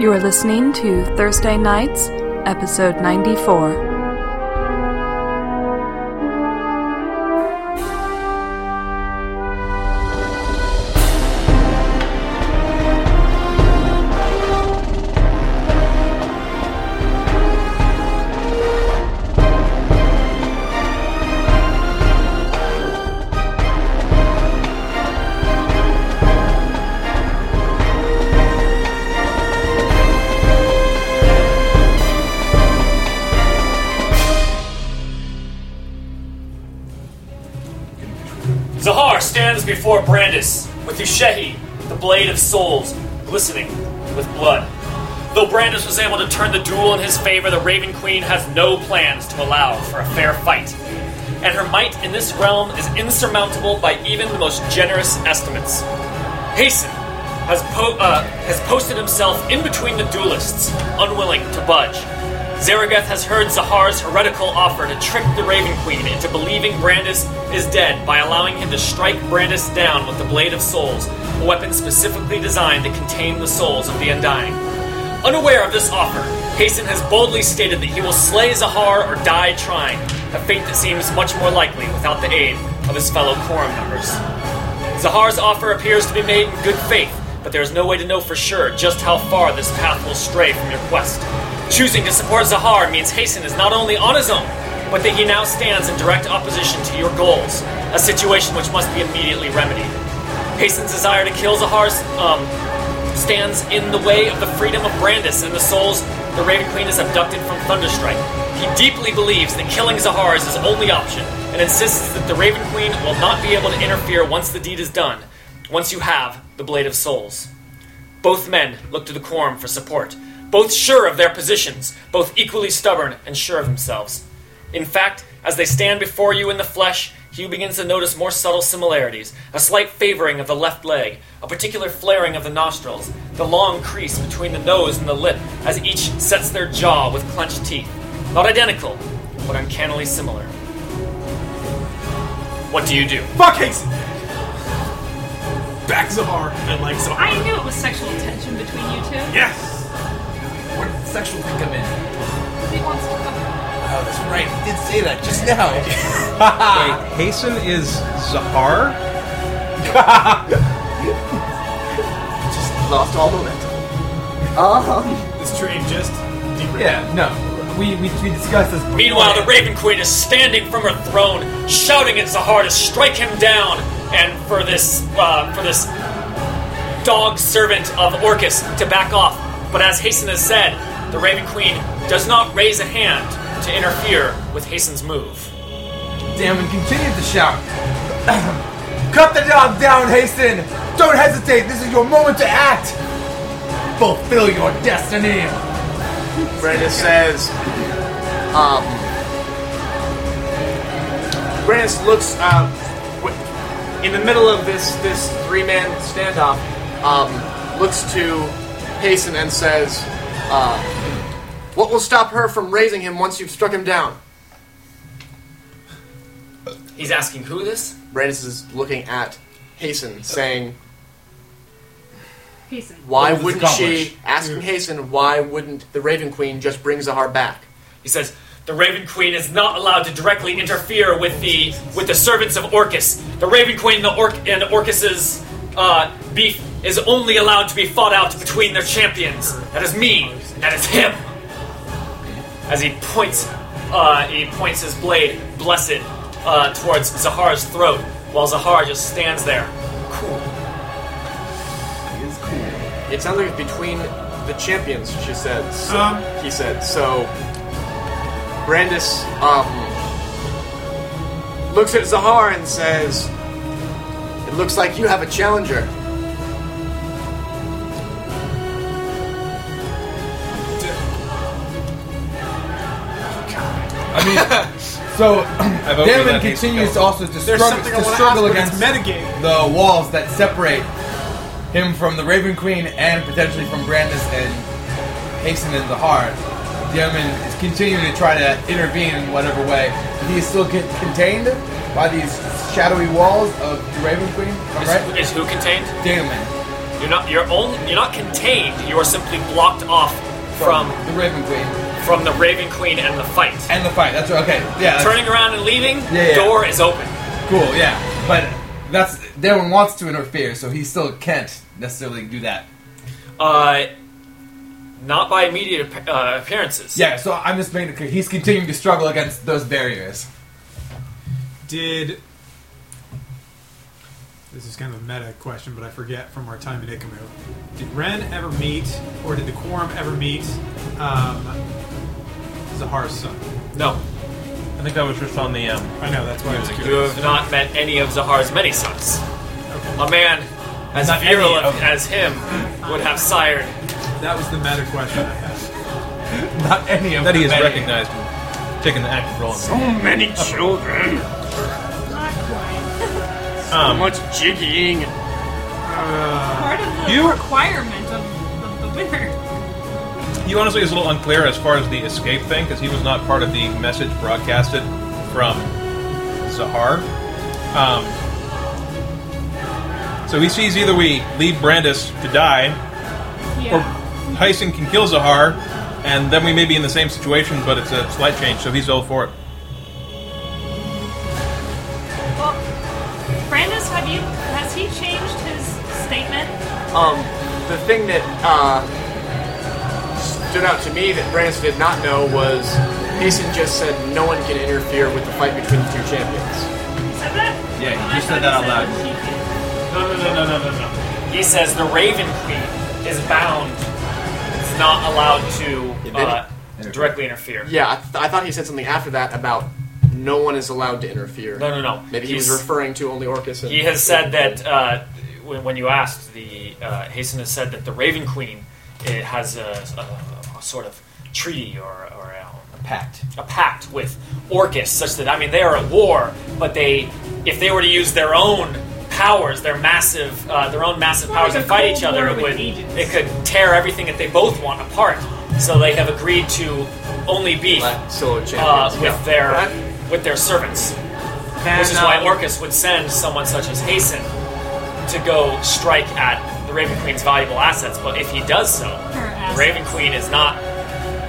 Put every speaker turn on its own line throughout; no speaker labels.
You are listening to Thursday Nights, episode 94.
Zahar stands before Brandis with Ushehi, the blade of souls, glistening with blood. Though Brandis was able to turn the duel in his favor, the Raven Queen has no plans to allow for a fair fight. And her might in this realm is insurmountable by even the most generous estimates. Hasten has, po- uh, has posted himself in between the duelists, unwilling to budge. Zarageth has heard Zahar's heretical offer to trick the Raven Queen into believing Brandis is dead by allowing him to strike Brandis down with the Blade of Souls, a weapon specifically designed to contain the souls of the Undying. Unaware of this offer, Hasten has boldly stated that he will slay Zahar or die trying, a fate that seems much more likely without the aid of his fellow Quorum members. Zahar's offer appears to be made in good faith, but there is no way to know for sure just how far this path will stray from your quest. Choosing to support Zahar means Hasten is not only on his own, but that he now stands in direct opposition to your goals, a situation which must be immediately remedied. Hasten's desire to kill Zahar's um, stands in the way of the freedom of Brandis and the souls the Raven Queen has abducted from Thunderstrike. He deeply believes that killing Zahar is his only option and insists that the Raven Queen will not be able to interfere once the deed is done, once you have the Blade of Souls. Both men look to the quorum for support, both sure of their positions, both equally stubborn and sure of themselves. In fact, as they stand before you in the flesh, Hugh begins to notice more subtle similarities a slight favoring of the left leg, a particular flaring of the nostrils, the long crease between the nose and the lip as each sets their jaw with clenched teeth. Not identical, but uncannily similar. What do you do?
Fuck Hasten! Back Zahar and like Zahar.
I knew it was sexual tension between you two.
Yes! What sexual thing I'm in?
He wants to fuck.
Oh, that's right. I did say that just now.
Wait, Hasten is Zahar?
just lost all momentum. Um,
this train just derailed.
Yeah, no. We, we, we discussed this. before.
Meanwhile, the Raven Queen is standing from her throne, shouting at Zahar to strike him down, and for this, uh, for this dog servant of Orcus to back off. But as Hasten has said, the Raven Queen does not raise a hand to interfere with Hasten's move.
damn and continued to shout. Cut the dog down, Hasten! Don't hesitate. This is your moment to act. Fulfill your destiny.
Brandis says.
um,
Brandis looks uh, w- in the middle of this this three man standoff.
um, looks to Hasten and says, uh, what will stop her from raising him once you've struck him down?
He's asking who this?
Brandis is looking at Hasten, saying,
Hasten.
why
What was
wouldn't she,
accomplished?
asking Hasten, why wouldn't the Raven Queen just bring Zahar back?
He says the Raven Queen is not allowed to directly interfere with the with the servants of Orcus. The Raven Queen, the Orc, and Orcus's uh, beef is only allowed to be fought out between their champions. That is me. That is him. As he points, uh, he points his blade, blessed, uh, towards Zahar's throat, while Zahar just stands there, cool.
It sounds like it's between the champions, she said. So,
Um.
he said. So, Brandis um, looks at Zahar and says, It looks like you have a challenger.
I mean, so
I've opened
Damon
that Hasten
continues to
go.
also to
There's
struggle,
something I
to
wanna
struggle
ask,
against
but it's metagame.
the walls that separate him from the Raven Queen and potentially from Brandis and Hasten and the Heart. Damon is continuing to try to intervene in whatever way. He is still get contained by these shadowy walls of the Raven Queen. Am I
Is,
right?
is who contained?
Damon.
You're not. You're only. You're not contained. You are simply blocked off from
the Raven Queen
from the Raven Queen and the fight.
and the fight. That's right. Okay. Yeah. that's-
Turning around and leaving.
Yeah, yeah.
Door is open.
Cool. Yeah. But that's Darren wants to interfere, so he still can't necessarily do that.
Uh, not by immediate ap- uh, appearances.
Yeah. So I'm just making it clear he's continuing to struggle against those barriers.
Did this is kind of a meta question, but I forget from our time in Ikamu. Did Ren ever meet, or did the Quorum ever meet um, Zahar's son?
No,
I think that was just on the. Um,
I know that's why I was
you
curious.
have not met any of Zahar's many sons.
Okay.
A man as
Not any
virulent
of them.
as him would have sired.
uh,
That was the meta question I had.
Not any of
that he is
many.
recognized and taken the active role. In.
many children. so much jigging.
Part of the
You-
requirement of the, the winner.
He honestly is a little unclear as far as the escape thing because he was not part of the message broadcasted from Zahar. Um, so he sees either we leave Brandis to die Or
Yeah.
Heisen can kill Zahar, and then we may be in the same situation, but it's a slight change, so he's all for it.
Well, Brandis, have you? Has he changed his statement?
Um, the thing that uh, stood out to me that Brandis did not know was Mason just said no one can interfere with the fight between the two champions.
He said that.
Yeah,
Well,
he
I
said
thought
that out loud.
he did.
No, no, no, no, no, no, no. He says the Raven Queen is bound. It's not allowed to uh, directly interfere.
Yeah, I, th- I thought he said something after that about no one is allowed to interfere.
No, no, no.
Maybe he was
He's-
referring to only Orcus. And
He has said that uh, when, when you asked, the uh, Hasten has said that the Raven Queen it has a, a, a sort of treaty or, or a,
Pact.
a pact with Orcus, such that I mean they are at war, but they if they were to use their own powers, their massive uh, their own massive
Well,
powers
like
to
a
fight
Cold
each other,
War
it
with
would
legions.
it could tear everything that they both want apart. So they have agreed to only be
Black Solo champions.
uh,
yeah.
with their
That-
with their servants.
Then,
Which is why
um,
Orcus would send someone such as Hasten to go strike at the Raven Queen's valuable assets. But if he does so, the
assets.
Raven Queen is not.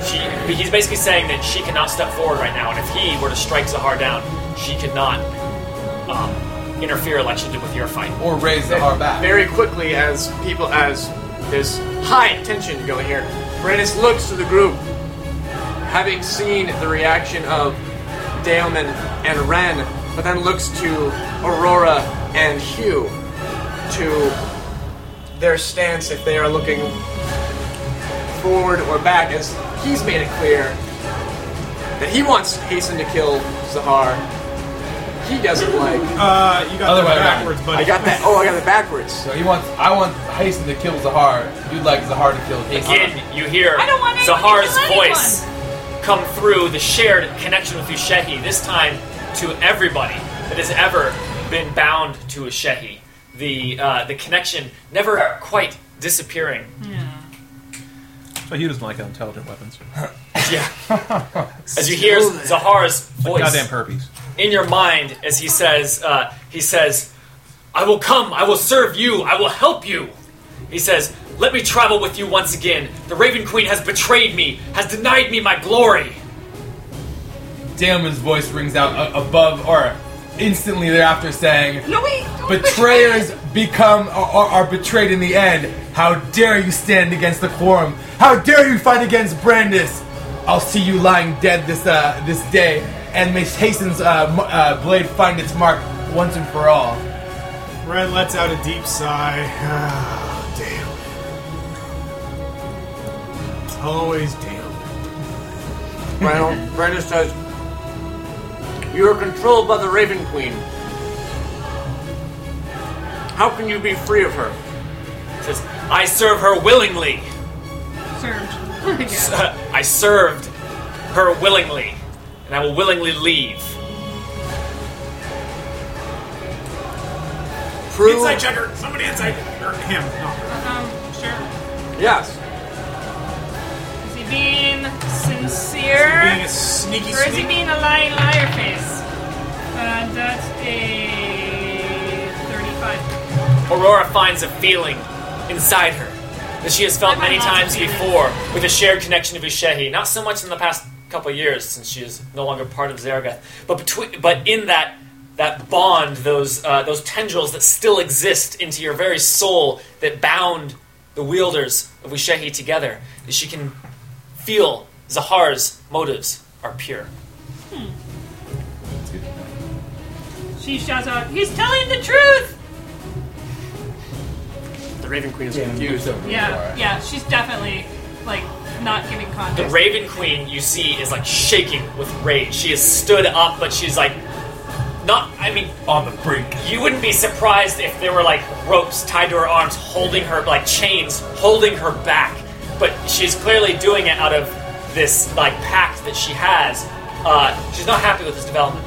She, he's basically saying that she cannot step forward right now, and if he were to strike Zahar down, she could not um, interfere like she did with your fight.
Or raise the har back.
very quickly as people as there's high tension going here. Brandis looks to the group, having seen the reaction of Daemon and Ren, but then looks to Aurora and Hugh to their stance if they are looking forward or back, as he's made it clear that he wants Hasten to kill Zahar. He doesn't like.
Uh, you got
Other way
that
around.
backwards, buddy.
I got that. Oh, I got it backwards.
So he wants. I want Hasten to kill Zahar. You'd like Zahar to kill Hasten.
Again, you hear
I don't want anyone to
Zahar's
kill anyone.
voice come through the shared connection with Ushehi, this time to everybody that has ever been bound to Ushehi. The, uh, the connection never quite disappearing.
So he doesn't like intelligent weapons.
Yeah. As you hear Zahar's voice
Goddamn herpes.
in your mind as he says, uh, he says, I will come, I will serve you, I will help you. He says, Let me travel with you once again. The Raven Queen has betrayed me, has denied me my glory.
Damon's voice rings out a- above or instantly thereafter, saying,
No, wait. don't
Betrayers become or are, are betrayed in the end. How dare you stand against the quorum? How dare you fight against Brandis? I'll see you lying dead this uh, this day, and may Hasten's uh, m- uh, blade find its mark once and for all.
Ren lets out a deep sigh. Ah, damn. It's always damn.
Brandon, Brandon says, You are controlled by the Raven Queen. How can you be free of her?
He says, I serve her willingly.
Served. Yeah.
I served her willingly, and I will willingly leave.
Prove.
Inside checker. Somebody inside. Or him. No.
Um, sure.
Yes.
Is he being sincere?
Being a sneaky
Or is he
sneak.
being a lying liar face? Uh, that's a 35.
Aurora finds a feeling inside her that she has felt many times before with a shared connection to Vishehi. Not so much in the past couple of years since she is no longer part of Zeragath, but between, but in that that bond, those uh, those tendrils that still exist into your very soul that bound the wielders of Vishehi together, that she can feel Zahar's motives are pure.
She shouts out, "He's telling the truth!"
The Raven Queen is
Yeah,
confused.
so we
Yeah,
are.
yeah. She's definitely like not giving
The
context.
Raven Queen you see is like shaking with rage. She is stood up, but she's like not. I mean,
On the brink.
you wouldn't be surprised if there were like ropes tied to her arms, holding her like chains, holding her back. But she's clearly doing it out of this like pact that she has. Uh, she's not happy with this development,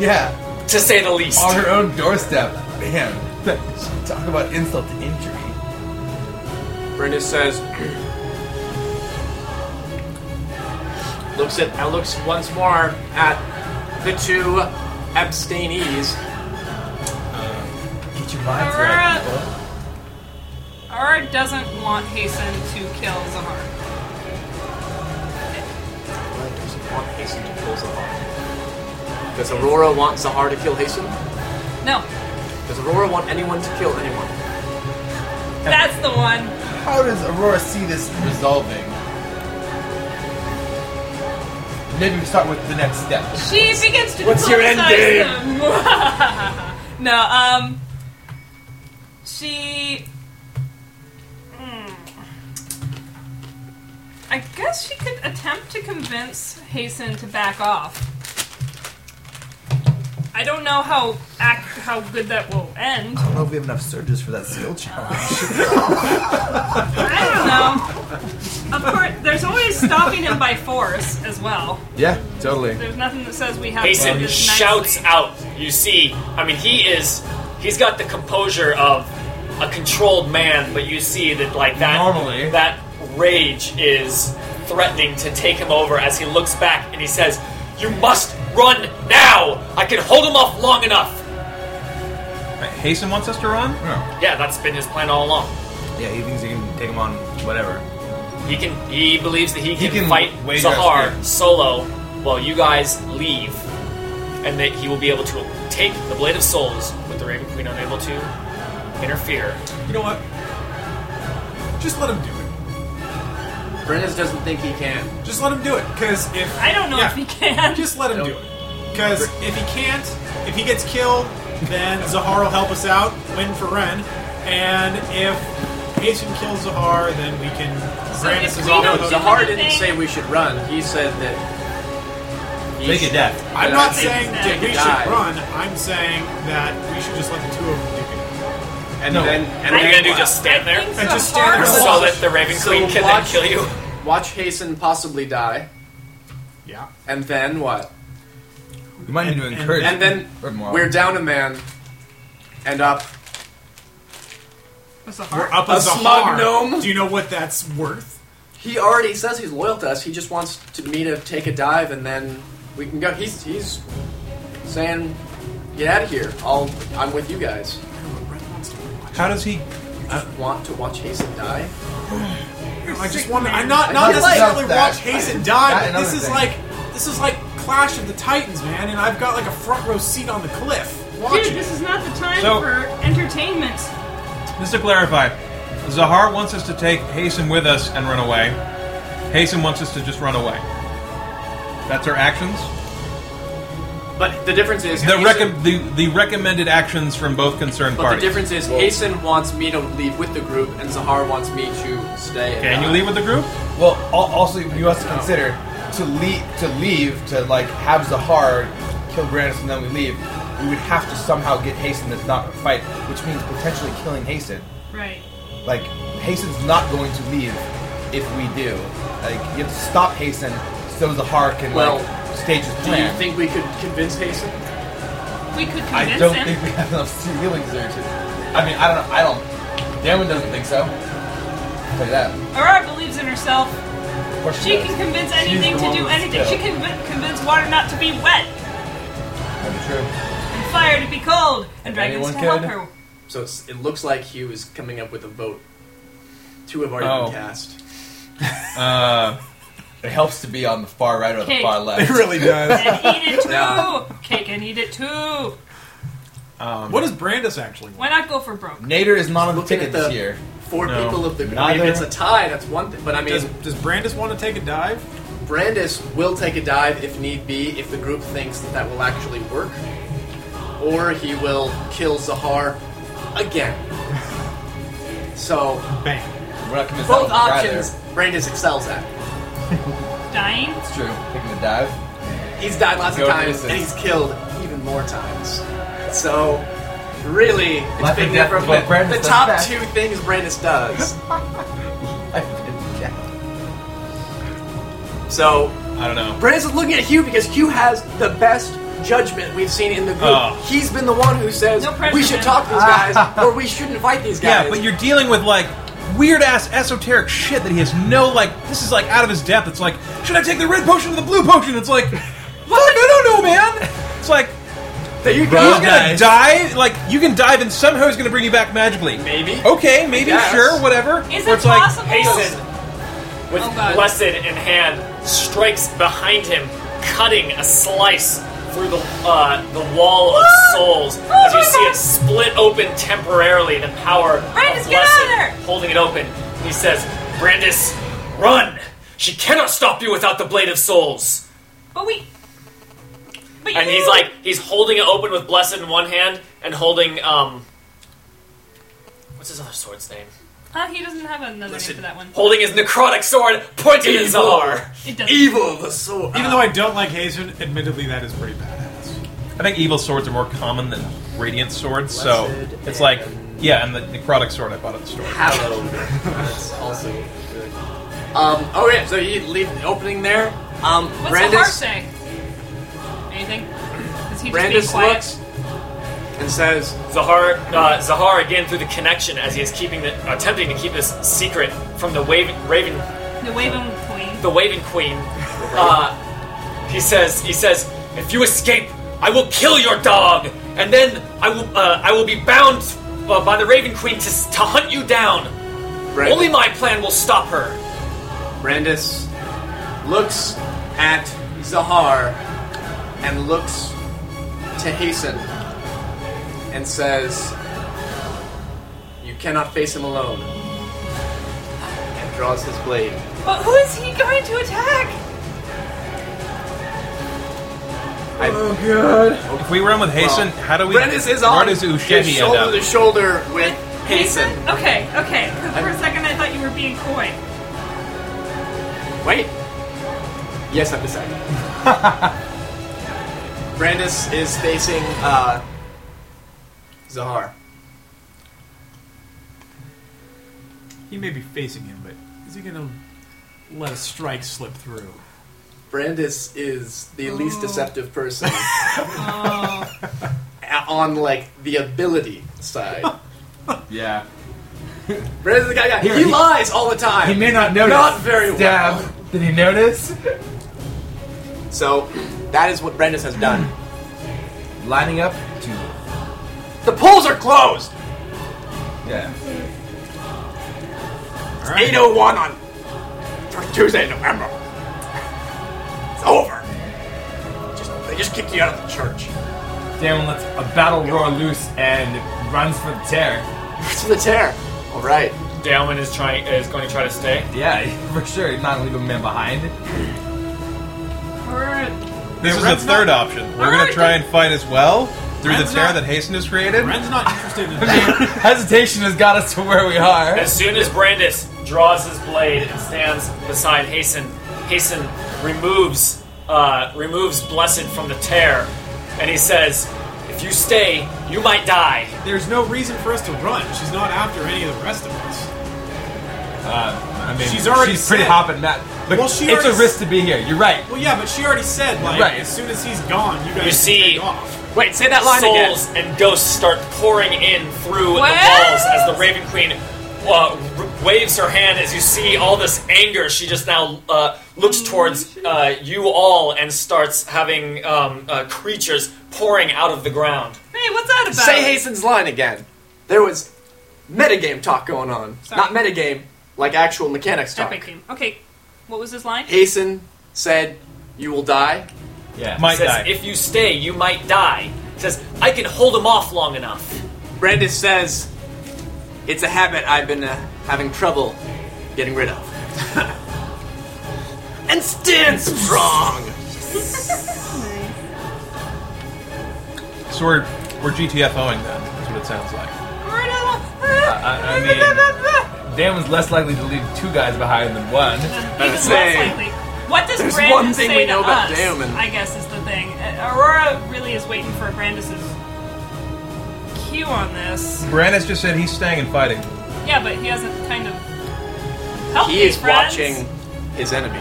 Yeah,
to say the least.
on her own doorstep. Man, talk about insult to injury.
Brenda says, looks at uh, looks once more at the two abstainees.
Get your minds right. people.
Aurora doesn't want Hasten to kill Zahar.
Why does he want Hasten to kill Zahar? Does Aurora want Zahar to kill Hasten?
No,
Does Aurora want anyone to kill anyone?
that's the one.
How does Aurora see this resolving? Maybe we start with the next step.
She begins to
What's your end
publicize
game?
them. no, um, she. Hmm. I guess she could attempt to convince Hasten to back off. I don't know how ac how good that will end.
I don't know if we have enough surges for that skill challenge.
I don't know. Of course, there's always stopping him by force as well.
yeah, totally.
There's nothing that says we have to do
Payson
this
shouts
nicely.
out. You see, I mean, he is, he's got the composure of a controlled man, but you see that, like, that,
Normally.
that rage is threatening to take him over as he looks back and he says, You must run now! I can hold him off long enough!
Right, Hasten wants us to run? No.
Yeah, that's been his plan all along.
Yeah, he thinks he can take him on whatever.
He can, he believes that he can,
can
fight
wage our
Zahar
spirit.
solo while you guys leave, and that he will be able to take the Blade of Souls with the Raven Queen unable to interfere.
You know what? Just let him do it.
Brenda doesn't think he can.
Just let him do it. Because if
I don't know
Yeah.
if he can.
Just let him do it. Because if he can't, if he gets killed, then Zahar will help us out, win for Ren. And if Hasten kills Zahar, then we can.
So
Brandis
if
is
we
all
don't
about
do
Zahar.
Zahar didn't
anything-
say we should run. He said that. he
Fake a
should-
death.
I'm
that
not
I
saying
think
that
they
we
could die.
should run. I'm saying that we should just let the two of them do it.
And
No.
then and
Are you
then
gonna do
what?
just stand there?
think
And
so.
just stand there
Hard-
so that the Raven
So
Queen can then
watch-
kill you.
watch Hasten possibly die,
Yeah.
and then what?
You might need to
And-
encourage.
And then
Or more.
we're down a man, and up.
We're up a
slug
Zahar.
gnome?
Do you know what that's worth?
He already says he's loyal to us. He just wants to, me to take a dive, and then we can go. He's he's saying, "Get out of here! I'll I'm with you guys."
How does he.
Want to watch Hasten die?
I just want. I'm not not
I just
necessarily
love that.
watch Hasten die,
That
but
and
this
other
is
things.
like this is like Clash of the Titans, man. And I've got like a front row seat on the cliff. Watch
Dude,
it.
this is not the time
So-
for entertainment.
Just to clarify, Zahar wants us to take Hasten with us and run away. Hasten wants us to just run away. That's our actions.
But the difference is
The,
Hasten-
recom the, the recommended actions from both concerned
But the
parties.
difference is Hasten wants me to leave with the group, and Zahar wants me to stay.
Can you leave with the group?
well, al- also you also consider to leave to leave to like have Zahar kill Brandis and then we leave. We would have to somehow get Hasten that's not gonna fight, which means potentially killing Hasten.
Right.
Like Hasten's not going to leave if we do. Like you have to stop Hasten so Zahar can
Well,
like stage his
Do you
plan.
think we could convince Hasten?
We could convince
I don't
him.
think we have enough healing there to. I mean, I don't. I don't. Damon doesn't think so. Tell you that.
Aurora believes in herself.
Of course
She
does.
can convince
She's
anything
the
to
one
do
with
anything. She
skill.
can conv- convince water not to be wet,
That'd be true.
and fire to be cold, and
If
dragons
anyone
to help
could.
her.
So it's, it looks like Hugh is coming up with a vote
Two have already
Oh.
been cast.
Uh,
It helps to be on the far right or the
Okay.
far
It
left.
really does.
And eat it too.
Yeah.
Cake and eat it too.
um,
what does Brandis actually want?
Why not go for broke?
Nader is not on the
Looking
ticket
at the-
this year.
Four
No.
people of the group.
Neither-
If it's a tie, that's one thing. But I mean,
Does, does Brandis want to take a dive?
Brandis will take a dive if need be if the group thinks that that will actually work, or he will kill Zahar again. So
Bang.
We're not convinced
both
that one's
options, Brandis excels at.
Dying?
It's true. Taking the dive.
He's died lots of
Go
times
Innocence.
and he's killed even more times. So really, it's
Life
big
and death
from
is what
the,
Brandis
the
does
top
best.
two things Brandis does. So
I don't know.
Brandis is looking at Hugh because Hugh has the best judgment we've seen in the group.
Oh.
He's been the one who says
No pressure,
we should
man."
talk to these
Ah.
guys or we shouldn't fight these guys.
Yeah, but you're dealing with like weird ass esoteric shit that he has no like. This is like out of his depth. It's like, should I take the red potion or the blue potion? It's like, fuck, I don't know, man. It's like
There you
he's
go.
gonna dive. Like you can dive, and somehow he's gonna bring you back magically.
Maybe.
Okay, maybe,
Yes.
sure, whatever.
Is
Or
it
it's like,
possible?
Hasten with
Oh, God.
blessed in hand strikes behind him, cutting a slice through the uh, the wall of souls as you
my
see it
God.
split open temporarily. The power
Brandis,
of
get out
blessed
of there!
holding it open. He says, "Brandis, run! She cannot stop you without the blade of souls."
But we. But
And
you-
he's like, he's holding it open with Blessed in one hand and holding, um. What's his other sword's name?
Uh, he doesn't have another name for that one.
Holding his necrotic sword, pointing at Zahar.
It doesn't.
Evil of the soul.
Even though I don't like Hazen, admittedly that is pretty badass.
I think evil swords are more common than radiant swords. So
Blessed
it's like,
and-
yeah, and the necrotic sword I bought at the store.
hallowed. That's also good. Um, okay, so you leave the opening there. Um,
What's the heart
Brandis,
say? Anything? Is he just being
Brandis
quiet?
looks and says,
Zahar, uh, Zahar again through the connection as he is keeping the, attempting to keep this secret from the waving, Raven,
The waving queen.
the Waving Queen. Uh, he says, he says, if you escape, I will kill your dog, and then I will, uh, I will be bound uh, by the Raven Queen to, s- to hunt you down.
Brand-
Only my plan will stop her.
Brandis looks at Zahar and looks to Hasten and says, You cannot face him alone. And draws his blade.
But who is he going to attack?
I,
If we run with Hasten,
Well,
how do we?
Brandis is
Where
on
does
his
Ushebi end
shoulder to
up?
shoulder with
Hasten?
Hasten.
Okay, okay. 'Cause for a second I thought you were being coy.
Wait. Yes, I've decided. Brandis is facing uh, Zahar.
He may be facing him, but is he going to let a strike slip through?
Brandis is the least deceptive person A- on like the ability side.
Yeah.
Brandis is the guy. guy-
Here,
he,
he-
lies all the time.
He may not notice.
Not very
Stab.
well.
Did he notice?
So that is what Brandis has done.
Lining up to.
The polls are closed.
Yeah.
All right.
801 on for Tuesday, November. It's over. Just, they just kicked you out of the church.
Damon lets a battle roar loose and runs for the tear.
It's for the tear. All right.
Dalman is trying is going to try to stay.
Yeah, for sure. He's not leaving a man behind.
Or
This
Yeah,
is the
Ren's not-
third option. We're gonna
Alright,
try and fight as well through the
Ren's
tear
not-
that Hasten has created.
Ren's not interested in
Hesitation has got us to where we are.
As soon as Brandis draws his blade and stands beside Hasten, Hasten removes uh, removes Blessed from the tear, and he says, "If you stay, you might die."
There's no reason for us to run. She's not after any of the rest of us.
I mean,
She's already
she's pretty
said-
hopping, Matt. Look,
Well, she
it's a
already
risk to be here. You're right.
Well, yeah, but she already said, like,
Right.
as soon as he's gone, you guys
You see-
take off.
Wait, say that line again.
Souls and ghosts start pouring in through the
Well-
walls as the Raven Queen uh, r- waves her hand. As you see all this anger, she just now uh, looks towards uh, you all and starts having um, uh, creatures pouring out of the ground.
hey, what's that about?
Say Hasten's line again. There was metagame talk going on. Not metagame, like actual mechanics talk.
Epic game. Okay, what was his line?
Hasten said, "You will die."
Yeah.
Might
says,
die.
if you stay, you might die. Says, I can hold him off long enough.
Brandis says, "It's a habit I've been uh, having trouble getting rid of." and stand strong.
So we're, we're GTFOing then, is what it sounds like.
Uh,
I, I mean, Dan was less likely to leave two guys behind than one.
Even less
uh, say,
likely. What does
there's
Brandis
one thing
say
we
to
know about
us?
Daemon.
I guess is the thing. Uh, Aurora really is waiting for Brandis's cue on this.
Brandis just said he's staying and fighting.
Yeah, but he hasn't kind of helped
He
me,
is
friends. Uh,
watching his enemy.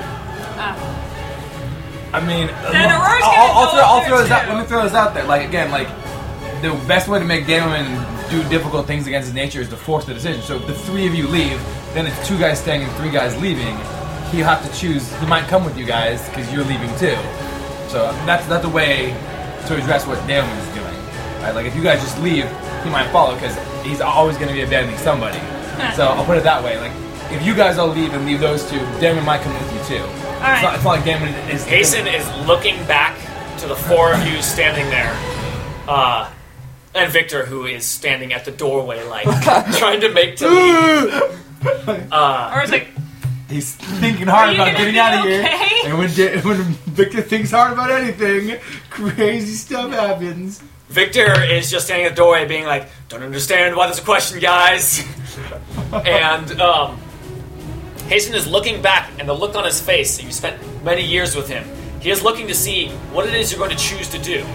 I mean,
Then Aurora's gonna
I'll, I'll
go
throw,
up there
I'll throw this out.
too.
Let me throw this out there. Like again, like the best way to make Galen do difficult things against his nature is to force the decision. So if the three of you leave, then it's two guys staying and three guys leaving. He'll have to choose. He might come with you guys because you're leaving too. So that's that's the way to address what Galen is doing. Right? Like if you guys just leave, he might follow because he's always going to be abandoning somebody. so I'll put it that way. Like if you guys all leave and leave those two, Damon might come with you too.
All
It's
right.
not, it's not like Damon is.
Hasten is looking back to the four of you standing there. Uh, and Victor, who is standing at the doorway, like, trying to make to leave.
Or is like,
He's thinking hard
you
about
gonna
getting
be
out of
okay?
here. And when, Da- when Victor thinks hard about anything, crazy stuff happens.
Victor is just standing at the doorway being like, don't understand why there's a question, guys. and um, Hasten is looking back, and the look on his face, you spent many years with him, he is looking to see what it is you're going to choose to do.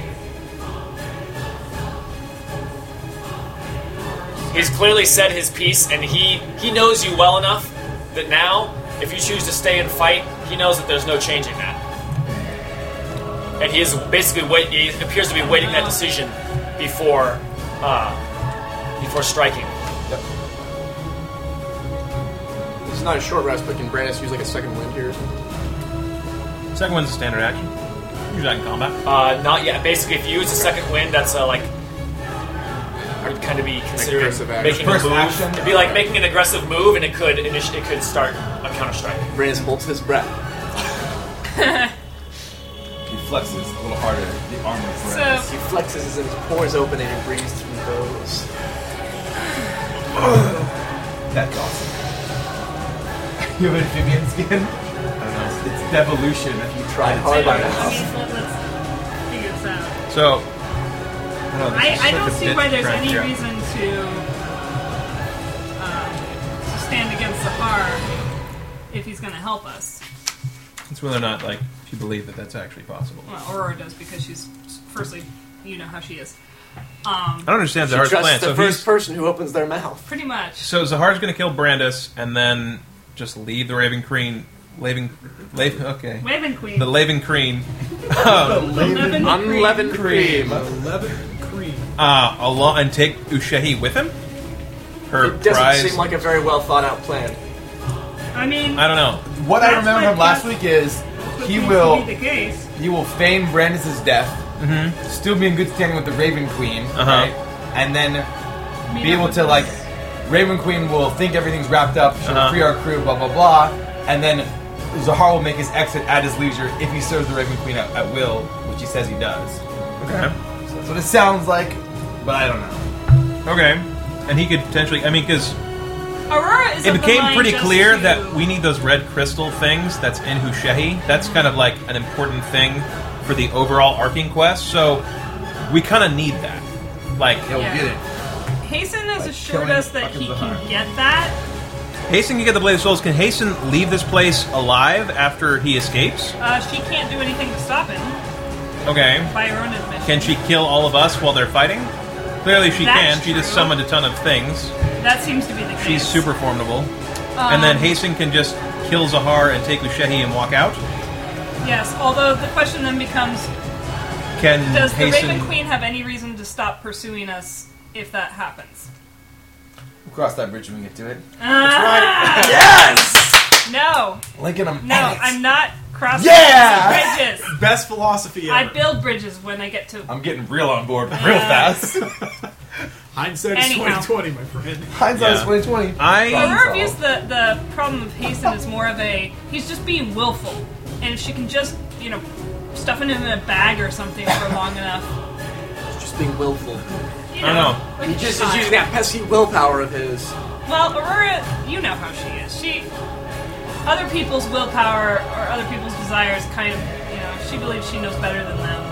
He's clearly said his piece, and he, he knows you well enough that now, if you choose to stay and fight, he knows that there's no changing that and he is basically wait, he appears to be waiting that decision before uh, before striking.
It's not a short rest, but can Brandis use like a second wind here? or something?
Second one's a standard action. Usually in combat.
Uh, not yet. Basically, if you use a second wind, that's uh, like would kind of be considered
aggressive action.
making a
First
move.
action.
It'd be like making an aggressive move, and it could initi- it could start a counter strike.
Brandis holds his breath.
He flexes a little harder. The armor for
so
He flexes and his pores open and he breathes through those.
That's awesome. You have an amphibian skin? I don't know. It's devolution. If you
Try hard
I
enough.
mean, let's- let's figure this out.
So.
I, I don't see why there's any reason to um, to stand against Sahar if he's going to help us.
It's whether or not, like, if you believe that that's actually possible.
Well, Aurora does because she's firstly, you know how she is. Um,
I don't understand Zahar's plan.
Trust
So,
the
if he's-
first person who opens their mouth.
pretty much.
so Zahar's going to kill Brandis and then just leave the Raven Queen. Laven, Laven, okay.
Raven Queen.
The Laven Queen
Unleavened cream.
Unleavened cream.
Eleven cream.
uh, along and take Ushehi with him. Her
It doesn't
prize.
seem like a very well thought out plan.
I mean,
I don't know.
What I
That's
remember
my
from last
guess.
week is
that
he
seems to
will
be the case.
he will feign Brandis' death, still be in good standing with the Raven Queen, right? and then
Meet
be
up
able
with
to
us.
like Raven Queen will think everything's wrapped up, she'll
Uh-huh.
free our crew, blah blah blah, and then Zahar will make his exit at his leisure if he serves the Raven Queen at, at will, which he says he does.
Okay.
So that's what it sounds like, but I don't know.
Okay. And he could potentially. I mean, because
Aurora is.
it
of the
became
mind
pretty
just
clear
to-
that we need those red crystal things that's in Hushehi. That's kind of like an important thing for the overall arcing quest, so we kind of need that. Like,
Yeah,
Yeah.
we'll get it.
Hasten has assured
killing
us that
fucking
he can
Zahar.
get that.
Hasten can get the Blade of Souls. Can Hasten leave this place alive after he escapes?
Uh, she can't do anything to stop him
Okay.
by her own admission.
Can she kill all of us while they're fighting? Clearly she
That's
can. She just
true.
summoned a ton of things.
That seems to be the case.
She's super formidable. and
Um,
then Hasten can just kill Zahar and take Ushehi and walk out.
Yes, although the question then becomes:
Can
Does the
Hasten
Raven Queen have any reason to stop pursuing us if that happens?
We'll cross that bridge when we get to it.
No,
Lincoln, I'm
no,
at it.
I'm not crossing
Yeah!
bridges.
Best philosophy
I
ever.
build bridges when I get to.
I'm getting real on board real fast.
Hindsight is
Anyhow.
twenty twenty, my friend.
Hindsight's
Yeah. Uh,
twenty twenty.
I-
Aurora views the, the problem of Hasten as more of a he's just being willful, and if she can just you know stuff him in a bag or something for long enough,
Just being willful.
you
I don't know.
like
He
it's
just is
fine.
using that pesky willpower of his.
Well, Aurora, you know how she is. She other people's willpower or other people's desires kind of you know she believes she knows better than them,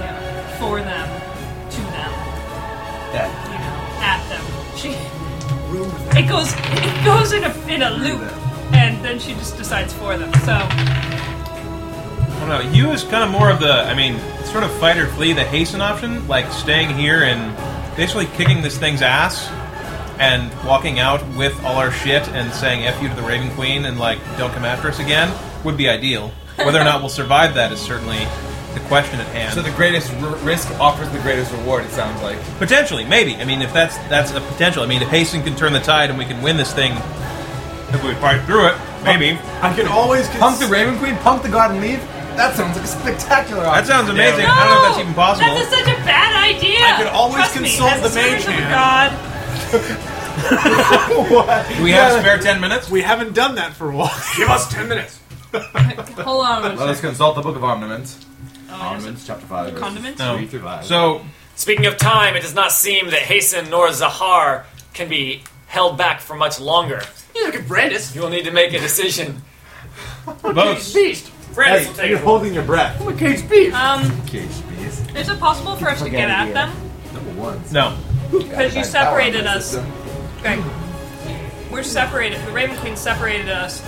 yeah, for them, to them,
Yeah.
you know, at them. She. It goes, it goes in a in a loop, and then she just decides for them. So
I don't know. You is kind of more of the, I mean, sort of fight or flee the hasten option, like staying here and basically kicking this thing's ass and walking out with all our shit and saying F you to the Raven Queen and like, don't come after us again would be ideal. Whether or not we'll survive that is certainly the question at hand.
So the greatest r- risk offers the greatest reward. It sounds like.
Potentially, maybe. I mean, if that's that's a potential. I mean, if Hasten can turn the tide and we can win this thing, if we fight through it, maybe.
I can always
Punk
cons-
the Raven Queen, punk the god, and leave. That sounds like a spectacular.
That
option.
sounds amazing.
No,
I don't know if that's even possible.
That is such a bad idea.
I could always
Trust
consult
me, as
the
a servant
mage
of
hand.
God.
Do we have spare ten minutes?
We haven't done that for a while.
Give us ten minutes.
Hold on. one
Let us
second.
consult the Book of Ornaments.
Oh, here's
Ornaments, chapter five.
a condiment.
No.
Three through five.
So
Speaking of time, it does not seem that Hasten nor Zahar can be held back for much longer.
You look at Brandis.
You will need to make a decision.
votes.
Beast.
Brandis will take
You're
it.
holding your breath.
I'm a caged beast.
Um,
Cage beast.
is it possible for us to get at them?
Number one.
No.
Because you separated us. Okay. We're separated. The Raven Queen separated us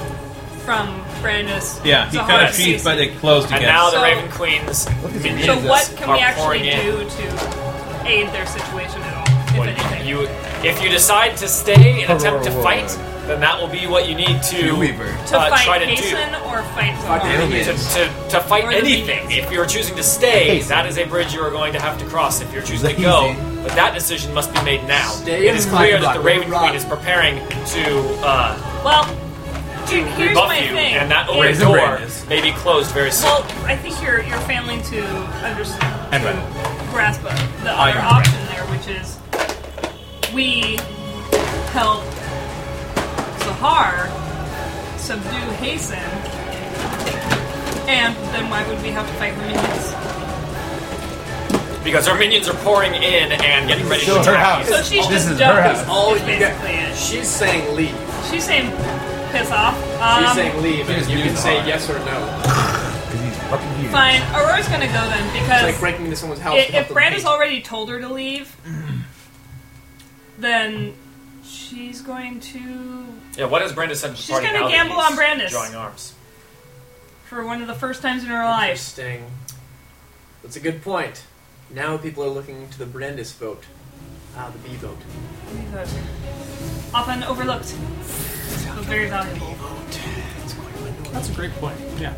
from Brandis.
Yeah, he
Zahar,
kind of
and
cheated,
Cece.
but it closed
And
against.
now the
So-
Raven Queen's minions
So what can
are
we actually
pouring in.
do to aid their situation at all,
What-
if anything?
you, if you decide to stay and attempt to
whoa, whoa,
fight,
whoa.
then that will be what you need
You
to
weaver.
to
uh, try
fight
to do.
Hasten or fight
Damn
Zahar?
to,
it.
to, to
Or
fight
the
anything.
minions.
If you're choosing to stay,
Hasten.
that is a bridge you are going to have to cross if you're choosing to
Lazy.
go. But that decision must be made now.
Stay
it is
in
clear
Ragnarok,
that the Raven
run.
Queen is preparing to uh,
Well, dude, here's
rebuff
my
you,
thing.
and that
It-
open
Raven
door
Rain is.
may be closed very soon.
Well, I think you're you're failing to understand
And red.
grasp the other
you're
option there, which is we help Zahar subdue Hasten, and then why would we have to fight the minions?
because our minions are pouring in and getting ready to
Still her
attack
house.
you.
So she's
This
just
is her
dumb.
house.
is-
All
is
you got-
basically it.
She's saying leave.
She's saying piss off. Um,
She's saying leave, and
Here's
you can
Mew's
say
eye.
yes or no.
Because he's fucking huge.
Fine, Aurora's gonna go then because
It's like breaking into someone's house. to
if,
help
if
them
Brand
paint.
has already told her to leave,
Mm.
then she's going to,
Yeah, what has Brandis said?
She's gonna gamble on Brandis.
Drawing arms.
for one of the first times in her life,
Interesting. That's a good point. Now people are looking to the Brandis vote. Ah, the B vote.
often overlooked, but very valuable.
That's a great point. Yeah.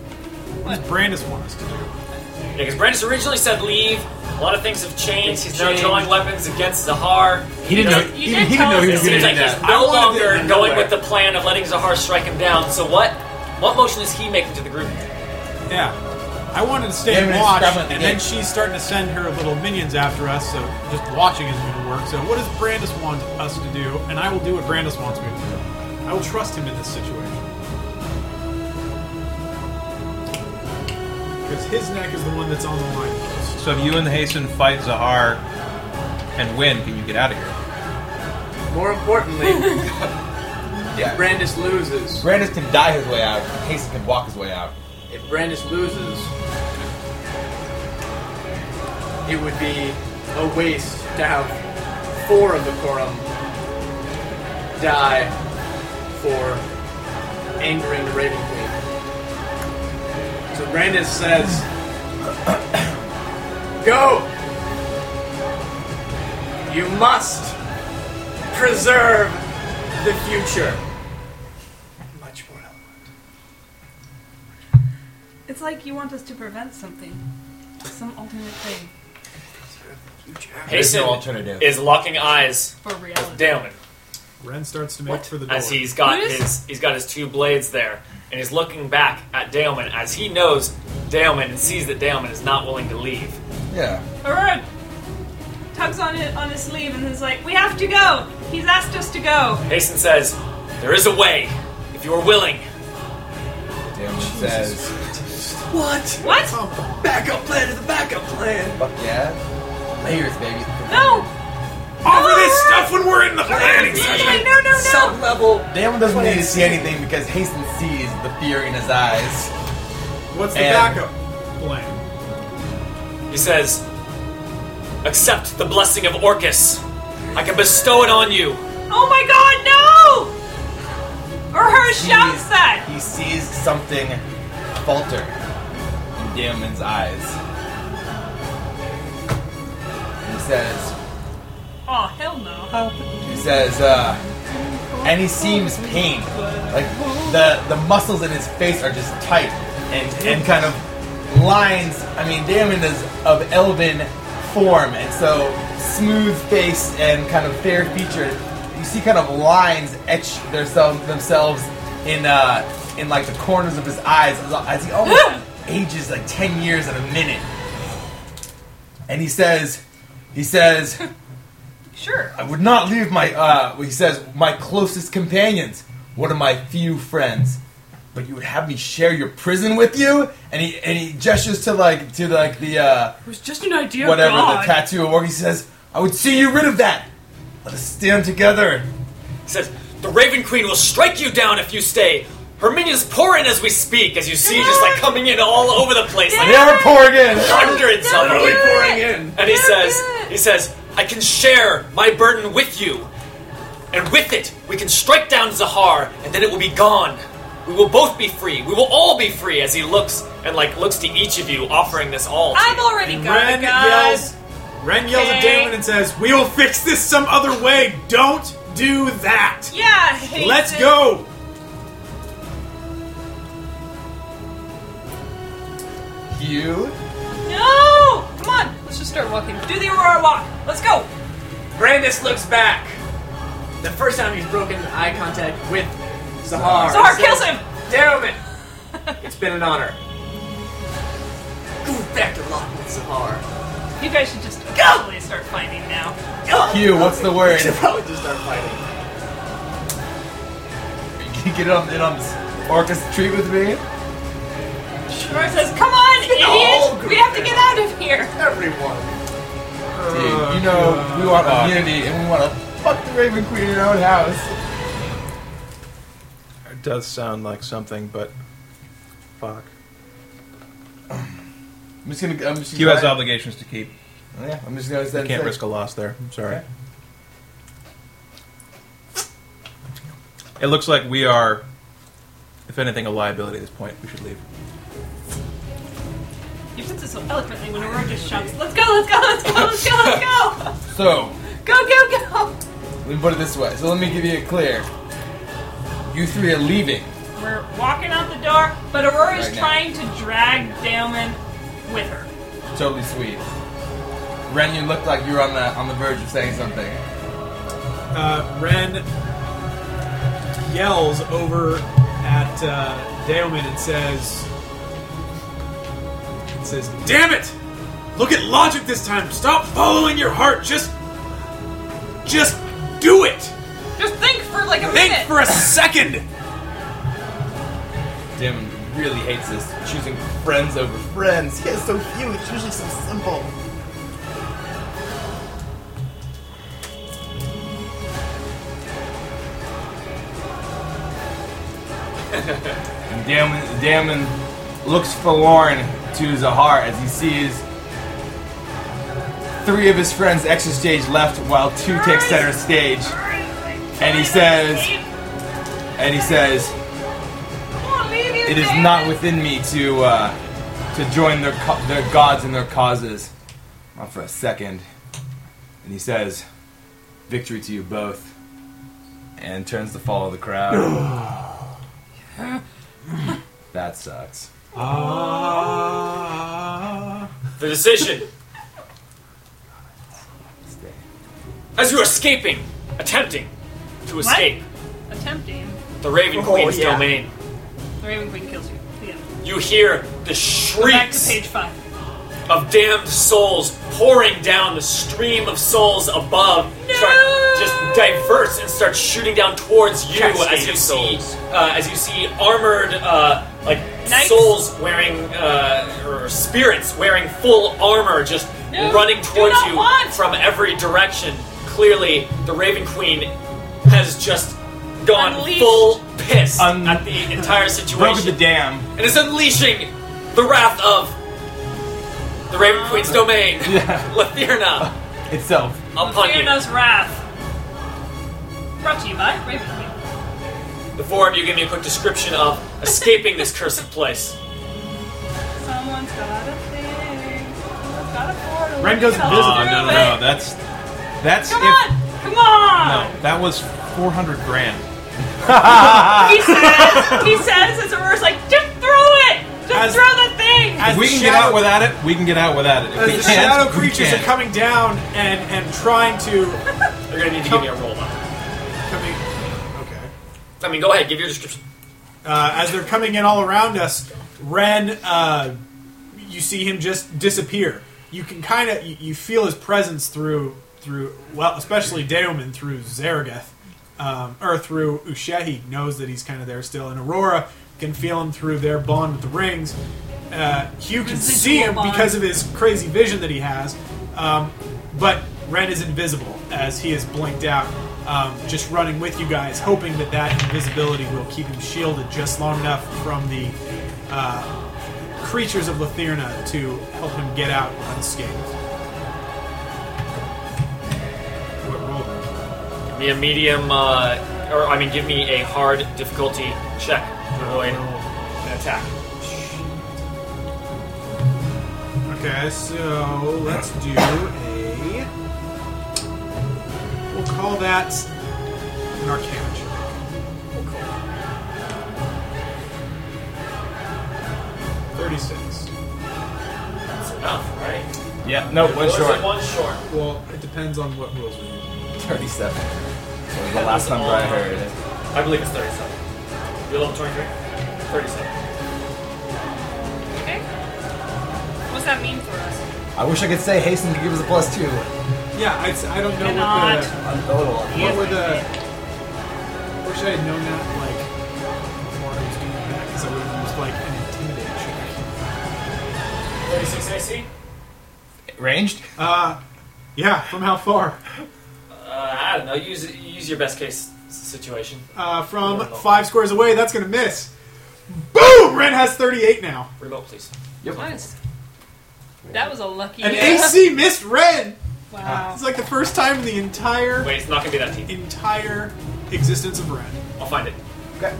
What?
What Brandis want us to do?
Yeah, because Brandis originally said leave. A lot of things have changed. He's now
Changed.
drawing weapons against Zahar.
He didn't know.
doesn't-
He,
You did
he
tell
didn't know he
us
was
it
going
Seems
to
like
do
he's
that.
I
no
wanted it
longer
in
going
nowhere.
with the plan of letting Zahar strike him down. So what? What motion is he making to the group?
Yeah. I wanted to stay
Yeah,
and
but it's
watch,
scrubbing at the
and then
gate.
she's starting to send her little minions after us, so just watching isn't going to work. So, what does Brandis want us to do? And I will do what Brandis wants me to do. I will trust him in this situation. Because his neck is the one that's on the line.
So if you and the hasten fight Zahar and win, can you get out of here?
More importantly,
Yeah.
Brandis loses.
Brandis can die his way out. and Casey can walk his way out.
If Brandis loses, it would be a waste to have four of the quorum die for angering the Raven Queen. So Brandis says, Go! You must preserve the future. Much more eloquent.
It's like you want us to prevent something, some ultimate thing
Preserve the future.
There's
Hasten
no alternative.
is locking eyes
for
with
reality.
Damon
Ren starts to make for the door.
as he's got
What is-
his he's got his two blades there, and he's looking back at Daemon as he knows Daemon and sees that Daemon is not willing to leave.
Yeah.
Aurora tugs on it on his sleeve and is like, "We have to go. He's asked us to go."
Hasten says, There is a way, if you are willing.
Damon says,
What?
What?
Oh, backup plan is a backup plan.
fuck yeah. Layers, baby.
No.
Offer
No,
this
we're-
stuff when we're in the planning
Wait,
session!
no, no, no.
level.
Damon doesn't need to see anything because Hasten sees the fear in his eyes.
What's the
And-
backup plan?
He says, Accept the blessing of Orcus. I can bestow it on you.
Oh my God, no! Or her shouts
sees-
that.
He sees something falter in Damon's eyes. And He says,
Oh hell no.
he says, uh, and he seems pained. Like the the muscles in his face are just tight and and kind of lines. I mean, Damon is of elven form, and so smooth face and kind of fair featured. You see kind of lines etch themselves themselves in uh, in like the corners of his eyes as, as he almost ages like ten years in a minute. And he says, he says.
Sure.
I would not leave my, uh, he says, my closest companions, one of my few friends. But you would have me share your prison with you? And he and he gestures to like to like the uh,
It was just an idea.
whatever
God.
the tattoo or he says, I would see you rid of that. Let us stand together.
He says, The Raven Queen will strike you down if you stay. Her minions pour in as we speak, as you see, just like coming in all over the place,
They
like
are pouring in.
hundreds of
Don't
them.
do it.
And he
Don't
says,
do it.
he says, I can share my burden with you, and with it we can strike down Zahar, and then it will be gone. We will both be free. We will all be free. As he looks and like looks to each of you, offering this all. to
I've
you.
already got
Ren
it, guys.
yells. Ren yells at
Okay.
Damon and says, "We will fix this some other way. Don't do that.
Yeah. I hate
Let's
it.
go."
You
No! Come on, let's just start walking. Do the Aurora walk. Let's go.
Brandis looks back. The first time he's broken eye contact with Zahar.
Zahar kills him.
Damn it! It's been an honor. Go back to lock with Zahar.
You guys should just totally start fighting now.
Hugh, what's the word?
We should probably just start fighting.
you get on in on this Orcus tree with me?
Aurora says, "Come on,
whole
idiot!
group
We have to get out of here."
Everyone.
Dude, you know we want immunity and we want to fuck the Raven Queen in our own house.
It does sound like something, but fuck.
I'm just gonna. I'm just gonna
Q has obligations to keep.
Yeah, I'm just gonna.
Can't risk a loss there. I'm sorry.
Okay.
It looks like we are, if anything, a liability at this point. We should leave.
You said this so eloquently when Aurora just shouts, "Let's go! Let's go! Let's go! Let's go! Let's go!
So,
Go! Go! Go!"
let me put it this way. So let me give you it clear. You three are leaving.
We're walking out the door, but Aurora is
Right now.
trying to drag Daemon with her.
Totally sweet. Ren, you looked like you were on the on the verge of saying something.
Uh, Ren yells over at uh, Daemon and says, and "says Damn it! Look at logic this time. Stop following your heart. Just, just do it.
Just think for like a
Think
minute.
for a second.
Damon really hates this choosing friends over friends. He has so few. It's usually so simple. and Damon, Damon looks forlorn to Zahar as he sees three of his friends exit stage left while two take center stage. And he says- And he says, it is not within me to uh, to join their co- their gods and their causes. Not for a second. And he says, "Victory to you both," and turns to follow the crowd. that sucks.
The decision.
Stay.
As you are escaping, attempting to escape
attempting.
the Raven
Oh,
Queen's
yeah.
domain,
The Raven Queen kills you. The end.
you hear the
Go back to
shrieks
page five.
of damned souls pouring down the stream of souls above. Start just diverts and starts shooting down towards you as you
Cascading
see
souls.
uh, as you see armored uh, like
Knights?
souls wearing uh, or spirits wearing full armor just
No,
running
do
towards
not
you
want.
from every direction. Clearly, the Raven Queen has just gone
Unleashed.
full piss
Un-
at the entire
Broke the
situation
dam.
and is unleashing the wrath of the Raven Queen's domain, Lathirna,
itself.
upon you.
Cyrano's wrath. Brought to you by Raven Queen.
The four of you give me a quick description of escaping this cursed place.
Someone's got a thing. Someone's got a portal.
Ren goes
Come
invisible.
Oh,
through
no, no,
it.
no. That's that's
Come
if
on! Come on!
no, that was four hundred grand.
He says, he says, as it were, it's like, just throw it! Just
As-
throw the thing!
as-
If we
the
can get
shadow-
out without it, we can get out without it. If
As
we
the
can't,
shadow
we
creatures are
can't.
coming down and and trying to
You're gonna need to give me a roll up.
coming. Okay.
I mean, go ahead, give your description.
uh, as they're coming in all around us, Ren, uh, you see him just disappear. You can kind of you, you feel his presence through through well, especially Daemon through Zaragath, um, or through Ushehi knows that he's kind of there still, and Aurora can feel him through their bond with the rings. Uh, Hugh can
Residual
see him
bond.
because of his crazy vision that he has, um, but Ren is invisible as he is blinked out, um, just running with you guys, hoping that that invisibility will keep him shielded just long enough from the uh, creatures of Lathirna to help him get out unscathed. What roll?
Give me a medium, uh, or I mean, give me a hard difficulty check to avoid an attack.
Okay, so let's do a. We'll call that an Arcana check. Thirty-six.
That's enough, right?
Yeah,
No, one
Or is it
short.
One short.
Well, it depends on what rules we use.
37. So the last number I heard. it.
I believe it's 37. You're level 23? 37.
Okay. What's that mean for us?
I wish I could say Hasten could give us a plus two.
Yeah, I'd, I i do not know
Cannot.
what
On total.
the what were the. I wish I had known that like before I was doing that because I would have used like an intimidate check.
36 AC?
Ranged?
Uh, yeah, from how far?
Uh, I don't know. Use use your best case s- situation.
Uh, from
Remote.
five squares away. That's gonna miss. Boom! Ren has 38 now.
Remote, please.
Nice. That was a lucky
An AC missed Ren.
Wow.
It's like the first time in the entire
Wait, it's not gonna be that deep.
entire existence of Ren.
I'll find it.
Okay.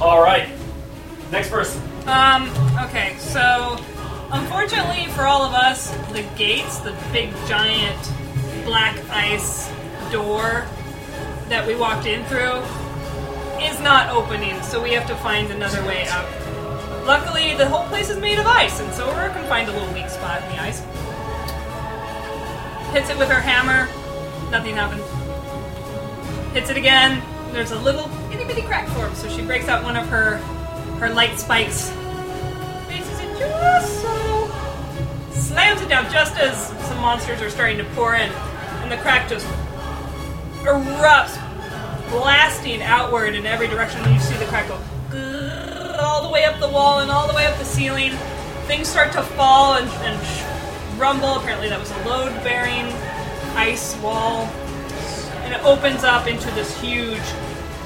All right. Next person.
Um, okay, so unfortunately for all of us, the gates, the big giant black ice door that we walked in through, is not opening, so we have to find another way out. Luckily, the whole place is made of ice, and so Aurora can find a little weak spot in the ice. Hits it with her hammer, nothing happened. Hits it again, there's a little itty bitty crack form, so she breaks out one of her her light spikes. Faces it just so. Slams it down just as some monsters are starting to pour in, and the crack just erupts, blasting outward in every direction. And you see the crack go all the way up the wall and all the way up the ceiling. Things start to fall and, and sh- rumble. Apparently, that was a load bearing ice wall. And it opens up into this huge,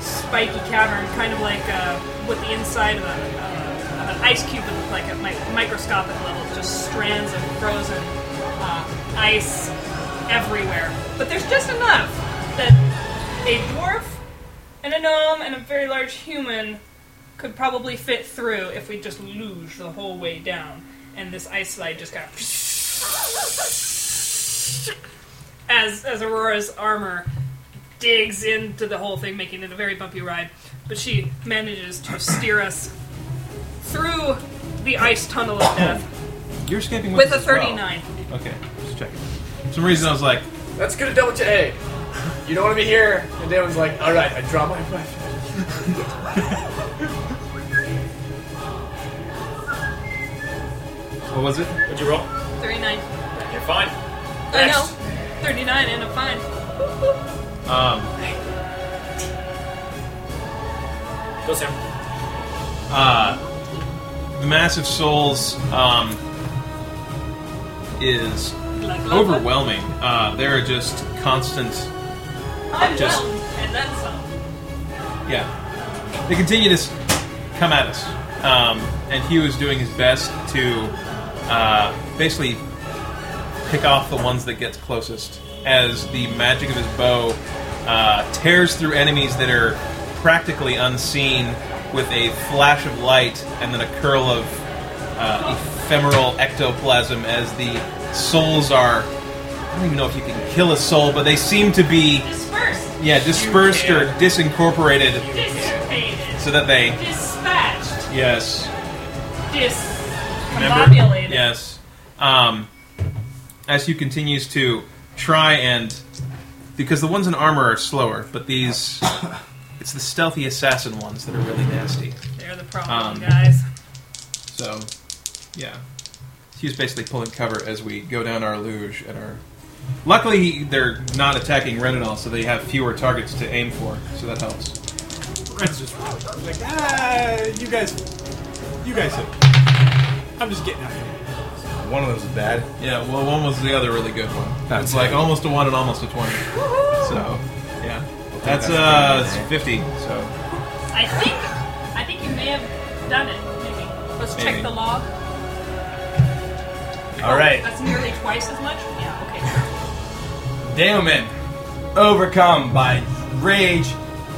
spiky cavern, kind of like uh, what the inside of, a, uh, of an ice cube would look like at mi- microscopic level. Just strands of frozen uh, ice everywhere. But there's just enough that a dwarf and a gnome and a very large human could probably fit through if we just luge the whole way down. And this ice slide just got as as Aurora's armor digs into the whole thing, making it a very bumpy ride. But she manages to steer us through the ice tunnel of death
You're escaping with,
with a
us as well.
39.
Okay, just checking. For some reason, I was like,
That's good at double to A. You don't want to be here. And Damon's like, all right, I draw my weapon.
What was it?
Would you roll?
39.
You're fine.
I
Next.
know. 39 Uh, and I'm fine.
Um,
Go, Sam.
uh, the massive souls um, is
Like, like,
overwhelming. Uh, there are just constant.
I'm
Just-
well, and then some.
Yeah, they continue to s- come at us, um, and Hugh is doing his best to uh, basically pick off the ones that gets closest as the magic of his bow uh, tears through enemies that are practically unseen with a flash of light and then a curl of uh, ephemeral ectoplasm as the souls are. I don't even know if you can kill a soul, but they seem to be
Dispersed.
yeah dispersed or disincorporated
Dissipated.
so that they
Dispatched.
yes Remember?
Discombobulated.
Yes. Um, as Hugh continues to try and because the ones in armor are slower, but these it's the stealthy assassin ones that are really nasty.
They're the problem,
Um,
guys.
So yeah. Hugh's basically pulling cover as we go down our luge and our Luckily, they're not attacking Renadol, so they have fewer targets to aim for, so that helps.
Ren's just like, ah, you guys, you guys hit. I'm just getting out here.
One of those is bad.
Yeah, well, one was the other really good one.
That's
it's like
good.
almost a one and almost a twenty. so, yeah, that's
that's
uh
good,
it's
right?
fifty. So
I think I think you may have done it. Maybe let's
Maybe.
check the log.
All right.
That's nearly twice as much. Yeah. Okay. Sure.
Daemon, overcome by rage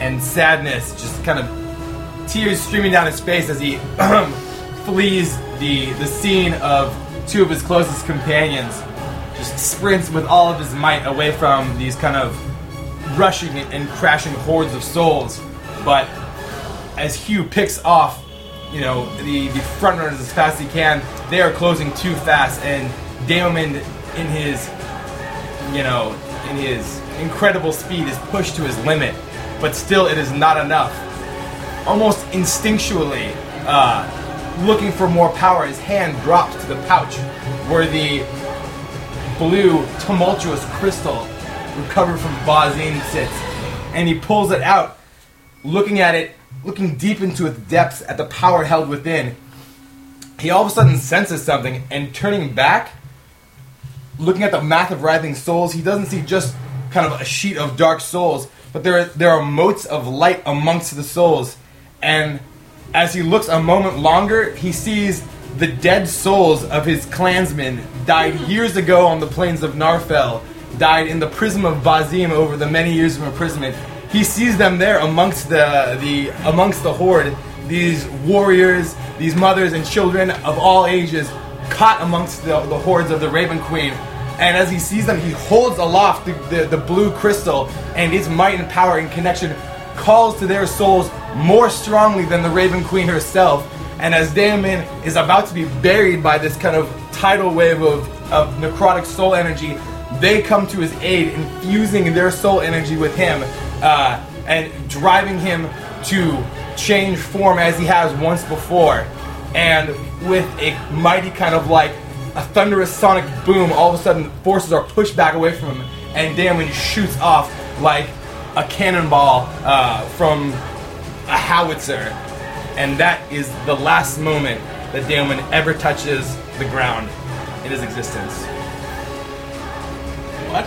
and sadness, just kind of tears streaming down his face as he flees the the scene of two of his closest companions. Just sprints with all of his might away from these kind of rushing and crashing hordes of souls. But as Hugh picks off, you know, the, the front runners as fast as he can, they are closing too fast, and Daemon in his you know, in his incredible speed is pushed to his limit, but still it is not enough. Almost instinctually, uh, looking for more power, his hand drops to the pouch where the blue, tumultuous crystal recovered from Bosine sits, and he pulls it out, looking at it, looking deep into its depths at the power held within. He all of a sudden senses something and turning back, looking at the math of writhing souls, he doesn't see just kind of a sheet of dark souls, but there there are motes of light amongst the souls. And as he looks a moment longer, he sees the dead souls of his clansmen died years ago on the plains of Narfel, died in the prism of Bazim over the many years of imprisonment. He sees them there amongst the, the amongst the horde, these warriors, these mothers and children of all ages caught amongst the, the hordes of the Raven Queen. And as he sees them, he holds aloft the, the, the blue crystal, and its might and power and connection calls to their souls more strongly than the Raven Queen herself. And as Daemon is about to be buried by this kind of tidal wave of, of necrotic soul energy, they come to his aid, infusing their soul energy with him uh, and driving him to change form as he has once before and with a mighty kind of like a thunderous sonic boom, all of a sudden forces are pushed back away from him, and Damon shoots off like a cannonball uh, from a howitzer, and that is the last moment that Damon ever touches the ground in his existence. What?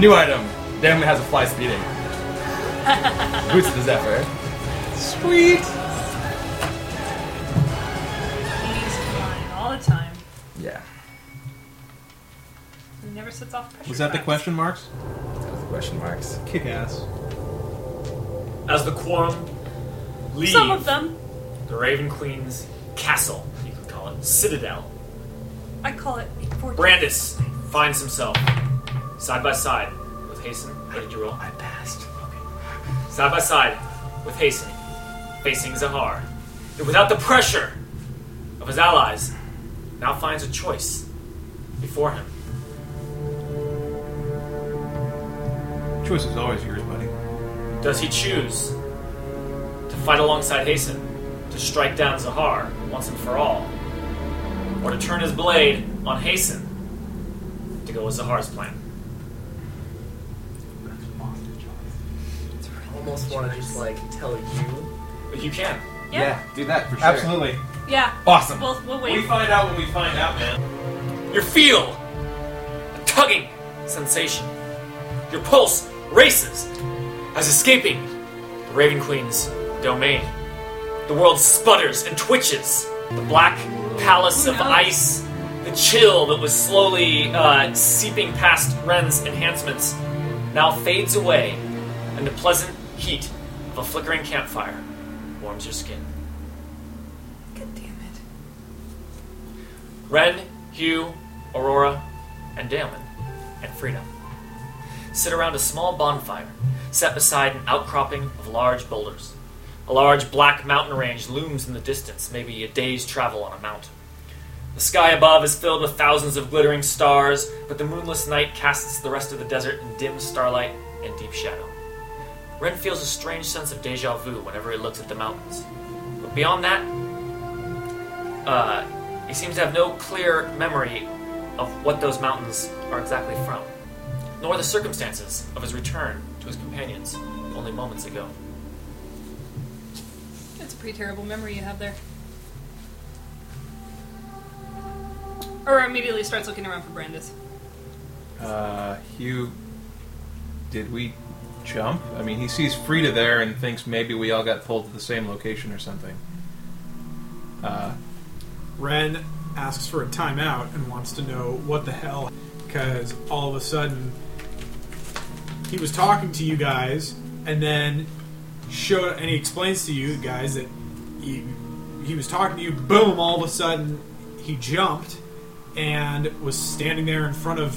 New item. Damon has a fly speeding. Boots of the Zephyr. Sweet.
He's flying all the time.
Yeah.
He never sets off pressure.
was that the
traps.
question marks?
Question marks.
Kick ass.
As the quorum leaves
Some of them.
the Raven Queen's castle, you can call it citadel,
I call it fortune.
Brandis finds himself side by side with Hasten. What did you roll?
I passed.
Side by side with Hasten, facing Zahar. And without the pressure of his allies, now finds a choice before him.
Choice is always yours, buddy.
Does he choose to fight alongside Hasten, to strike down Zahar once and for all? or to turn his blade on Hasten to go with Zahar's plan.
almost want to just like tell you.
But you can.
Yeah.
do that for sure.
Absolutely.
Yeah.
Awesome.
We'll, we'll
We
wait.
find out when we find out, man.
You feel a tugging sensation. Your pulse races as escaping the Raven Queen's domain. The world sputters and twitches. The black palace
Who
of
knows?
ice, the chill that was slowly uh, seeping past Ren's enhancements, now fades away, and the pleasant heat of a flickering campfire warms your skin.
God damn it.
Ren, Hugh, Aurora, and Damon, and Frida sit around a small bonfire set beside an outcropping of large boulders. A large black mountain range looms in the distance, maybe a day's travel on a mountain. The sky above is filled with thousands of glittering stars, but the moonless night casts the rest of the desert in dim starlight and deep shadow. Ren feels a strange sense of deja vu whenever he looks at the mountains. But beyond that, uh, he seems to have no clear memory of what those mountains are exactly from, nor the circumstances of his return to his companions only moments ago.
That's a pretty terrible memory you have there. Or immediately starts looking around for Brandis.
Uh, Hugh, did we jump? I mean, he sees Frida there and thinks maybe we all got pulled to the same location or something. Uh,
Ren asks for a timeout and wants to know what the hell, because all of a sudden he was talking to you guys and then showed and he explains to you guys that he, he was talking to you. Boom! All of a sudden he jumped and was standing there in front of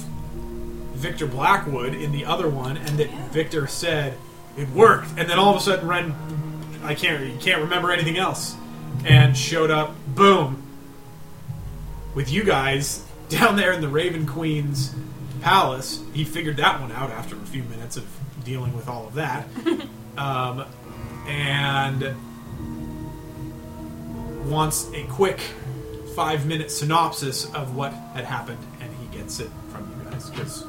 Victor Blackwood in the other one, and that Victor said it worked, and then all of a sudden Ren, I can't you can't remember anything else, and showed up. Boom! with you guys down there in the Raven Queen's palace. He figured that one out after a few minutes of dealing with all of that. um, and wants a quick five minute synopsis of what had happened, and he gets it from you guys. 'cause-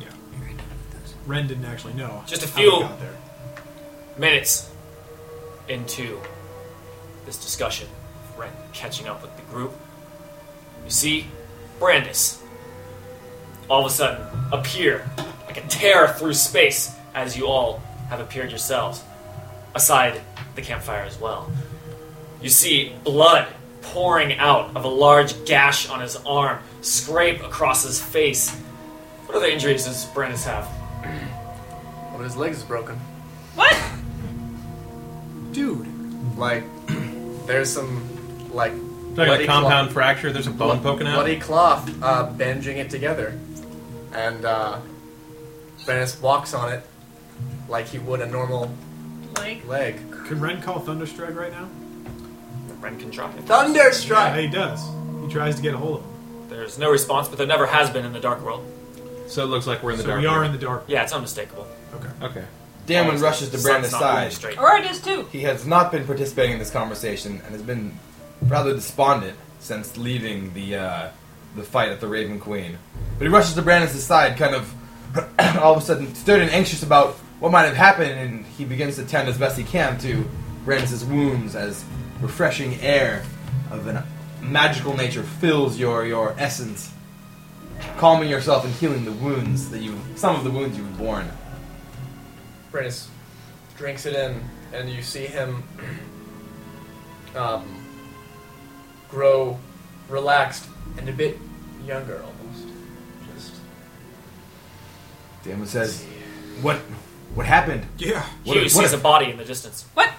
yeah. Ren didn't actually know.
Just a
how they
few-
got there.
Minutes into this discussion, Ren catching up with the group, you see Brandis all of a sudden appear like a tear through space as you all have appeared yourselves, aside the campfire as well. You see blood pouring out of a large gash on his arm, scrape across his face. What other injuries does Brandis have?
One of his legs is broken.
What?
Dude.
Like, there's some like
talking
bloody
about compound
cloth-
fracture, there's a bone poking out.
bloody cloth uh, bandaging it together, and uh, Venice walks on it like he would a normal
Like,
leg.
Can Ren call Thunderstrike right now?
Ren can drop it.
Yeah,
Thunderstrike.
he does. He tries to get a hold of him.
There's no response, but there never has been in the dark world.
So it looks like we're in the
so
dark.
we are in the dark.
Yeah, it's unmistakable.
Okay.
Okay.
Damon rushes to
Sun's
Brandon's
not moving
side.
straight.
or it is too.
He has not been participating in this conversation and has been rather despondent since leaving the uh, the fight at the Raven Queen. But he rushes to Brandon's side, kind of all of a sudden stirred and anxious about what might have happened, and he begins to tend as best he can to Brandon's wounds as refreshing air of an magical nature fills your your essence, calming yourself and healing the wounds that you some of the wounds you've borne.
Brennus drinks it in, and you see him um, grow relaxed and a bit younger almost. Just
Damon says, "What what happened?"
Yeah.
What
Hugh
if- what
sees
if-
a body in the distance.
What?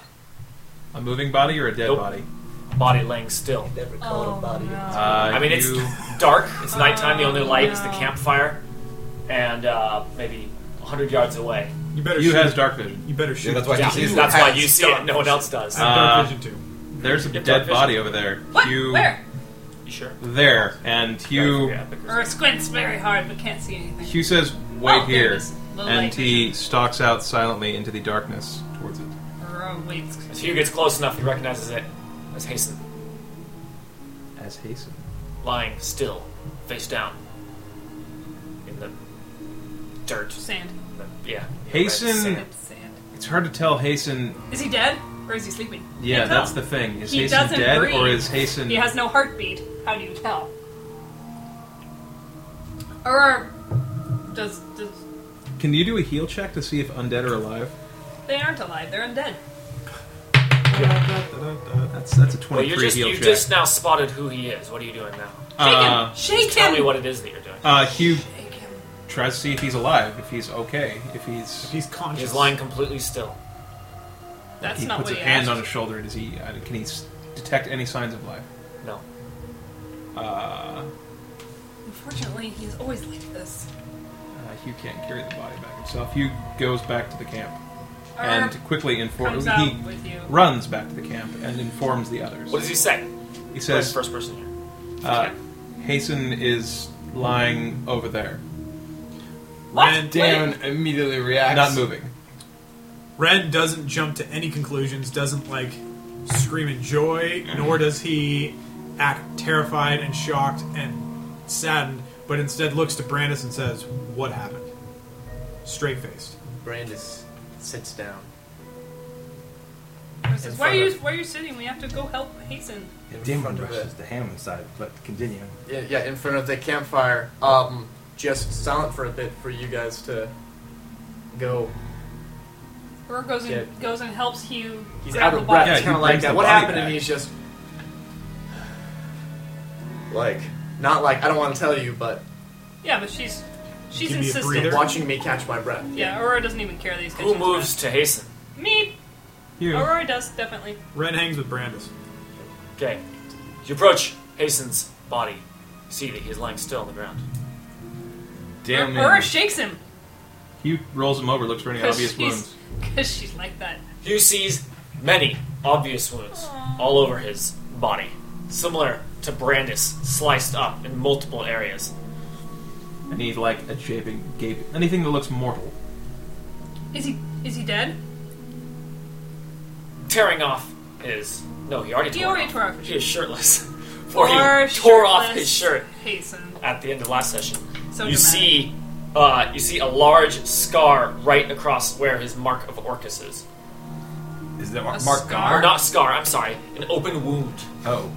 A moving body or a dead
Nope.
body?
A body laying still.
never call
Oh,
it a body.
Uh,
I mean,
you-
it's dark. It's nighttime. The only
Oh,
light is the
no.
campfire, and uh, maybe hundred yards away.
You better
you
shoot.
has dark vision.
You better shoot.
that's why
Yeah,
he sees
that's
it.
why you see it. No one else does.
I have dark
Uh,
vision too.
There's a
You have dark
dead
vision.
body over there.
What?
You
Where?
You sure?
there, and Hugh
Yeah, I think
Or
there's-
it squints very hard but can't see anything.
Hugh says, "Wait
Oh, there it
here,"
is. Little
and
light
he stalks out silently into the darkness towards it.
Or, oh, wait.
As Hugh gets close enough, he recognizes it as Hasten.
And
as Hasten.
lying still, face down, in the dirt.
Sand.
in the- yeah.
Hasten-
Red sand.
Sand.
It's hard to tell Hasten.
Is he dead or is he sleeping?
Yeah,
Can't tell.
that's the thing. Is
He
Hasten
doesn't
dead or
breathe.
is Hasten?
He has no heartbeat. How do you tell? Or does, does
Can you do a heal check to see if undead are alive?
they aren't alive? They're undead.
That's that's a
Well,
twenty-three
you're just,
heal
you
check.
just now spotted who he is. What are you doing now?
Shake
Uh,
him! Shake
Tell me
him!
what it is that you're doing.
uh, Hugh
Shake him.
tries to see if he's alive, if he's okay, if he's.
He's conscious.
He's lying completely still.
That's
he
not
puts
what
a
he
hand
asked.
on his shoulder. Does he? Uh, can he s- detect any signs of life?
No.
Uh,
Unfortunately, he's always like this.
Uh, Hugh can't carry the body back himself. Hugh goes back to the camp
Or
and quickly
comes
informs. He
out with you.
runs back to the camp and informs the others.
What does he say?
He says,
First person here.
uh, "Hasten is lying over there,
What?
Ren,
Damon immediately reacts.
not moving."
Ren doesn't jump to any conclusions, doesn't like scream in joy, nor does he act terrified and shocked and saddened, but instead looks to Brandis and says, What happened? Straight faced.
Brandis sits down.
He says,
in
why are
front
you
of-
why are you sitting? We have to go help Hasten.
In
Damon
front of
brushes
it.
the ham inside, but continue.
Yeah, yeah, in front of the campfire. Um, just silent for a bit for you guys to go.
Or goes and
Yeah.
goes and helps Hugh.
He's
grab
out
the
of
body.
breath.
Yeah,
It's
he
kind of like
brings the
that. What
body
happened?
back.
And he's just like, not like I don't want to tell you, but
Yeah, but she's she's
Give me a
insistent.
breather.
watching me catch my breath.
Yeah, Aurora doesn't even care that he's
Who
catching
moves to hasten?
breath. Me.
Hugh,
Aurora does definitely.
Ren hangs with Brandis.
Okay. You approach Hasten's body. You see that he's lying still on the ground.
damn
Aurora
it!
shakes him
Hugh rolls him over, looks for any
because
obvious
she's
wounds.
because she's like that.
Hugh sees many obvious wounds all over his body, similar to Brandis, sliced up in multiple areas.
Any like a gaping, gaping, anything that looks mortal.
Is he is he dead?
Tearing off his. No, he already
He
tore it
already
off.
tore off his
He is shirtless. For he
Or
tore off
shirtless
his shirt
Hasten.
at the end of last session.
So
you
dramatic.
see, uh, you see a large scar right across where his mark of Orcus is.
Is that Mark?
scar.
Or not scar. I'm sorry, an open wound,
Oh,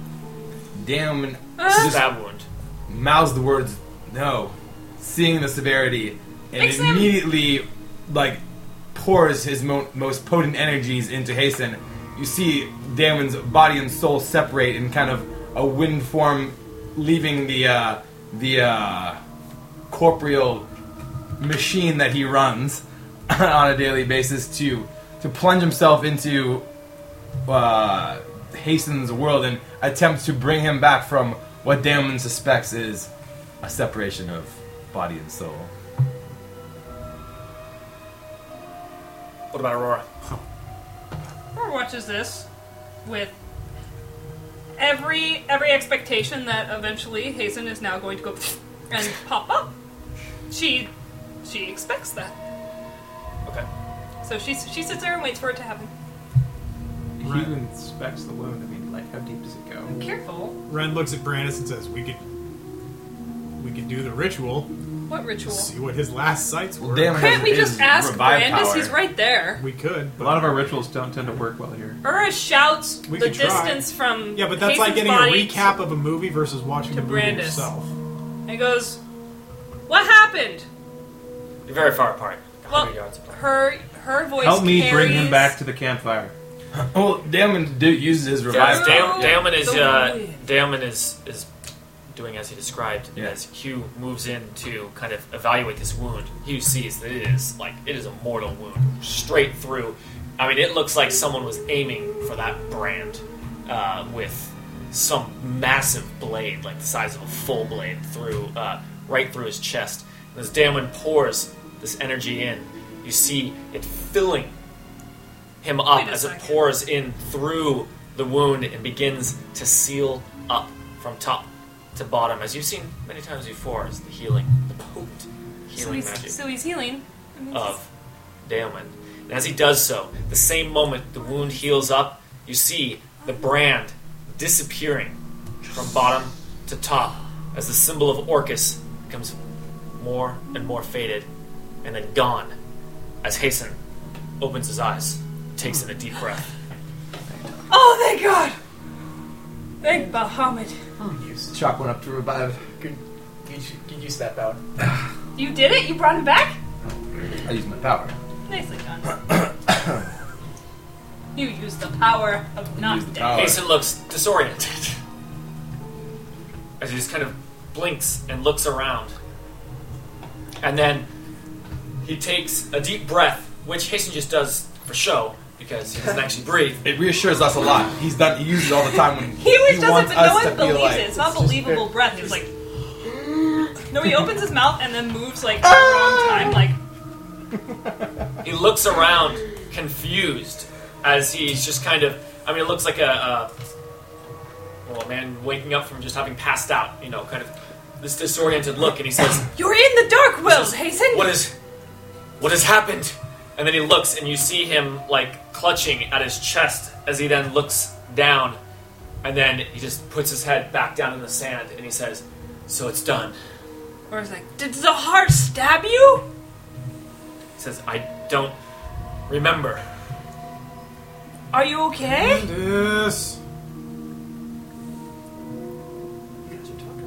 Damon
stab wound.
mouths the words "no," seeing the severity, and
Makes him-
immediately like pours his mo- most potent energies into Hasten. You see Damon's body and soul separate in kind of a wind form, leaving the uh, the uh, corporeal machine that he runs on a daily basis to to plunge himself into uh, Hasten's world and attempts to bring him back from what Damon suspects is a separation of body and soul.
What about Aurora?
Aurora watches this with every every expectation that eventually Hazen is now going to go and pop up. She she expects that,
Okay.
so she she sits there and waits for it to happen.
Right.
Hugh inspects the wound. I mean, like, how deep does it go?
Careful.
Ren looks at Brandis and says, We can we can do the ritual,
What ritual?
see what his last sights were.
Damon
Can't we
has-
just
is
ask
revive
Brandis?
power.
He's right there.
We could,
A
but
lot of our rituals don't tend to work well here.
Aura shouts
We
the
could try.
distance from
Yeah, but that's like
Hazen's
getting a
body
recap of a movie versus watching
to
the movie
Brandis.
yourself.
and goes, "What happened?"
You're very far apart.
Well,
100 yards apart.
her her voice.
Help me bring
carries-
him back to the campfire.
Well, Damon do, uses his
Yes,
revive
I've-
Dale,
power.
Dam-
Daleman is
Don't
uh,
worry.
Daleman is is doing as he described. and
Yeah.
As Hugh moves in to kind of evaluate this wound, Hugh sees that it is like it is a mortal wound, straight through. I mean, it looks like someone was aiming for that brand uh, with some massive blade, like the size of a full blade, through uh, right through his chest. And as Daleman pours this energy in, you see it filling him up
Wait a
as it
second.
pours in through the wound and begins to seal up from top to bottom, as you've seen many times before, is the healing, the potent
So
healing magic
he's, so he's healing.
of Daemon. And as he does so, the same moment the wound heals up, you see the brand disappearing from bottom to top as the symbol of Orcus becomes more and more faded and then gone as Hasten opens his eyes, takes in a deep breath.
Oh, thank God! Thank Bahamut.
Use.
Chalk one up to revive.
Good. You should- you use that power.
You did it? You brought him back?
I use my power.
Nicely done. you used the power of
Use the
not death.
power.
Mason looks disoriented as he just kind of blinks and looks around. And then he takes a deep breath, which Hasten just does for show because he doesn't actually breathe.
It reassures us a lot. He's done. He uses it all the time when
He always does
wants
it, but no
us
one
to feel
believes
like.
it. It's not believable breath. He's like, no, he opens his mouth and then moves like the wrong time. Like,
He looks around confused as he's just kind of. I mean, it looks like a, a well, a man waking up from just having passed out. You know, kind of this disoriented look, and he says.
you're in the dark, Wills, Hasten.
What is. What has happened? And then he looks, and you see him, like, clutching at his chest as he then looks down. And then he just puts his head back down in the sand, and he says, So it's done.
Or is like, did the heart stab you?
He says, I don't remember.
Are you okay?
This.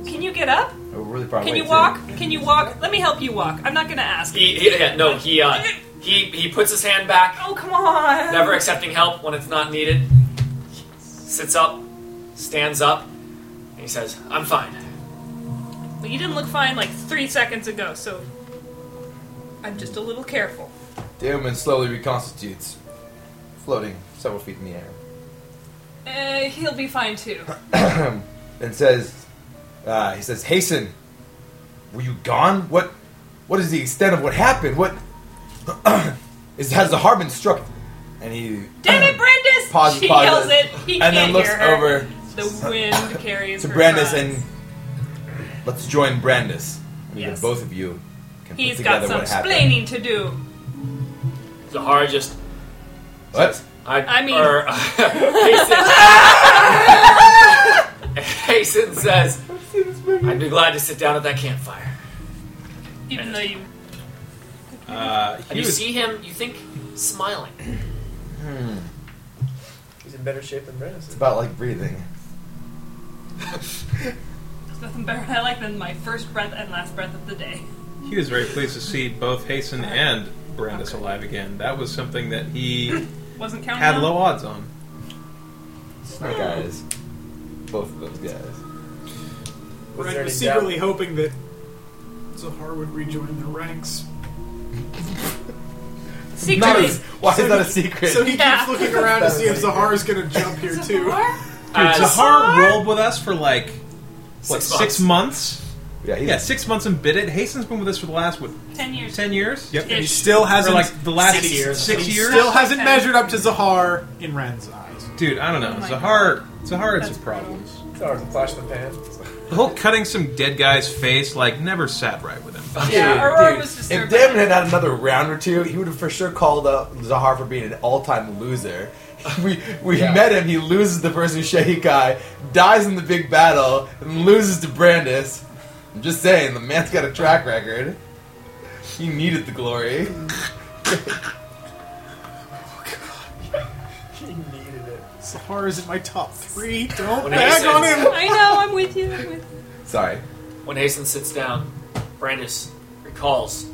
Can you get up?
Oh, we're really far
Can
away,
you
too.
walk? Can you walk? Let me help you walk. I'm not gonna ask.
He, he yeah, no, he, uh, he, he puts his hand back,
Oh come on!
never accepting help when it's not needed. Sits up, stands up, and he says, I'm fine.
Well, you didn't look fine like three seconds ago, so I'm just a little careful.
Daemon slowly reconstitutes, floating several feet in the air.
Uh, he'll be fine too.
and says, uh, he says, Hasten, were you gone? What, what is the extent of what happened? What, is, has the heart been struck? And he
Damn it, Brandis!
Pause-
she
pause
yells it.
it.
He can't
and then looks
hear her.
over
The wind carries
to
her
Brandis
cries.
and let's join Brandis. I mean,
Yes.
both of you can
he's
put
got
together
some
what happened.
explaining to do.
Zahara just
What?
I,
I mean-
or, Hasten, Hasten says, "I'd be glad to sit down at that campfire."
Even though you,
Uh,
And
Hugh
you
is-
see him, you think, smiling.
He's in better shape than Brennus.
It's about like breathing.
there's nothing better I like than my first breath and last breath of the day.
He was very pleased to see both Hasten and Brandis alive again. That was something that he
Wasn't counting.
had
on.
low odds on.
Snake eyes. Both of those guys.
Was
Ren
there
was
any doubt?
secretly hoping that Zahar would rejoin their ranks.
Not
Secretly.
a, why is that a secret?
So he
Yeah.
keeps looking around to see if Zahar is going to jump here
Is it
too.
more?
Dude,
As-
Zahar rolled with us for like what
Uh, Six
six months?
yeah, he's
Yeah, six months and bit it. Hasten's been with us for the last what
Ten years.
ten years?
Yep, and he
Ish.
still
Or
hasn't
like the last
Six years.
Six
he
years?
still hasn't
Okay.
measured up to Zahar in Ren's eyes.
Dude, I don't know.
my
Zahar Zahar had
That's
some problems.
Or flash in the pan.
The whole cutting some dead guy's face like never sat right with him.
Yeah,
Dude,
Aurora
dude,
was disturbed
If
by
Damon
that.
had had another round or two, he would have for sure called out Zahar for being an all-time loser. We we met him. He loses the first Ushahi guy, dies in the big battle, and loses to Brandis. I'm just saying, the man's got a track record. He needed the glory.
He needed it.
Zahar is in my top three. Don't
When
bag
Hasten-
on him.
I know. I'm with you. I'm with you.
Sorry.
When Hasten sits down, Brandis recalls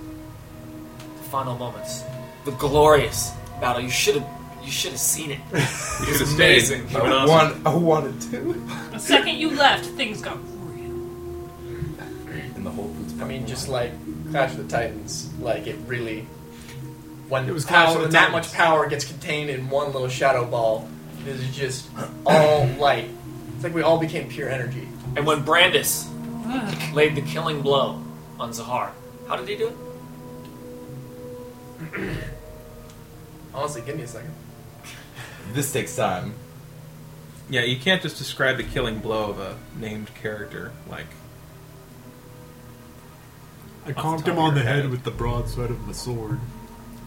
the final moments, the glorious battle. You should have, you should have seen it.
He could have stayed.
amazing.
He
I,
went on-
want, I wanted to.
The second you left, things got real.
In the Whole Foods.
I mean, just like Clash of the Titans, like it really when
It was Clash of
power,
the
when that
Titans.
much power gets contained in one little shadow ball. This is just all light. It's like we all became pure energy.
And when Brandis laid the killing blow on Zahar, how did he do it?
Honestly, give me a second.
this takes time.
Yeah, you can't just describe the killing blow of a named character like Off
I
the
conked
top
him
of
on the
your
head
head.
with the broadside of my sword.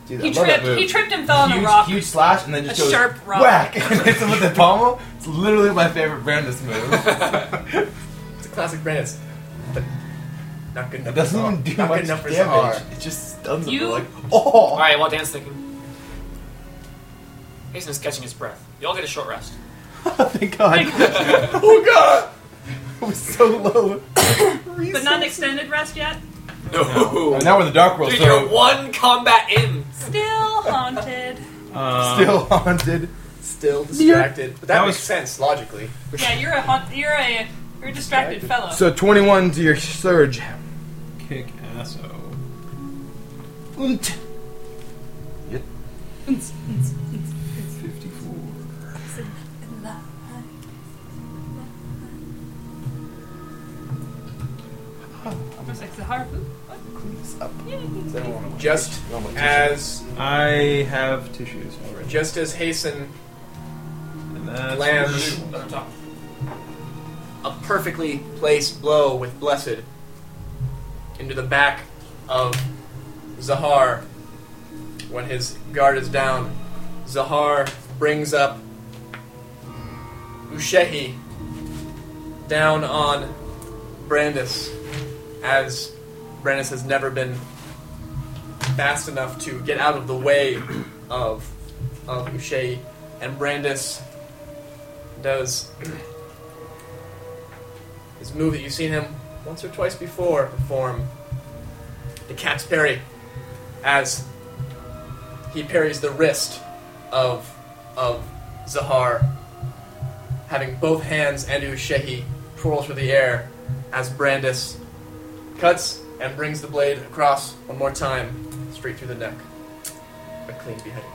Dude, I
He
love that
tripped.
move.
He tripped and fell on
huge,
a rock.
huge slash, and then just
A
goes
sharp rock.
whack, and hits him with the pommel. It's literally my favorite Brandis move.
It's a classic Brandis. But not good
It
enough.
doesn't
for
even
Zahar.
do
not
much
good enough for
damage.
Zahar.
It just stuns him.
You-
Like, oh,
Alright, while Dan's thinking, Hasten is catching his breath. You all get a short rest.
thank God. oh God, it was so low.
But not an extended rest yet.
No.
now we're in the dark world,
Dude,
so
you're one combat in.
Still haunted.
Uh,
still haunted.
Still distracted. But that,
That
makes
was-
sense logically.
Yeah, you're a haunt, you're a you're a distracted fellow.
So twenty-one to your surge.
kick ass. oh.
Unt. Yep.
I was like, Zahar, who? What? Yeah.
Just
Oh
as
I have tissues already.
just as Hasten
And that's
lands a perfectly placed blow with Blessed into the back of Zahar. When his guard is down, Zahar brings up Ushehi down on Brandis, as Brandis has never been fast enough to get out of the way of, of Ushehi, and Brandis does his move that you've seen him once or twice before perform the cat's parry as he parries the wrist of of Zahar, having both hands and Ushehi twirl through the air as Brandis cuts and brings the blade across one more time, straight through the neck. A clean beheading.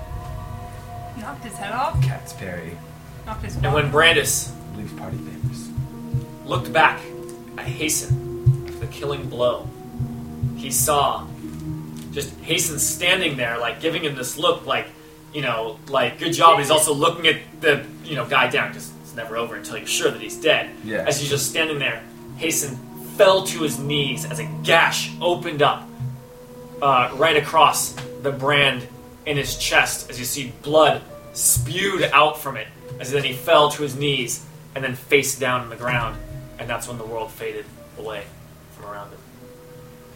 Knocked his head off.
Cat's parry.
Knocked his.
And when Brandis
Leaf party favors.
looked back at Hasten, the killing blow, he saw just Hasten standing there, like giving him this look, like, you know, like, good job. He's also looking at the, you know, guy down because it's never over until you're sure that he's dead.
Yeah.
As he's just standing there, Hasten fell to his knees as a gash opened up uh, right across the brand in his chest as you see blood spewed out from it as then he fell to his knees and then face down on the ground and that's when the world faded away from around him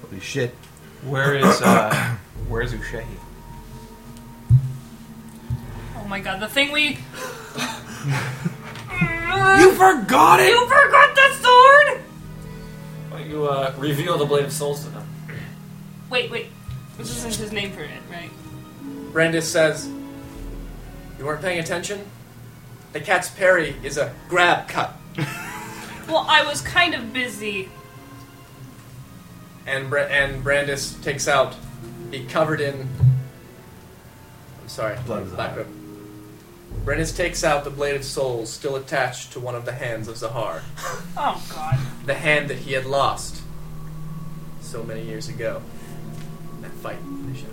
Holy shit.
Where is uh, where is Ushehi?
Oh my god, the thing we.
forgot
You forgot the
why
sword.
don't you uh, reveal the blade of souls to them
Wait, wait. This isn't his name for it, right?
Brandis says, You weren't paying attention? The cat's parry is a grab cut.
Well, I was kind of busy.
and Bra- and Brandis takes out he covered in. I'm sorry,
Blood of Zahar.
back up. Brandis takes out the blade of souls still attached to one of the hands of Zahar,
Oh god.
the hand that he had lost so many years ago. That fight, they should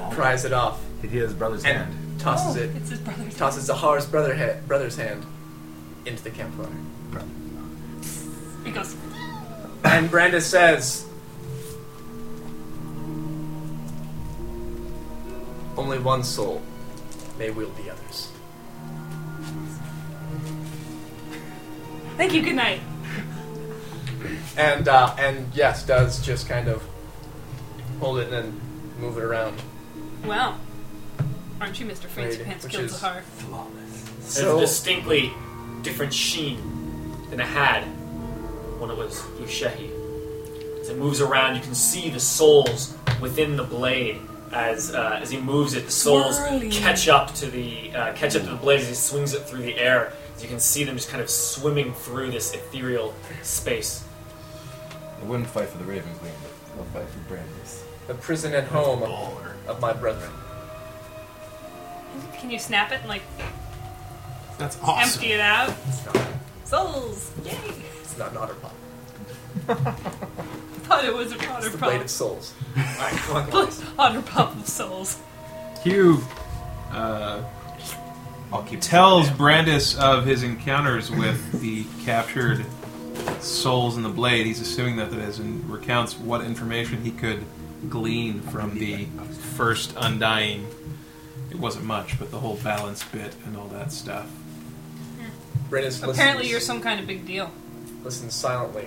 have- pries it off
He hit his brother's
and
hand.
tosses
Oh,
it,
It's his brother's.
tosses Zahar's brother head, brother's hand into the campfire.
He goes.
And Brandis says, Only one soul may wield the others.
Thank you. Good night.
And, uh, and yes, does just kind of hold it and then move it around.
Well, aren't you Mr. Fancy
Lady,
Pants
which
killed
is-
Zahar?
There's a distinctly different sheen than it had when it was Ushehi. As it moves around, you can see the souls within the blade. As uh, as he moves it, the souls
Swirling.
catch up to the uh, catch up to the blade as he swings it through the air. As you can see them just kind of swimming through this ethereal space.
I wouldn't fight for the Raven Queen, but I'll fight for Brandis.
The prison and home of my brethren.
Can you snap it and like
That's awesome.
empty it out?
It's not,
Souls. Yay.
it's not an otter pop.
Thought it was a Potter
It's the blade
pop.
of souls.
Alright, come on, come on.
Potter pop of souls.
Hugh uh,
I'll keep
tells Brandis of his encounters with the captured souls in the blade. He's assuming that that is, and recounts what information he could glean from the first Undying. It wasn't much, but the whole balance bit and all that stuff.
Brennus listens,
Apparently, you're some kind of big deal.
listens silently.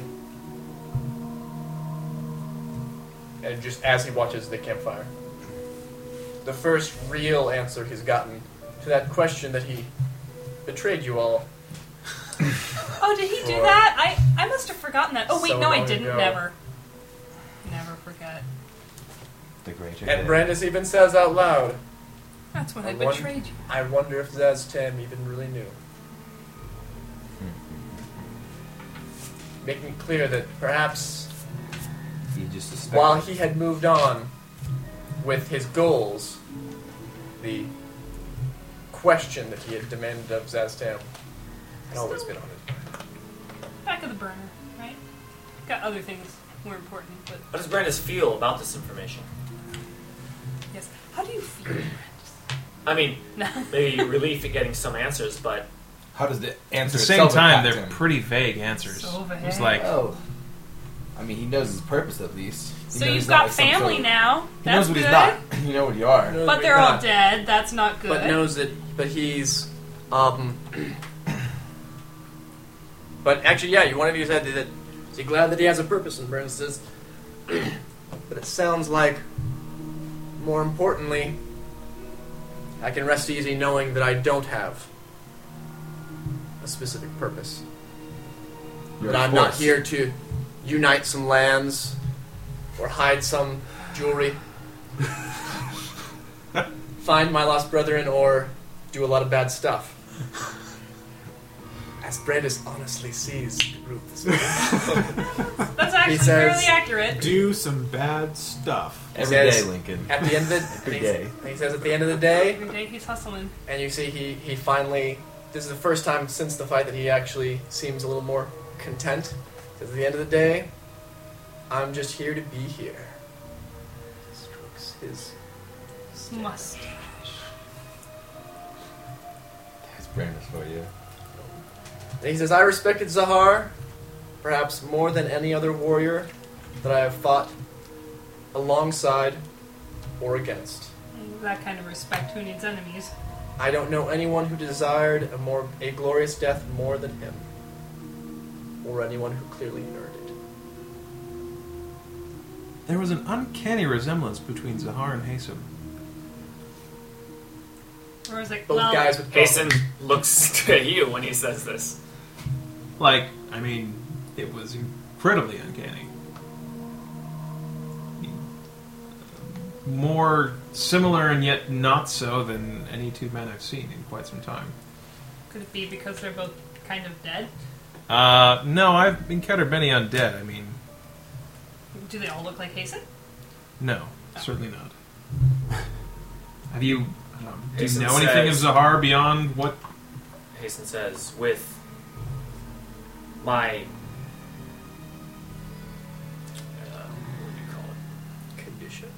And just as he watches the campfire. The first real answer he's gotten to that question that he betrayed you all.
Oh, did he do
Or-
that? I I must have forgotten that. Oh wait,
So
no, I
long
didn't.
ago.
Never, never forget.
The greater
And
good.
Brandis even says out loud,
That's when I,
I won-
betrayed you.
I wonder if Zaztam even really knew. Making clear that perhaps
You just suspect.
while he had moved on with his goals, the question that he had demanded of Zaztam had always been on his mind.
Back of the burner, right? Got other things more important, but
How does Brandis feel about this information?
yes. How do you feel?
I mean,
No.
maybe relief at getting some answers, but
How does the
At
answer
the same time, they're
him?
pretty vague answers.
So vague.
It's like,
Oh.
I mean, he knows his purpose at least. He
So
knows
you've
he's not,
got
like, some
family
sort of-
now.
He
That's
knows what
good.
he's not. You know what you are.
No,
But
but
they're
he's
all
not.
dead. That's not good.
But knows that, but he's, um, but actually, yeah, you wanted to said that. Is he glad that he has a purpose? And Brandis says, but it sounds like, more importantly, I can rest easy knowing that I don't have a specific purpose.
You're
that I'm
a
not
force.
here to unite some lands or hide some jewelry, find my lost brethren, or do a lot of bad stuff. As Brandis honestly sees the group this morning.
That's actually
says-
fairly accurate.
Do some bad stuff.
Every
says-
day, Lincoln.
At the end of the
Every
day,
day.
he says at the end of the day,
Every day he's hustling.
and you see he, he finally this is the first time since the fight that he actually seems a little more content because at the end of the day i'm just here to be here strokes his
Must.
It's Brandis for you.
and he says i respected zahar perhaps more than any other warrior that i have fought alongside or against
That kind of respect. Who needs enemies?
i don't know anyone who desired a more a glorious death more than him or anyone who clearly earned it
there was an uncanny resemblance between Zahar and Hasim.
Or is it
both
well,
guys with
Hasten looks to you when he says this.
Like, I mean, it was incredibly uncanny. More similar and yet not so than any two men I've seen in quite some time.
Could it be because they're both kind of dead?
Uh, no, I've encountered many undead. I mean,
Do they all look like Hasten?
no, certainly not. Have you? Um, do you
Jason
know anything
says-
of Zahar beyond what?
Hasten says, with my. Uh, what do you call it?
condition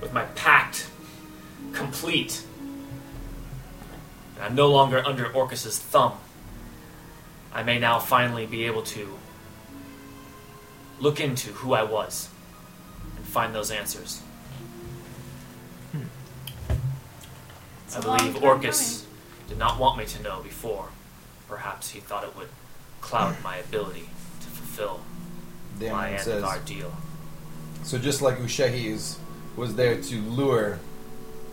With my pact complete. I'm no longer under Orcus's thumb. I may now finally be able to look into who I was and find those answers.
It's
I
a long
believe
time
Orcus did not want me to know before. Perhaps he thought it would cloud my ability to fulfill my
Damon
end
says.
of our deal.
So just like Ushehi is, was there to lure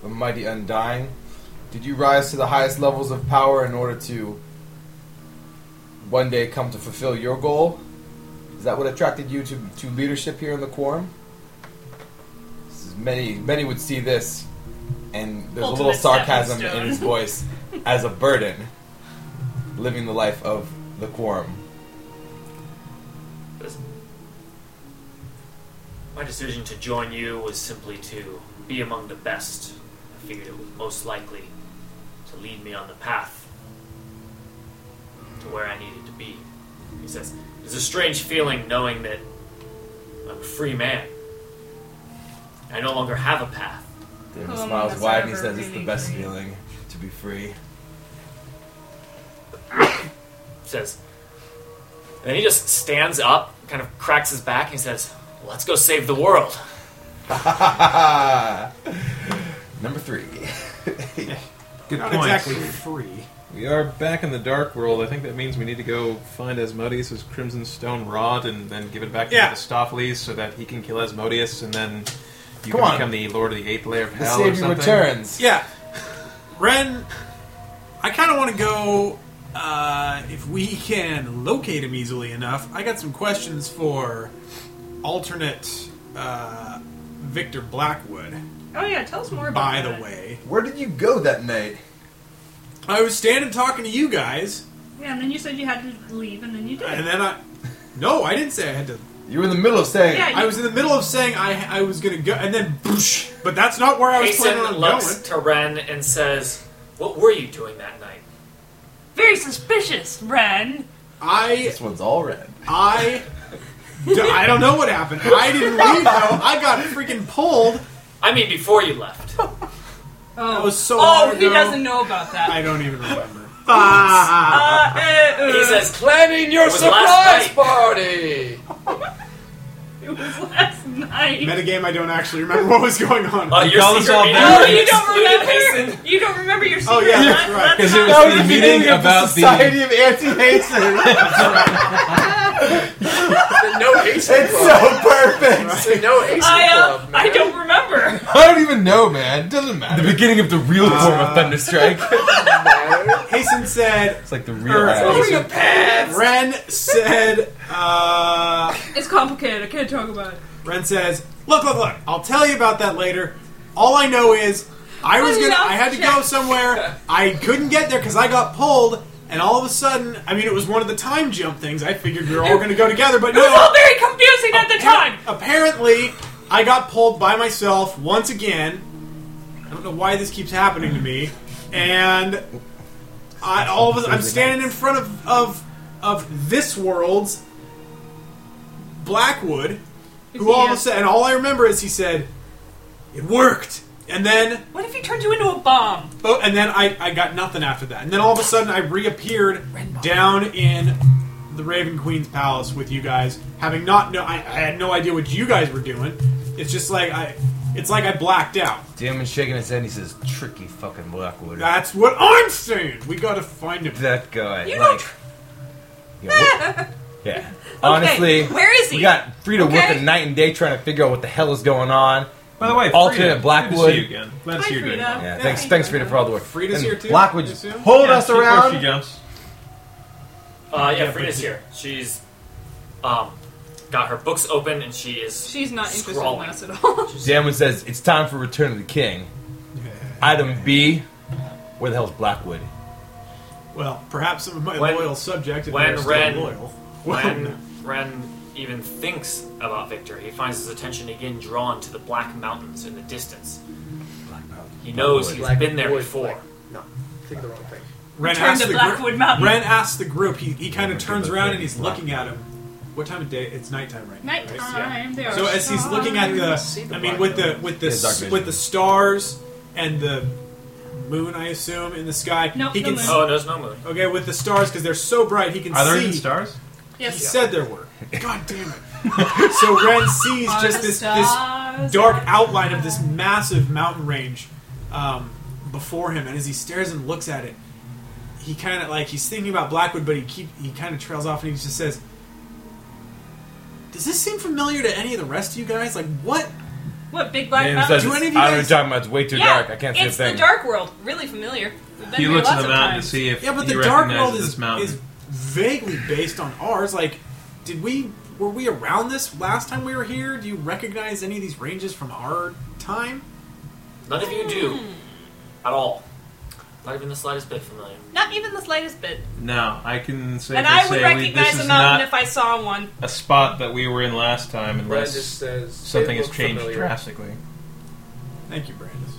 the mighty undying, did you rise to the highest levels of power in order to one day come to fulfill your goal? Is that what attracted you to, to leadership here in the Quorum? This is many many would see this, and there's a little
Ultimate stepping
sarcasm in
stone.
his voice as a burden, living the life of the Quorum.
This- My decision to join you was simply to be among the best. I figured it was most likely to lead me on the path to where I needed to be. He says, It's a strange feeling knowing that I'm a free man. I no longer have a path.
Damon
Um,
smiles
that's
wide and he
whatever
says it's the
really
best
great.
feeling to be free.
says, and then he just stands up, kind of cracks his back, and he says, "Let's go save the world."
Number three.
Good
Not
point.
exactly free.
We are back in the dark world. I think that means we need to go find Asmodeus' Crimson Stone Rod and then give it back to
Yeah.
Mephistopheles so that he can kill Asmodeus and then you
Come
can
on.
become the Lord of the Eighth Layer
The
of Hell or
Savior
something.
returns.
Yeah. Ren, I kind of want to go. Uh, if we can locate him easily enough, I got some questions for alternate uh, Victor Blackwood.
Oh yeah, tell us more about
By the
that.
way,
Where did you go that night?
I was standing talking to you guys,
Yeah, and then you said you had to leave, and then you did.
and then I. No, I didn't say I had to.
You were in the middle of saying.
Yeah,
I was in the middle of saying I I was gonna go, and then boosh, but that's not where I was planning
Hasten
on
looks
going.
to Ren and says, What were you doing that night?
Very suspicious, Ren.
I
This one's all red.
I d- I don't know what happened. I didn't leave though. I got freaking pulled.
I mean, before you left.
Oh,
That was so
oh,
long
he
ago.
doesn't know about that.
I don't even remember.
uh, eh, uh,
He says,
Planning your
It was last
surprise
night.
party!
it was last night.
Metagame, I don't actually remember what was going on.
Uh, your
call us
secret
all
agent
oh,
back.
is
you don't
excluded, Hasten.
remember? You don't remember your secret?
Oh, yeah,
last-
that's right.
last
Because it was
time?
the meeting about the.
Society of Anti-Hasten.
The no Hasten
it's
Club.
so perfect.
The no Hasten
I, uh,
Club, man.
I don't remember.
I don't even know, man. Doesn't matter.
The beginning of the real
Uh,
form of Thunderstrike.
Hasten said,
it's like the
or,
real.
Hasten- Ren said, uh,
It's complicated. I can't talk about it.
Ren says, look, look, look, I'll tell you about that later. All I know is I was
I
gonna,
love
I had to
Jack.
go somewhere. I couldn't get there because I got pulled. And all of a sudden, I mean, it was one of the time jump things. I figured we were all going to go together, but
It was all
no.
very confusing
Oh,
at the time.
Apparently, I got pulled by myself once again. I don't know why this keeps happening to me. And I all of a, I'm standing in front of of of this world's Blackwood, who
he
all of a
a-
sudden, and all I remember is he said, "It worked," and then
What if he turned you into a bomb?
oh, and then I I got nothing after that, and then all of a sudden I reappeared down in the Raven Queen's palace with you guys, having not no I, I had no idea what you guys were doing. It's just like I. It's like I blacked out.
Damon's shaking his head and he says, tricky fucking Blackwood.
That's what I'm saying. We gotta find him.
that guy.
You
like,
don't.
yeah, what-
Yeah. Honestly,
where is he?
We got free to work
Okay.
a night and day trying to figure out what the hell is going on.
By the way,
Alternate
Frida, Good
Blackwood.
to see you again. Glad to
Hi,
see you're doing
Frida.
well.
Yeah,
Yeah.
thanks, thanks, Frida, for all the work.
Frida's
And
here too,
Blackwood
I
just
assume?
pulled
Yeah,
us
see where
around.
She jumps.
Uh, yeah,
Yeah,
Frida's
but-
here. She's um, got her books open and she is.
She's not interested
Scrawling.
in us at all.
Damon says, It's time for Return of the King. Item B. Where the hell's Blackwood?
Well, perhaps some of my
When-
loyal subjects if
when
they're still
Ren-
loyal.
When Ren even thinks about Victor, he finds his attention again drawn to the black mountains in the distance. He knows he's
Black
been there
wood,
before.
black- no, thinking the wrong thing.
Ren
Turn
asks
to
the
Blackwood
group,
Mountain.
Ren asks the group. He, he kind of turns
the
around
thing
and he's looking at him. What time of day? It's nighttime right now. right?
Nighttime. They are
So as he's looking at the, I mean, with the with the
Yeah, dark
s-
vision.
with the stars and the moon, I assume in the sky,
Nope,
he
no
can.
moon.
s-
Oh, there's no moon.
Okay, with the stars because they're so bright, he can
Are there
see.
even stars?
He
yes.
said there were. God damn it! so Ren sees
Are
just
the
this this
stars-
dark outline of this massive mountain range um, before him, and as he stares and looks at it, he kind of like he's thinking about Blackwood, but he keep he kind of trails off, and he just says, "Does this seem familiar to any of the rest of you guys? Like, what?
What big black
Damon
mountain?
says,
Do any of you
I don't know what
guys-
you're talking about. It's way too
yeah,
dark. I can't see a
it's
thing.
the dark world. Really familiar. We've been
He
here
looks at
lots
the
of
mountain to
times.
see if
Yeah, but
he
the dark
recognizes
world is
this mountain.
is vaguely based on ours. Like, did we were we around this last time we were here? Do you recognize any of these ranges from our time?
None of you do. At all. Not even the slightest bit familiar.
Not even the slightest bit.
No, I can say
and
for
I would
say we-
recognize
this
a
is
mountain
not
if I saw one.
a spot that we were in last time
Ren
unless
just says,
something
"It
has
looks
changed
familiar."
drastically.
Thank you, Brandis.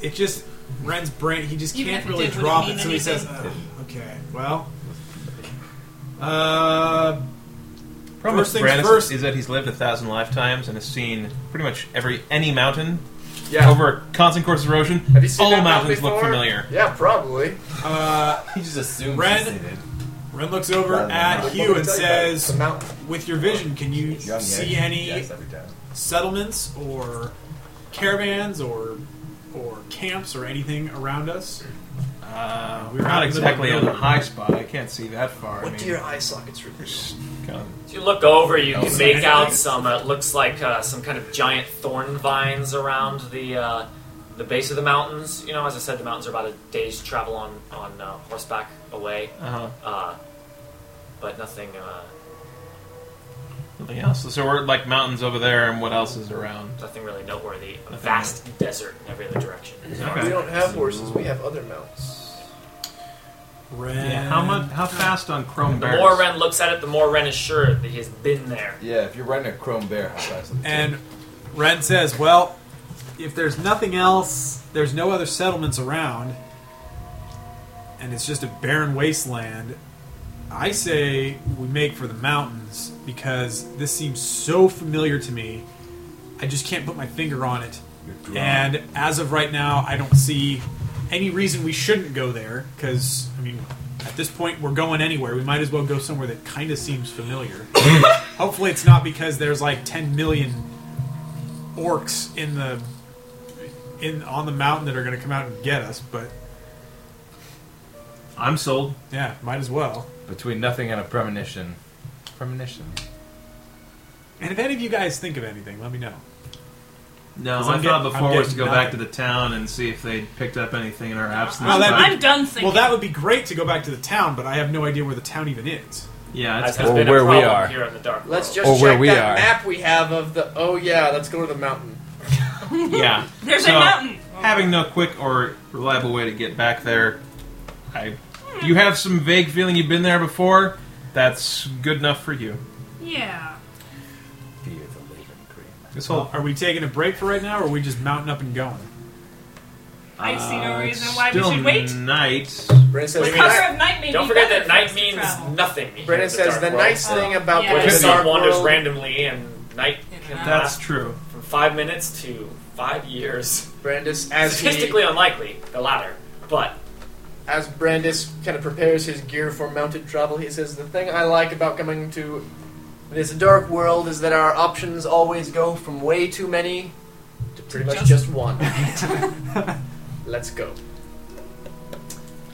It just Ren's brain. He just
Even
can't
if it
really
did, would it
drop
mean
it, so he says,
anything?
"Ugh, "Okay, well." Uh,
Problem
First
with
things
Brandis
first-
is that he's lived a thousand lifetimes and has seen pretty much every any mountain
Yeah.
over a constant course of erosion.
Have you seen
all
that mountain
mountains look
before?
familiar.
Yeah, probably.
uh,
He just assumed
Red.
she did.
Ren looks over
Rather than
at
not.
Hugh and
Tell you about it,
says,
the mountain.
"With your vision, can you
Young
see
Yanks,
any
yes, every time.
settlements or caravans or or camps or anything around us?" Uh, we were
Not
out in the middle of
exactly on
nowhere.
the high spot. I can't see that far. I
What
mean,
do your eye sockets reveal?
kind of-
If you look over, you
Oh,
can
so
make
it's
out
like-
some. uh, It looks like uh, some kind of giant thorn vines around the uh, the base of the mountains. You know, as I said, the mountains are about a day's travel on on uh, horseback away.
uh-huh.
Uh, but nothing. Uh,
Nothing else. So we're like mountains over there, and what else is around?
nothing really noteworthy. A vast desert in every other direction. So
Okay.
We don't have horses. We have other mounts.
Ren,
Yeah, how much? How fast on Chrome
The
Bears?
more Ren looks at it, the more Ren is sure that he has been there.
Yeah, if you're riding a chrome bear, how fast? is it?
And Ren says, "Well, if there's nothing else, there's no other settlements around, and it's just a barren wasteland. I say we make for the mountains because this seems so familiar to me. I just can't put my finger on it. And as of right now, I don't see any reason we shouldn't go there because I mean." At this point, we're going anywhere. We might as well go somewhere that kind of seems familiar. Hopefully, it's not because there's like 10 million orcs in the in on the mountain that are going to come out and get us. But
I'm sold.
yeah, might as well.
Between nothing and a premonition. Premonition.
And if any of you guys think of anything, let me know.
No,
Because
I thought
I'm get- I'm
before was to
getting
go
nothing.
back to the town and see if they picked up anything in our absence.
Well, that'd
but-
I'm done thinking.
Well, that would be great to go back to the town, but I have no idea where the town even is.
yeah,
As
it's
has
Or
been
where
a
we
problem
are.
here in the dark.
Let's
world.
just
Or where
check
we
that
are.
map we have of the. Oh yeah, let's go to the mountain.
yeah.
There's
So,
a mountain.
Having no quick or reliable way to get back there, I you have some vague feeling you've been there before. That's good enough for you.
Yeah.
Fear the Raven Queen.
This
So,
whole
are we taking a break for right now, or are we just mounting up and going?
I see no
uh,
reason
it's
why we
still
should wait. Uh,
night.
Brennan
What
says.
do
the
you mean?
night-
Cover of night may
Don't
be
forget
better
that
for us
night
to
means
travel.
nothing. here in
Brennan
the
says
dark
the
world.
nice thing about
Oh, Yeah.
When
the
the sun
dark
wanders
world-
randomly, and night can
Yeah.
That's
last
true.
from five minutes to five years.
Brandis, as he,
Statistically unlikely, the latter. But
as Brandis kind of prepares his gear for mounted travel, he says, "The thing I like about coming to this dark world is that our options always go from way too many to pretty much
Just-
just one." Let's go.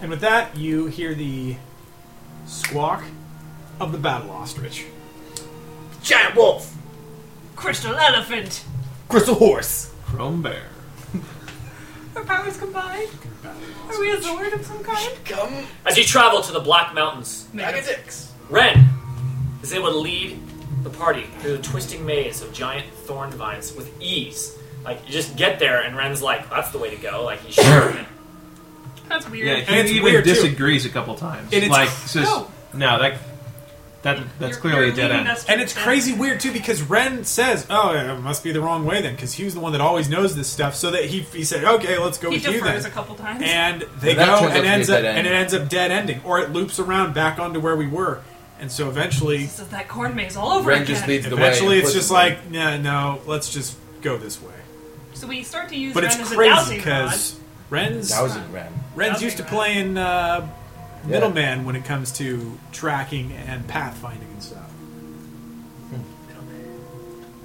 And with that, you hear the squawk of the battle ostrich.
Giant wolf.
Crystal elephant.
Crystal horse.
Chrome Bear.
Our powers combined.
Battle
Are we a Zord of some kind?
Come,
as you travel to the Black Mountains,
Agadix.
Ren is able to lead the party through the twisting maze of giant thorn vines with ease. Like you just get there, and Ren's like, "That's the way to go." Like he's sure. of it.
That's weird.
Yeah,
And
he
it's
even
weird, too.
disagrees a couple times.
And it's-
like says,
no.
no, that that that's
You're-
clearly
you're
a dead
leading
end.
us to
And
the
it's
dead.
crazy weird too because Ren says, "Oh, yeah, it must be the wrong way then," because Hugh's the one that always knows this stuff. So that he he said, "Okay, let's go
He
with Hugh
defers a
then."
couple times.
And they
And that
go
turns out
and
to be
ends
a
up
dead end.
and it ends up dead ending, or it loops around back onto where we were. And so eventually,
This is that corn maze all over
Ren
again.
just leads the way.
eventually, it's just
implicitly.
like, nah, no, let's just go this way.
So we start to use
But
Ren
it's
as a
crazy
dowsing
because Ren's
That was a Ren.
Ren's
dowsing
used to
rod.
playing uh,
Yeah.
middleman when it comes to tracking and pathfinding and stuff.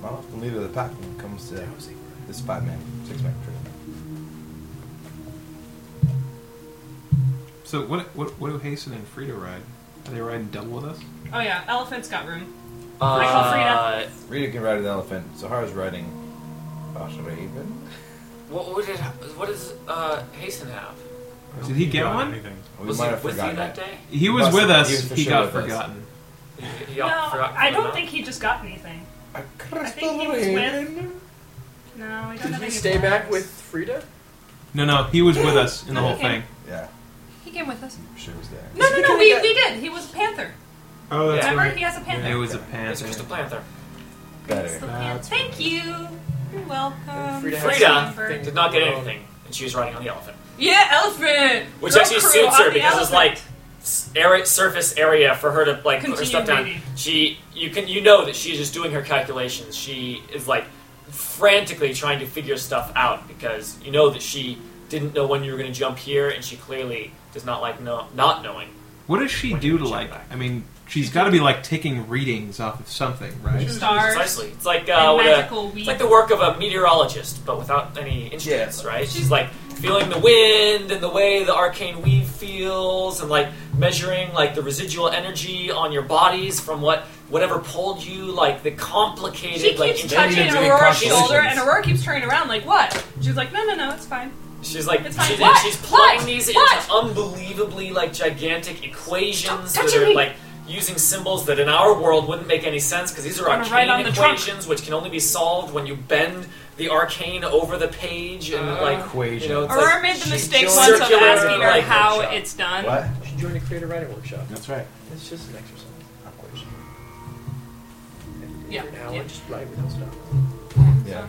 Well, the leader of the pack when it comes to this five man, six man trip.
So what what what do Hasten and Frida ride? Are they riding double with us?
god. Oh yeah, elephant's got room. I call
Uh,
Frida.
Rita can ride an elephant. Sahara's riding a raven.
what, what did what does uh, Hasten have?
Did he get
Got
one?
Anything.
We
was
might
he
have
with you
forgotten
that
it.
day?
He was
must-
with us.
he was
He,
for sure
got
with us.
forgotten.
He, he
No,
forgot-
I don't
forgot.
think he just got anything.
A
I think he was with. No, I don't
Did
have
he
any
stay back
plans.
with Frida?
No, no, he was with us in the whole
Okay.
thing.
Yeah,
He came with us.
she was there.
No, no, no.
Because
We,
I-
we did. He was a panther.
Oh, that's
Yeah.
Remember,
right.
he has a panther.
It was a
It's just a
panther.
panther.
It's the
Better.
pan-
That's
Thank you. You're welcome.
Frida has
Frida
something
did not get
wrong.
anything, and she was riding on the elephant,
Yeah, elephant.
which
Girl
actually
crew
suits
on
her
the
because it's like
elephant.
s- area, surface area for her to like put her
Continue
stuff down.
reading.
She, you can, you know that she's just doing her calculations. She is like frantically trying to figure stuff out because you know that she didn't know when you were going to jump here, and she clearly does not like no, not knowing
What does she do to like? I mean, she's got to be like taking readings off of something, right?
Stars.
Precisely. It's like uh,
And
what
magical
a, it's
weed.
like the work of a meteorologist, but without any instruments, right? She's like feeling the wind and the way the arcane weave feels, and like measuring like the residual energy on your bodies from what whatever pulled you, like the complicated
She
like.
keeps
in-
touching
doing
Aurora's
calculations.
shoulder, and Aurora keeps turning around like, "What?" She's like, "No, no, no, it's fine."
She's like
It's fine.
she's,
What?
she's plugging
What?
these
What?
into unbelievably like gigantic equations
Stop
that
touching
are
me.
like using symbols that in our world wouldn't make any sense because these are
Gonna
arcane
write on the trunk.
equations which can only be solved when you bend the arcane over the page and
Uh.
like
Equation.
You know, it's
Aurora
like,
made the
she
mistake
joined-
once of
circular,
asking her
like, oh,
how
workshop.
it's done.
What?
She joined a creative writing workshop.
That's right.
It's just an exercise.
Equation.
Yeah.
Now
yeah.
I just play with those stuff.
Yeah.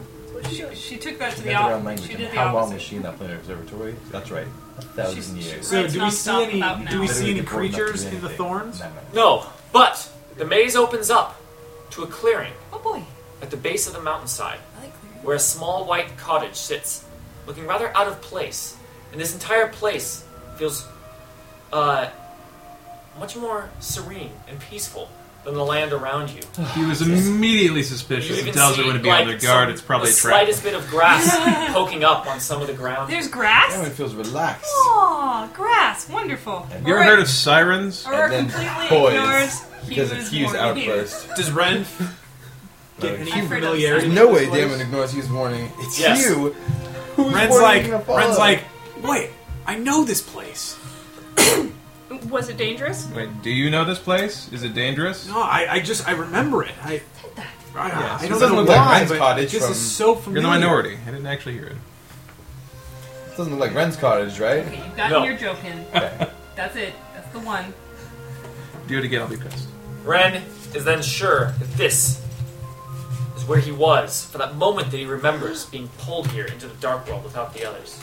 She, she took that to
She
the
got their own
opposite.
language.
She
And
did the
how long was
opposite.
she in that planet observatory? That's right. A thousand
She's-
years.
she's-
So
It's
do we
not
see
stopped
any?
about
Do we
now.
see any
Literally bored enough to
creatures
do
in the
anything.
thorns?
No, no, no.
No, but the maze opens up to a clearing
Oh boy.
at the base of the mountainside.
I like Claire.
where a small white cottage sits, looking rather out of place, and this entire place feels uh, much more serene and peaceful than the land around you.
He was immediately
You
suspicious.
even
It tells
see,
everyone to be
like,
on their guard.
some-
It's probably a
the
trap.
slightest bit of grass poking up on some of the ground.
There's grass.
Everyone feels relaxed.
Oh, Aw, grass. Wonderful.
You ever heard of sirens?
Aurora
And then
completely
poise,
ignores
Because
Hugh's
of Hugh's
warning.
outburst.
Does Ren get
Like,
any
I've heard of
familiarity?
that.
with
No
this
way
place?
Damon ignores Hugh's warning. It's
Yes.
you. Who's
Ren's like, Ren's like, wait, I know this place.
Was it dangerous?
Wait, do you know this place? Is it dangerous?
No, I, I just I remember it. I I, I
it
don't
doesn't
know
look
why,
like Ren's
but
cottage
This
from-
is so familiar.
You're the minority. I didn't actually hear it.
doesn't look like Ren's cottage, right?
Okay, you've gotten
No.
your joke in. That's it. That's the one.
Do it again. I'll be pissed.
Ren is then sure that this is where he was for that moment that he remembers being pulled here into the dark world without the others.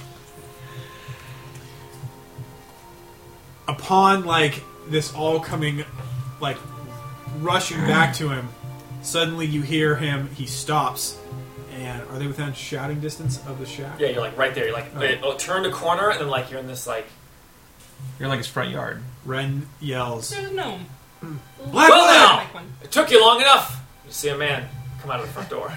Upon like this all coming, like rushing back to him, suddenly you hear him. He stops, and are they within shouting distance of the shack?
Yeah, you're like right there. You're like,
Okay.
oh, turn the corner, and then like you're in this like
You're in like his front yard.
Ren yells,
There's a gnome.
"Black
Well,
Lab!"
now!
Make one.
It took you long enough. You see a man come out of the front door.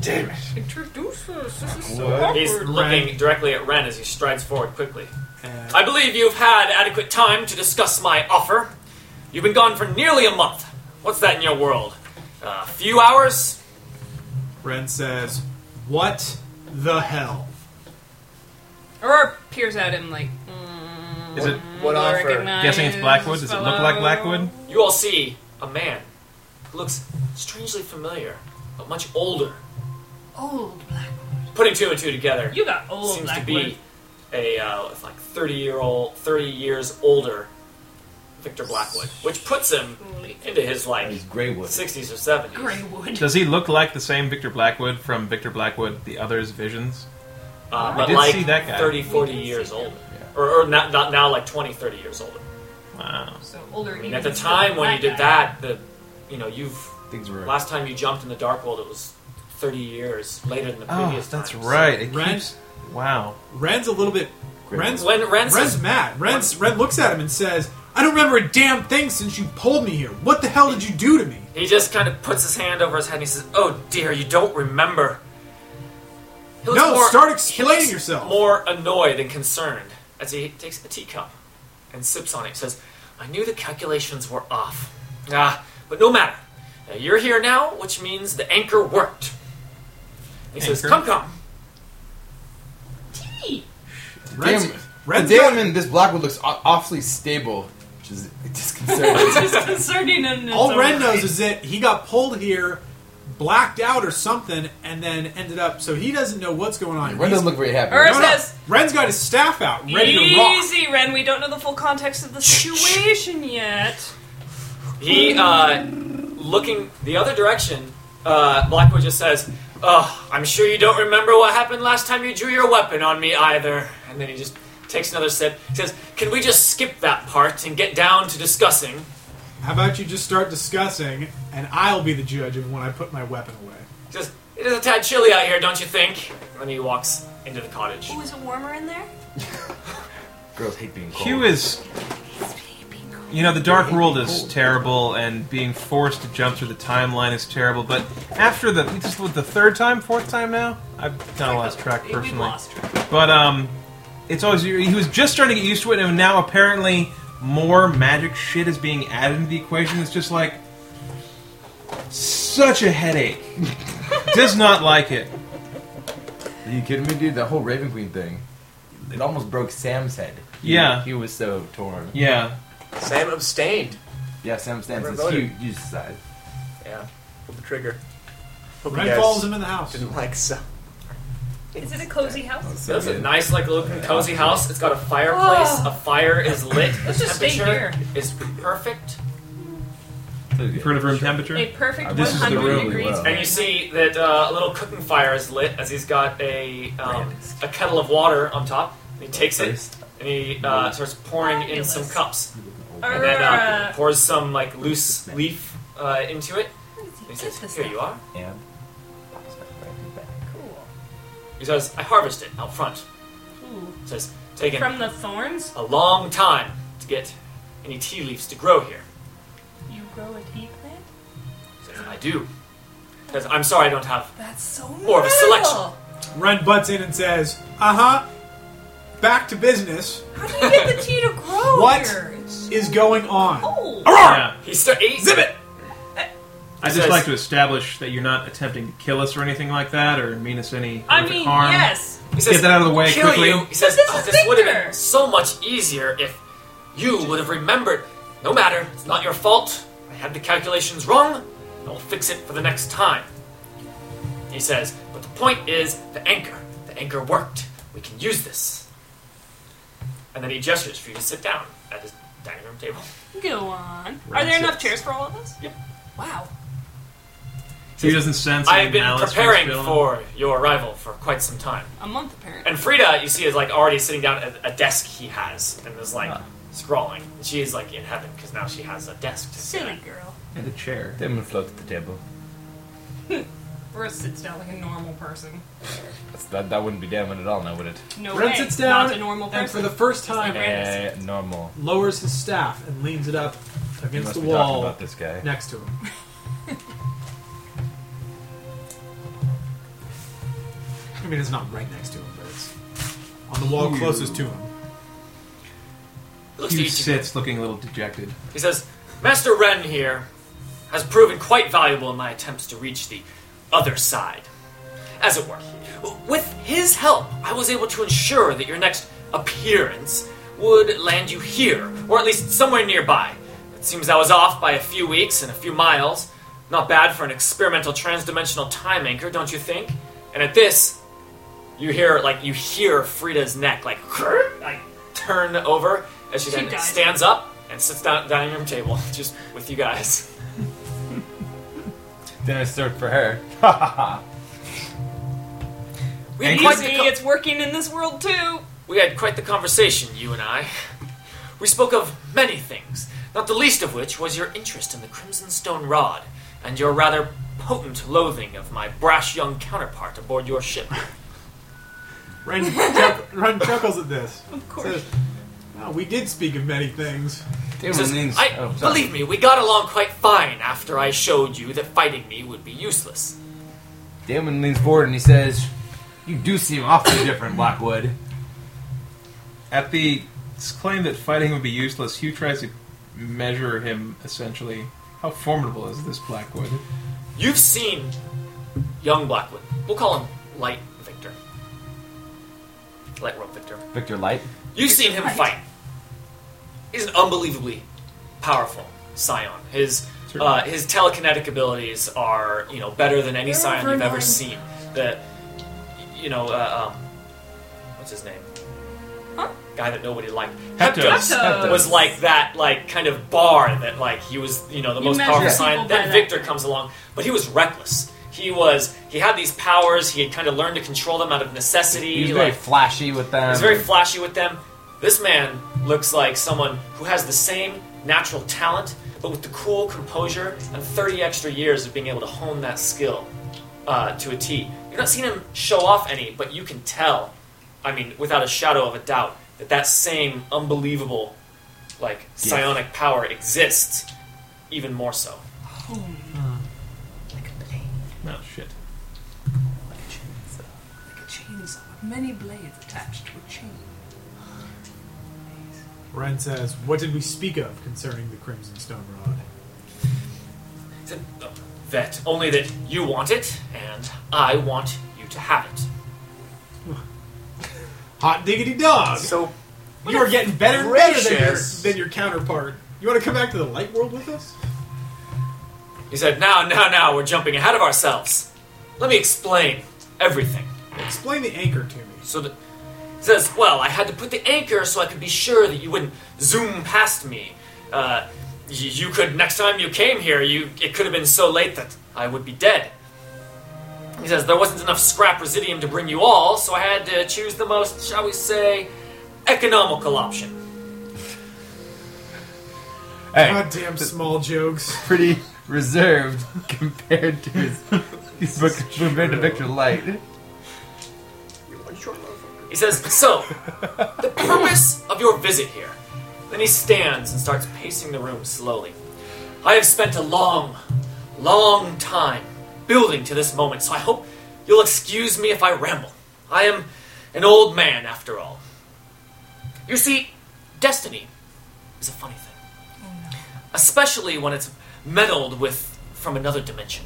Damn it.
Introduce us. This is so
What?
awkward.
He's looking
Ren.
directly at Ren as he strides forward quickly.
And
I believe you've had adequate time to discuss my offer. You've been gone for nearly a month. What's that in your world? A few hours?
Ren says, "What the hell?"
Aurora peers at him like. Mm, uh,
Is it-
What offer?
recognize
Guessing it's Blackwood. Does it look like
Mm. fellow?
Blackwood?
You all see a man who looks strangely familiar, but much older.
Old Blackwood.
Putting two and two together,
You got old
seems to
Blackwood.
be a uh, it's like thirty year old, thirty years older Victor Blackwood, which puts him into his like
He's Greywood.
60s or 70s.
Greywood.
Does he look like the same Victor Blackwood from Victor Blackwood: The Other's Visions?
Uh,
We
but
did
like
see that guy.
30, 40
We did
years
see him.
older. Or, or not, not now, like 20, 30 years older.
Wow.
So older.
I mean, at the time when you did that, the, you know, you've,
Things were.
last time you jumped in the dark world, it was 30 years later than the
Oh,
previous
that's
time.
right. It
Ren-
keeps. Wow.
Ren's a little bit. Ren's
So when Ren
Ren's
says,
mad. Ren's, Ren looks at him and says, I don't remember a damn thing since you pulled me here. What the hell did you do to me?
he just kind of puts his hand over his head and he says, oh dear, you don't remember. He looks
No, start explaining
he looks
yourself.
more annoyed than concerned as he takes a teacup and sips on it. He says, I knew the calculations were off. Ah, but no matter. Uh, you're here now, which means the anchor worked. He says,
Anchor?
Come, come.
Ren's,
Damon,
Ren's
Damon, this Blackwood looks aw- awfully stable, which is disconcerting.
It's concerning and it's
all Ren
overrated.
knows is that he got pulled here, blacked out or something, and then ended up. So he doesn't know what's going on.
Ren
He's-
doesn't look very happy.
Or-
no, no.
says-
Ren's got his staff out, ready to rock.
Easy, Ren. We don't know the full context of the situation yet.
He, uh, looking the other direction, uh, Blackwood just says, Oh, I'm sure you don't remember what happened last time you drew your weapon on me either. And then he just takes another sip. He says, Can we just skip that part and get down to discussing?
How about you just start discussing, and I'll be the judge of when I put my weapon away.
He says, It is a tad chilly out here, don't you think? And then he walks
Oh,
into the cottage.
Ooh, is it warmer in there?
Girls hate being cold.
Hugh is You know, the Dark World is terrible, and being forced to jump through the timeline is terrible. But after the this is the third time, fourth time now, I've kind of lost track
We've
personally.
lost track.
But um, it's always he was just starting to get used to it, and now apparently more magic shit is being added into the equation. It's just like such a headache. Does not like it.
Are you kidding me, dude? That whole Raven Queen thing. It almost broke Sam's head. He-
Yeah.
He was so torn.
Yeah,
Sam abstained.
Yeah, Sam stands. It's
Remoted.
huge, huge side.
Yeah, the trigger. Hope you
Ren
guys
follows him in the house.
Didn't like so.
Is it a cozy house?
That's a nice, like, looking cozy house. It's got a fireplace.
Oh.
A fire is lit. The
Let's just stay
temperature
here.
is perfect.
you've heard of room temperature.
A perfect
This is the
100
room we
degrees.
love.
And you see that uh, a little cooking fire is lit as he's got a um, a kettle of water on top. And he takes it and he uh, starts pouring in some cups and then uh,
Arrgh.
pours some like loose leaf uh, into it. And he
Get
says,
this
"Here you are."
Yeah.
He says, "I harvested out front."
Ooh.
He says, "Taken
From the thorns,
a long time to get any tea leaves to grow here."
you grow a tea plant?
He says, "I do." He says, "I'm sorry, I don't have
That's so
More of a selection.
Ren butts in and says, "Uh huh." Back to business
How do you get the tea to grow
What?
here? It's
is going on.
cold.
Yeah.
He start he,
Exhibit.
I just like to establish that you're not attempting to kill us or anything like that, or mean us any
I
horrific
mean,
harm.
yes.
He says,
Get that out of the way
kill
quickly.
You. He says,
this
"Oh,
is
this would have
Victor."
been so much easier if you would have remembered. No matter, it's not your fault. I had the calculations wrong. I will fix it for the next time. He says, but the point is the anchor. The anchor worked. We can use this. And then he gestures for you to sit down at his dining room table.
Go on. Are
Round
there enough
six.
chairs for all of us?
Yep.
Wow.
He doesn't sense.
I
any
have been
malice
preparing
feeling.
for your arrival for quite some time.
A month apparently.
And Frida, you see, is like already sitting down at a desk he has and is like scrawling. She is like in heaven because now she has a desk. To sit
Silly
at.
girl.
and a chair.
Damon floats at the table.
Or sits down like a normal person.
That's, that, that wouldn't be Damon at all now, would it?
No
Ren
way.
sits down
Not a normal person.
and for the first time
Eh, normal.
lowers his staff and leans it up
You
against
must
the
be talking
wall
about this guy.
next to him. I mean, it's not right next to him, but it's on the wall closest to him.
Looks to
He
each of
sits looking a little dejected.
you. He says, "Master Ren here has proven quite valuable in my attempts to reach the other side, as it were. With his help, I was able to ensure that your next appearance would land you here, or at least somewhere nearby. It seems I was off by a few weeks and a few miles. Not bad for an experimental transdimensional time anchor, don't you think? And at this, you hear like you hear Frida's neck like, like turn over as she,
She
then
died.
stands up and sits down at the dining room table just with you guys.
Then I search for her.
We had
Easy,
quite the co-
it's working in this world too.
We had quite the conversation, you and I. We spoke of many things, not the least of which was your interest in the Crimson Stone Rod and your rather potent loathing of my brash young counterpart aboard your ship.
Ren, chuck- Ren chuckles at this.
Of
Says,
course.
"Oh, we did speak of many things.
Damon
Says,
leans.
I,
oh, sorry.
believe me, we got along quite fine after I showed you that fighting me would be useless.
Damon leans forward and he says, "You do seem awfully different, Blackwood."
At the claim that fighting would be useless, Hugh tries to measure him essentially. How formidable is this Blackwood?
You've seen young Blackwood. We'll call him Light Victor. Light Rope Victor.
Victor Light.
You've seen him fight. He's an unbelievably powerful scion. His uh, his telekinetic abilities are you know better than any scion you've ever seen. The you know uh, um, what's his name?
Huh?
Guy that nobody liked.
Heptos.
Heptos.
was like that like kind of bar that like he was you know the
You
most
measure
powerful
people
scion.
by
Then
that.
Victor comes along, but he was reckless. He was he had these powers. He had kind of learned to control them out of necessity.
He was very
like-
flashy with them.
He's very flashy with them. This man looks like someone who has the same natural talent, but with the cool composure and 30 extra years of being able to hone that skill uh, to a T. You're not seeing him show off any, but you can tell, I mean, without a shadow of a doubt, that that same unbelievable, like psionic power exists, even more so.
No Oh, shit.
Like a chainsaw with many blades attached to a chain.
Ren says, What did we speak of concerning the Crimson Stone Rod?
He said, "No, That only that you want it, and I want you to have it.
Hot diggity dog!
So
you are getting better and better than your,
gracious.
than your counterpart. You want to come back to the light world with us?
He said, Now, now, now, we're jumping ahead of ourselves. Let me explain everything.
Explain the anchor to me.
So that he says, "Well, I had to put the anchor so I could be sure that you wouldn't zoom past me. Uh, you, you could next time you came here, you it could have been so late that I would be dead." He says, "There wasn't enough scrap residium to bring you all, so I had to choose the most, shall we say, economical option."
Hey,
Goddamn small jokes.
pretty reserved compared to his, his book, compared to Victor Light.
He says, "So, the purpose of your visit here." Then he stands and starts pacing the room slowly. I have spent a long, long time building to this moment, so I hope you'll excuse me if I ramble. I am an old man, after all. You see, destiny is a funny thing, especially when it's meddled with from another dimension.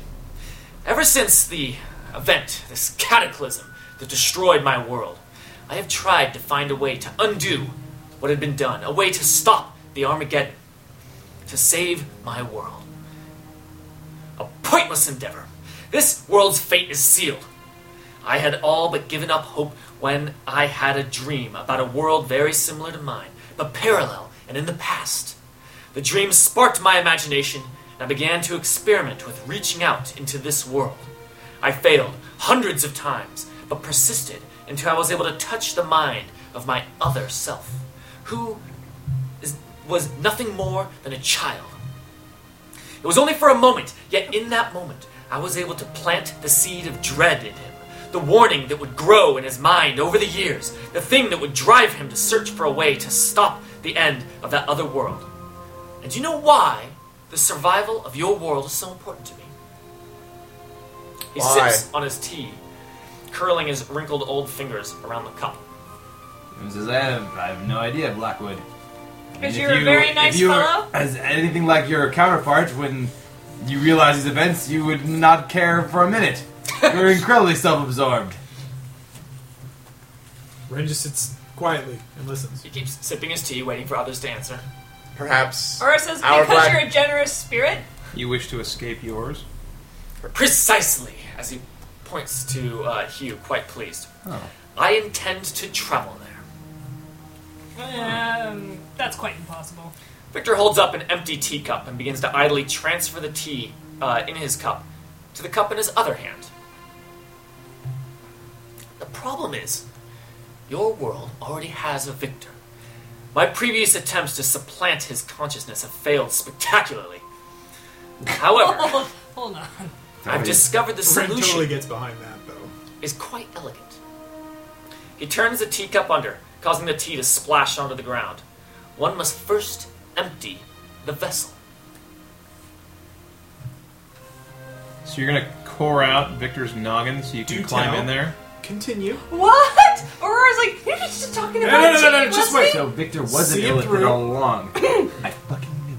Ever since the event, this cataclysm that destroyed my world, I have tried to find a way to undo what had been done, a way to stop the Armageddon, to save my world. A pointless endeavor. This world's fate is sealed. I had all but given up hope when I had a dream about a world very similar to mine, but parallel and in the past. The dream sparked my imagination, and I began to experiment with reaching out into this world. I failed hundreds of times, but persisted until I was able to touch the mind of my other self, who is, was nothing more than a child. It was only for a moment, yet in that moment, I was able to plant the seed of dread in him, the warning that would grow in his mind over the years, the thing that would drive him to search for a way to stop the end of that other world. And do you know why the survival of your world is so important to me? He
Why?
sips on his tea, curling his wrinkled old fingers around the cup.
He says, I have, I have no idea, Blackwood.
Because
If
you're a
you-
very nice
if you were
fellow.
As anything like your counterpart, when you realize these events, you would not care for a minute. You're incredibly self-absorbed.
Ren just sits quietly and listens.
He keeps sipping his tea, waiting for others to answer.
perhaps
Or it says,
Our
because
black-
you're a generous spirit.
You wish to escape yours?
Precisely, as he points to uh, Hugh, quite pleased.
Oh.
I intend to travel there.
Um, that's quite impossible.
Victor holds up an empty teacup and begins to idly transfer the tea uh, in his cup to the cup in his other hand. The problem is, your world already has a Victor. My previous attempts to supplant his consciousness have failed spectacularly. However,
Hold, hold on.
I've discovered the
Ren
solution
totally gets behind that, though.
is quite elegant. He turns the teacup under, causing the tea to splash onto the ground. One must first empty the vessel.
So you're gonna core out Victor's noggin so you can
Do
climb
tell.
in there?
Continue.
What? Aurora's like, you're just talking about
no, no, no, no,
tea,
just
wasn't
wait.
he?"
So Victor was an
See it
illiterate
through.
all along. I fucking knew.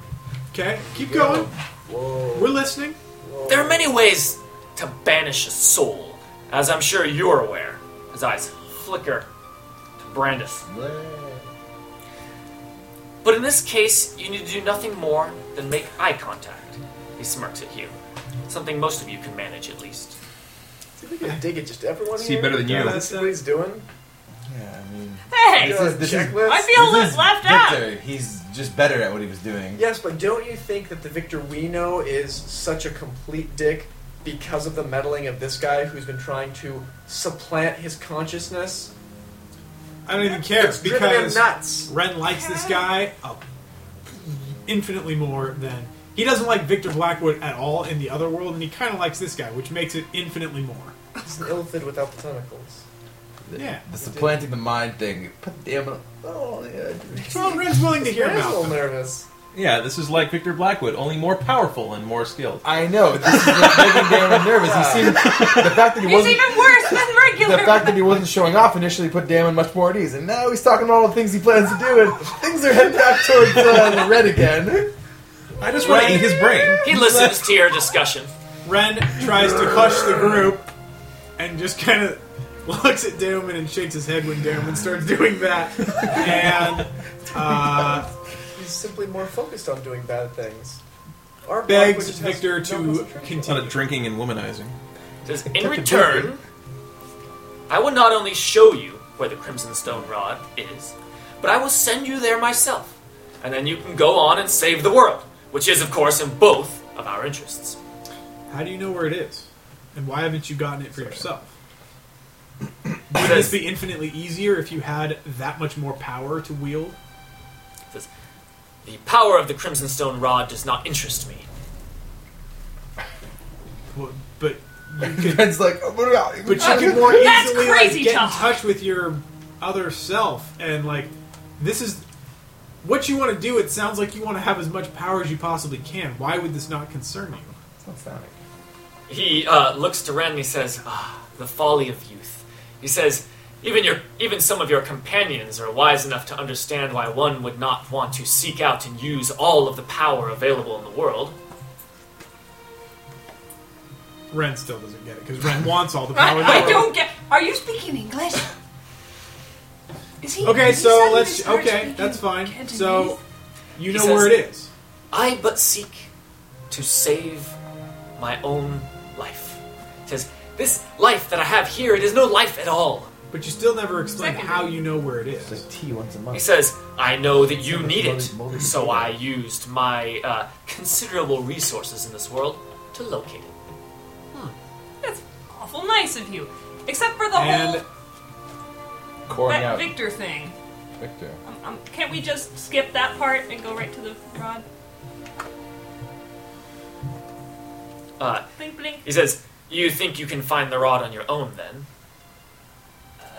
Okay, keep going. We're listening.
There are many ways to banish a soul, as I'm sure you're aware. His eyes flicker to Brandis. But in this case, you need to do nothing more than make eye contact. He smirks at you. Something most of you can manage at least.
See, we can dig it just everyone
See
here.
better than you.
That's what he's doing.
Yeah, I mean,
Hey,
This is- this is-
Checklist?
I feel
this
less
is
left out.
Victor. He's just better at what he was doing.
Yes, but don't you think that the Victor we know is such a complete dick because of the meddling of this guy who's been trying to supplant his consciousness?
I don't even care
It's driven him
because
nuts.
Ren likes this guy uh, infinitely more than he doesn't like Victor Blackwood at all in the other world, and he kind of likes this guy, which makes it infinitely more.
It's an illithid without the tentacles.
Yeah.
The supplanting the mind thing. Put Damon.
Oh, yeah.
Well, Ren's willing to hear
Rand's a
about
little
them.
nervous.
Yeah, this is like Victor Blackwood, only more powerful and more skilled.
I know. This is what's making Damon nervous. He seemed the fact that he
He's
wasn't.
even worse than regular.
The fact that he wasn't showing off initially put Damon much more at ease, and now he's talking about all the things he plans to do, and things are heading back towards uh, the red again.
I just want to eat his brain.
He listens to your discussion.
Ren tries to clutch the group and just kind of looks at Damon and shakes his head when Damon starts doing that. And uh,
He's simply more focused on doing bad things. Our
begs
language has
Victor
no
to
concentration.
It's not
continue.
a drinking and womanizing.
Says, in return, I will not only show you where the Crimson Stone Rod is, but I will send you there myself. And then you can go on and save the world, which is, of course, in both of our interests.
How do you know where it is? And why haven't you gotten it for yourself? Would
Says-
this be infinitely easier if you had that much more power to wield?
Says, the power of the Crimson Stone Rod does not interest me.
Well, But you could,
Ren's like, oh, what about?
but you could more
That's
easily
crazy
like, get
talk.
in touch with your other self and like this is what you want to do. It sounds like you want to have as much power as you possibly can. Why would this not concern you?
He uh, looks to Ren and he says, Ah, the folly of youth. He says, even, your, even some of your companions are wise enough to understand why one would not want to seek out and use all of the power available in the world.
Ren still doesn't get it because Ren wants all the power. in the
I, I
world.
don't get. Are you speaking English? Is he?
Okay,
is he suddenly
so let's.
started
Okay,
speaking
that's fine.
Cantonese?
So you
He
know where
says-
it is.
I but seek to save my own life. He says, This life that I have here, it is no life at all.
But you still never explain
Second.
how you know where it is.
tea once a
He
month.
says, I know that you need it, so I used my uh, considerable resources in this world to locate it.
That's awful nice of you. Except for the
And
whole
Coring
that
out
Victor thing.
Victor.
Um, um, can't we just skip that part and go right to the rod?
Uh,
Blink, blink.
he says, You think you can find the rod on your own then?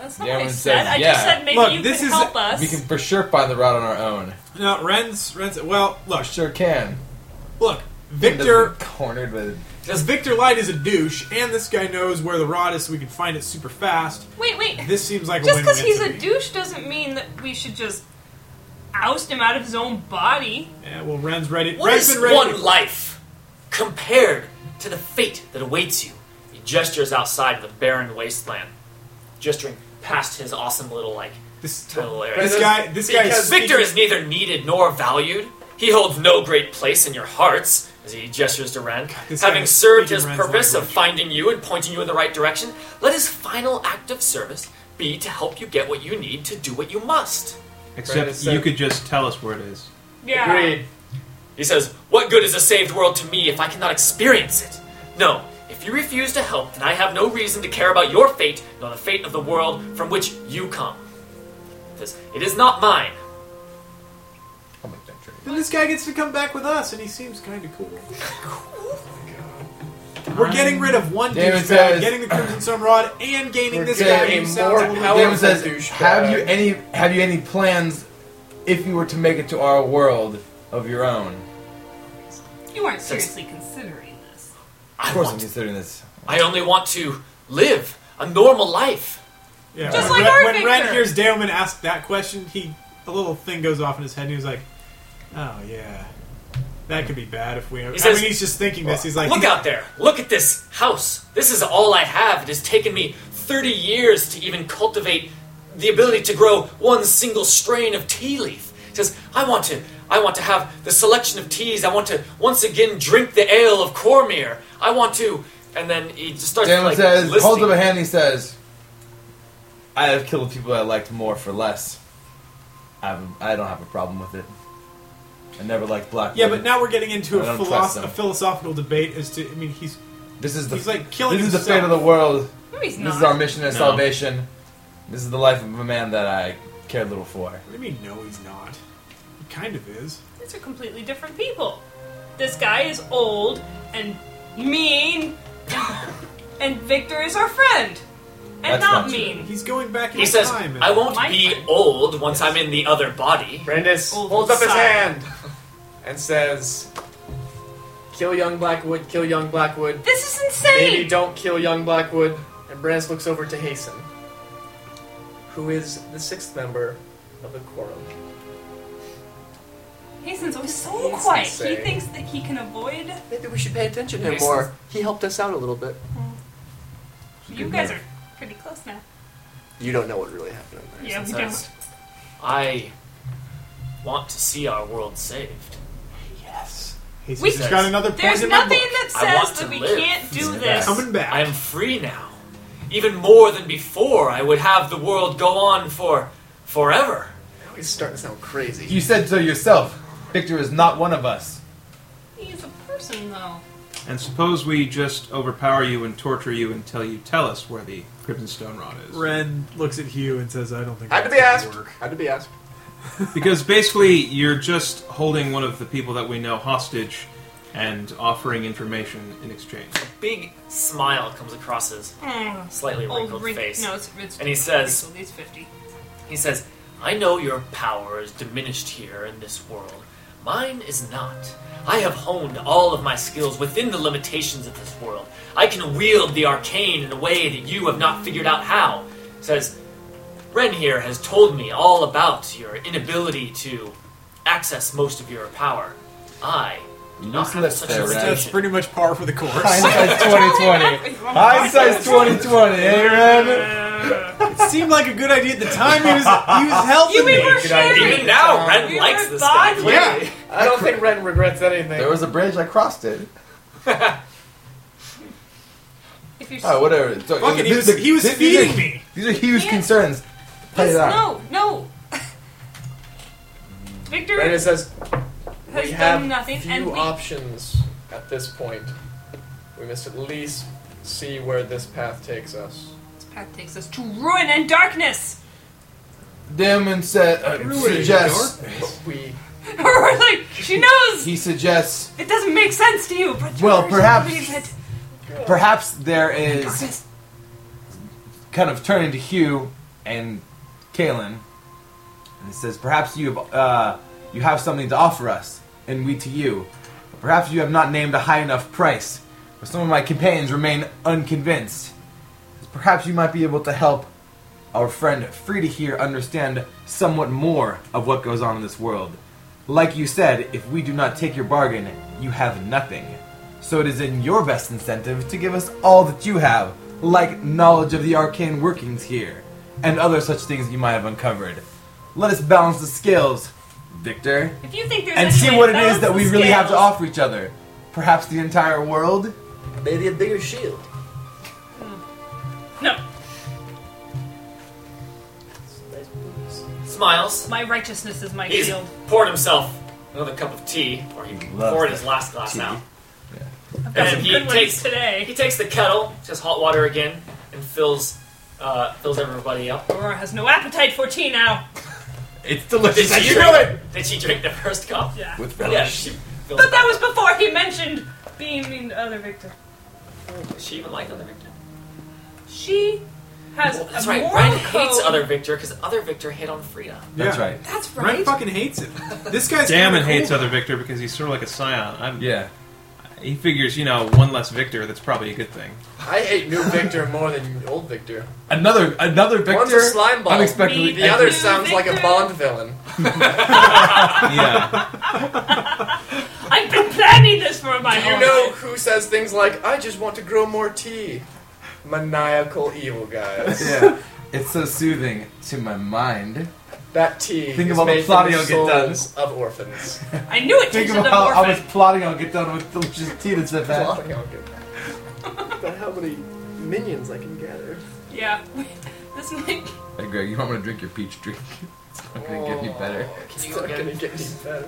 That's not
Yeah,
what I
everyone
Uh, said.
says,
I
yeah.
just said maybe
Look,
you
this
could
is-
help us.
We can for sure find the route on our own.
no, Ren's Ren's. Well, look,
Sure can.
look, Victor.
cornered with
He
Because
says,
Victor Light is a douche, and this guy knows where the rod is, so we can find it super fast.
Wait, wait.
This seems like
just
a win-win.
because he's
to
a
me.
douche doesn't mean that we should just oust him out of his own body.
Yeah, well, Ren's ready.
What
Ren's
is
been ready.
one life compared to the fate that awaits you? He gestures outside the barren wasteland, gesturing past his awesome little like
This,
tunnel area.
this guy. This guy.
Because
Is
Victor
speaking-
is neither needed nor valued. He holds no great place in your hearts, as he gestures to Ren.
this guy
Having
is
served
speaking
his
Ren's
purpose of
language.
finding you and pointing you in the right direction, let his final act of service be to help you get what you need to do what you must.
Except
Brandis
you
said-
could just tell us where it is.
Yeah.
Agreed.
He says, What good is a saved world to me if I cannot experience it? No, if you refuse to help, then I have no reason to care about your fate nor the fate of the world from which you come. He says, It is not mine.
Then this guy gets to come back with us, and he seems kind of cool. We're getting rid of one
David
douchebag,
says-
getting the Crimson Sun Rod, and gaining
We're
this
getting
guy
a
who sounds
more
a little
powerful
Damon says,
douchebag.
"Have you any have you any plans if you were to make it to our world of your own?"
You aren't
That's-
seriously considering this.
I
Of course,
want
I'm considering this.
I only want to live a normal life.
Yeah,
Just
when,
like our
when Ren
Victor.
hears Daemon ask that question, he a little thing goes off in his head, and he's like, "Oh yeah, that could be bad if we." I
says-
mean, he's just thinking this. He's like,
Look out there. Look at this house. This is all I have. It has taken me 30 years to even cultivate the ability to grow one single strain of tea leaf. It says, I want to I want to have the selection of teas. I want to once again drink the ale of Cormyr. I want to and then he just starts
Damon
like
says,
listing.
holds up a hand. He says, "I have killed people I liked more for less. I've, I don't have a problem with it. I never liked black.
Yeah,
women.
but now we're getting into
I
a,
don't trust
philosoph-
them.
a philosophical debate as to. I mean, he's
this is the
he's, like, killing
This is the fate
himself.
of the world.
No, he's
This
not.
is our mission and
No.
salvation. This is the life of a man that I cared little for."
What do you mean, no, he's not? He kind of is.
These are completely different people. This guy is old and mean, and Victor is our friend. and
That's
not
not true.
mean.
He's going back in
He says,
time. and-
I won't
My
be
time.
old once I'm in the other body.
Brandis
Old
holds up his
sire.
hand and says,
Kill young Blackwood, kill young Blackwood.
This is insane.
Maybe don't kill young Blackwood. And Brandis looks over to Hasten, who is the sixth member of the quorum.
Hasten's always so
Hasten's
quiet. He
saying-
thinks that he can avoid.
Maybe we should pay attention to him
Hasten's-
more. He helped us out a little bit.
You guys are pretty close now.
You don't know what really happened in there.
Yeah, we
Says,
don't.
I want to see our world saved.
He's
We-
just got another point
There's
in my
nothing
book.
that
I want
says
to
that we
live.
can't do
He's
this.
coming back.
I am free now. Even more than before, I would have the world go on for forever.
He's starting to sound crazy.
You said so yourself. Victor is not one of us.
He's a person, though.
And suppose we just overpower you and torture you until you tell us where the Stone Rod is.
Ren looks at Hugh and says, I don't think
Had to
that's
be asked.
gonna work.
Had to be asked.
Because basically, you're just holding one of the people that we know hostage and offering information in exchange.
Big smile comes across his
Mm.
slightly wrinkled
Old wrin-
face.
No, it's, it's
And he says-
wrinkled. He's fifty.
He says, I know your power is diminished here in this world. Mine is not. I have honed all of my skills within the limitations of this world. I can wield the arcane in a way that you have not figured out how. He says, Ren here has told me all about your inability to access most of your power. I do not have
Useless
such a
there, Ren.
That's
limitation.
pretty much par for the course.
Hindsight's
Oh,
twenty twenty. Hindsight's twenty twenty. Hey, Ren.
it seemed like a good idea at the time. He was, he was helping
You we
me.
were
Even
sharing.
now, Ren
We
likes
were
this guy.
bonding.
clearly.
I don't think Ren regrets anything.
There was a bridge. I crossed it.
If you're
Oh, whatever. So,
Fucking, he
these
was,
are-
he was
these- these are-
feeding me.
These are huge
Yeah.
concerns. Play
This-
it out.
no, no. Victor
Brandis says,
has
we have
done nothing,
few
and we,
options at this point. We must at least see where this path takes us.
this path takes us to ruin and darkness.
Damon said, uh, suggests,
But we
We're like, she knows.
he suggests,
It doesn't make sense to you, but
Well,
yours
perhaps-
believes it.
perhaps there is
Darkness.
kind of turning to Hugh and Kalen, and he says, "Perhaps you have uh, you have something to offer us, and we to you. Perhaps you have not named a high enough price, but some of my companions remain unconvinced. Perhaps you might be able to help our friend Frida here understand somewhat more of what goes on in this world. Like you said, if we do not take your bargain, you have nothing. So it is in your best incentive to give us all that you have, like knowledge of the arcane workings here, and other such things you might have uncovered. Let us balance the scales, Victor,
If you think there's
and
any
see
way
what
to
it is
balance
that we
the
really have to
scales-
offer each other. Perhaps the entire world?
maybe a bigger shield.
No,
Smiles.
my righteousness is my
He's
shield.
poured himself another cup of tea, or he
Loves
poured
that
his last glass
tea.
now.
I've got
And
some
he
good ones
takes-
today.
He takes the kettle, says hot water again, and fills uh, fills everybody up.
Aurora has no appetite for tea now.
It's delicious.
she drink, did she drink the first cup?
Yeah.
With
Yeah,
relish.
she fills
But that
it
was before he mentioned being mean to other Victor.
up. Does she even like other Victor?
She has
Well, that's
a
right.
moral
Ren
code.
hates other Victor because other Victor hate on Frida.
That's
Yeah.
right.
That's
Ren
right.
fucking hates him. This guy's
Damn
kinda
and hates
cool.
other Victor because he's sort of like a scion. I'm,
Yeah.
He figures, you know, one less Victor, that's probably a good thing.
I hate new Victor more than old Victor.
Another another Victor.
One's a slime ball.
Unexpectedly,
The other
New
sounds like a
Victor.
Bond villain.
yeah.
I've been planning this for my
Do you
whole
know
life.
who says things like, I just want to grow more tea? Maniacal evil guys.
yeah, it's so soothing to my mind.
That tea
Think
is
of all the
made
plotting
from the
you'll get done.
souls of orphans.
I knew it
Think
tasted
of
of
how I was
orphan.
plotting on get done with delicious tea that's that.
Plotting I'll get But how many minions I can gather.
Yeah. This might
Hey Greg, you don't want to drink your peach drink. It's not gonna get any better.
Oh,
It's not gonna get any better.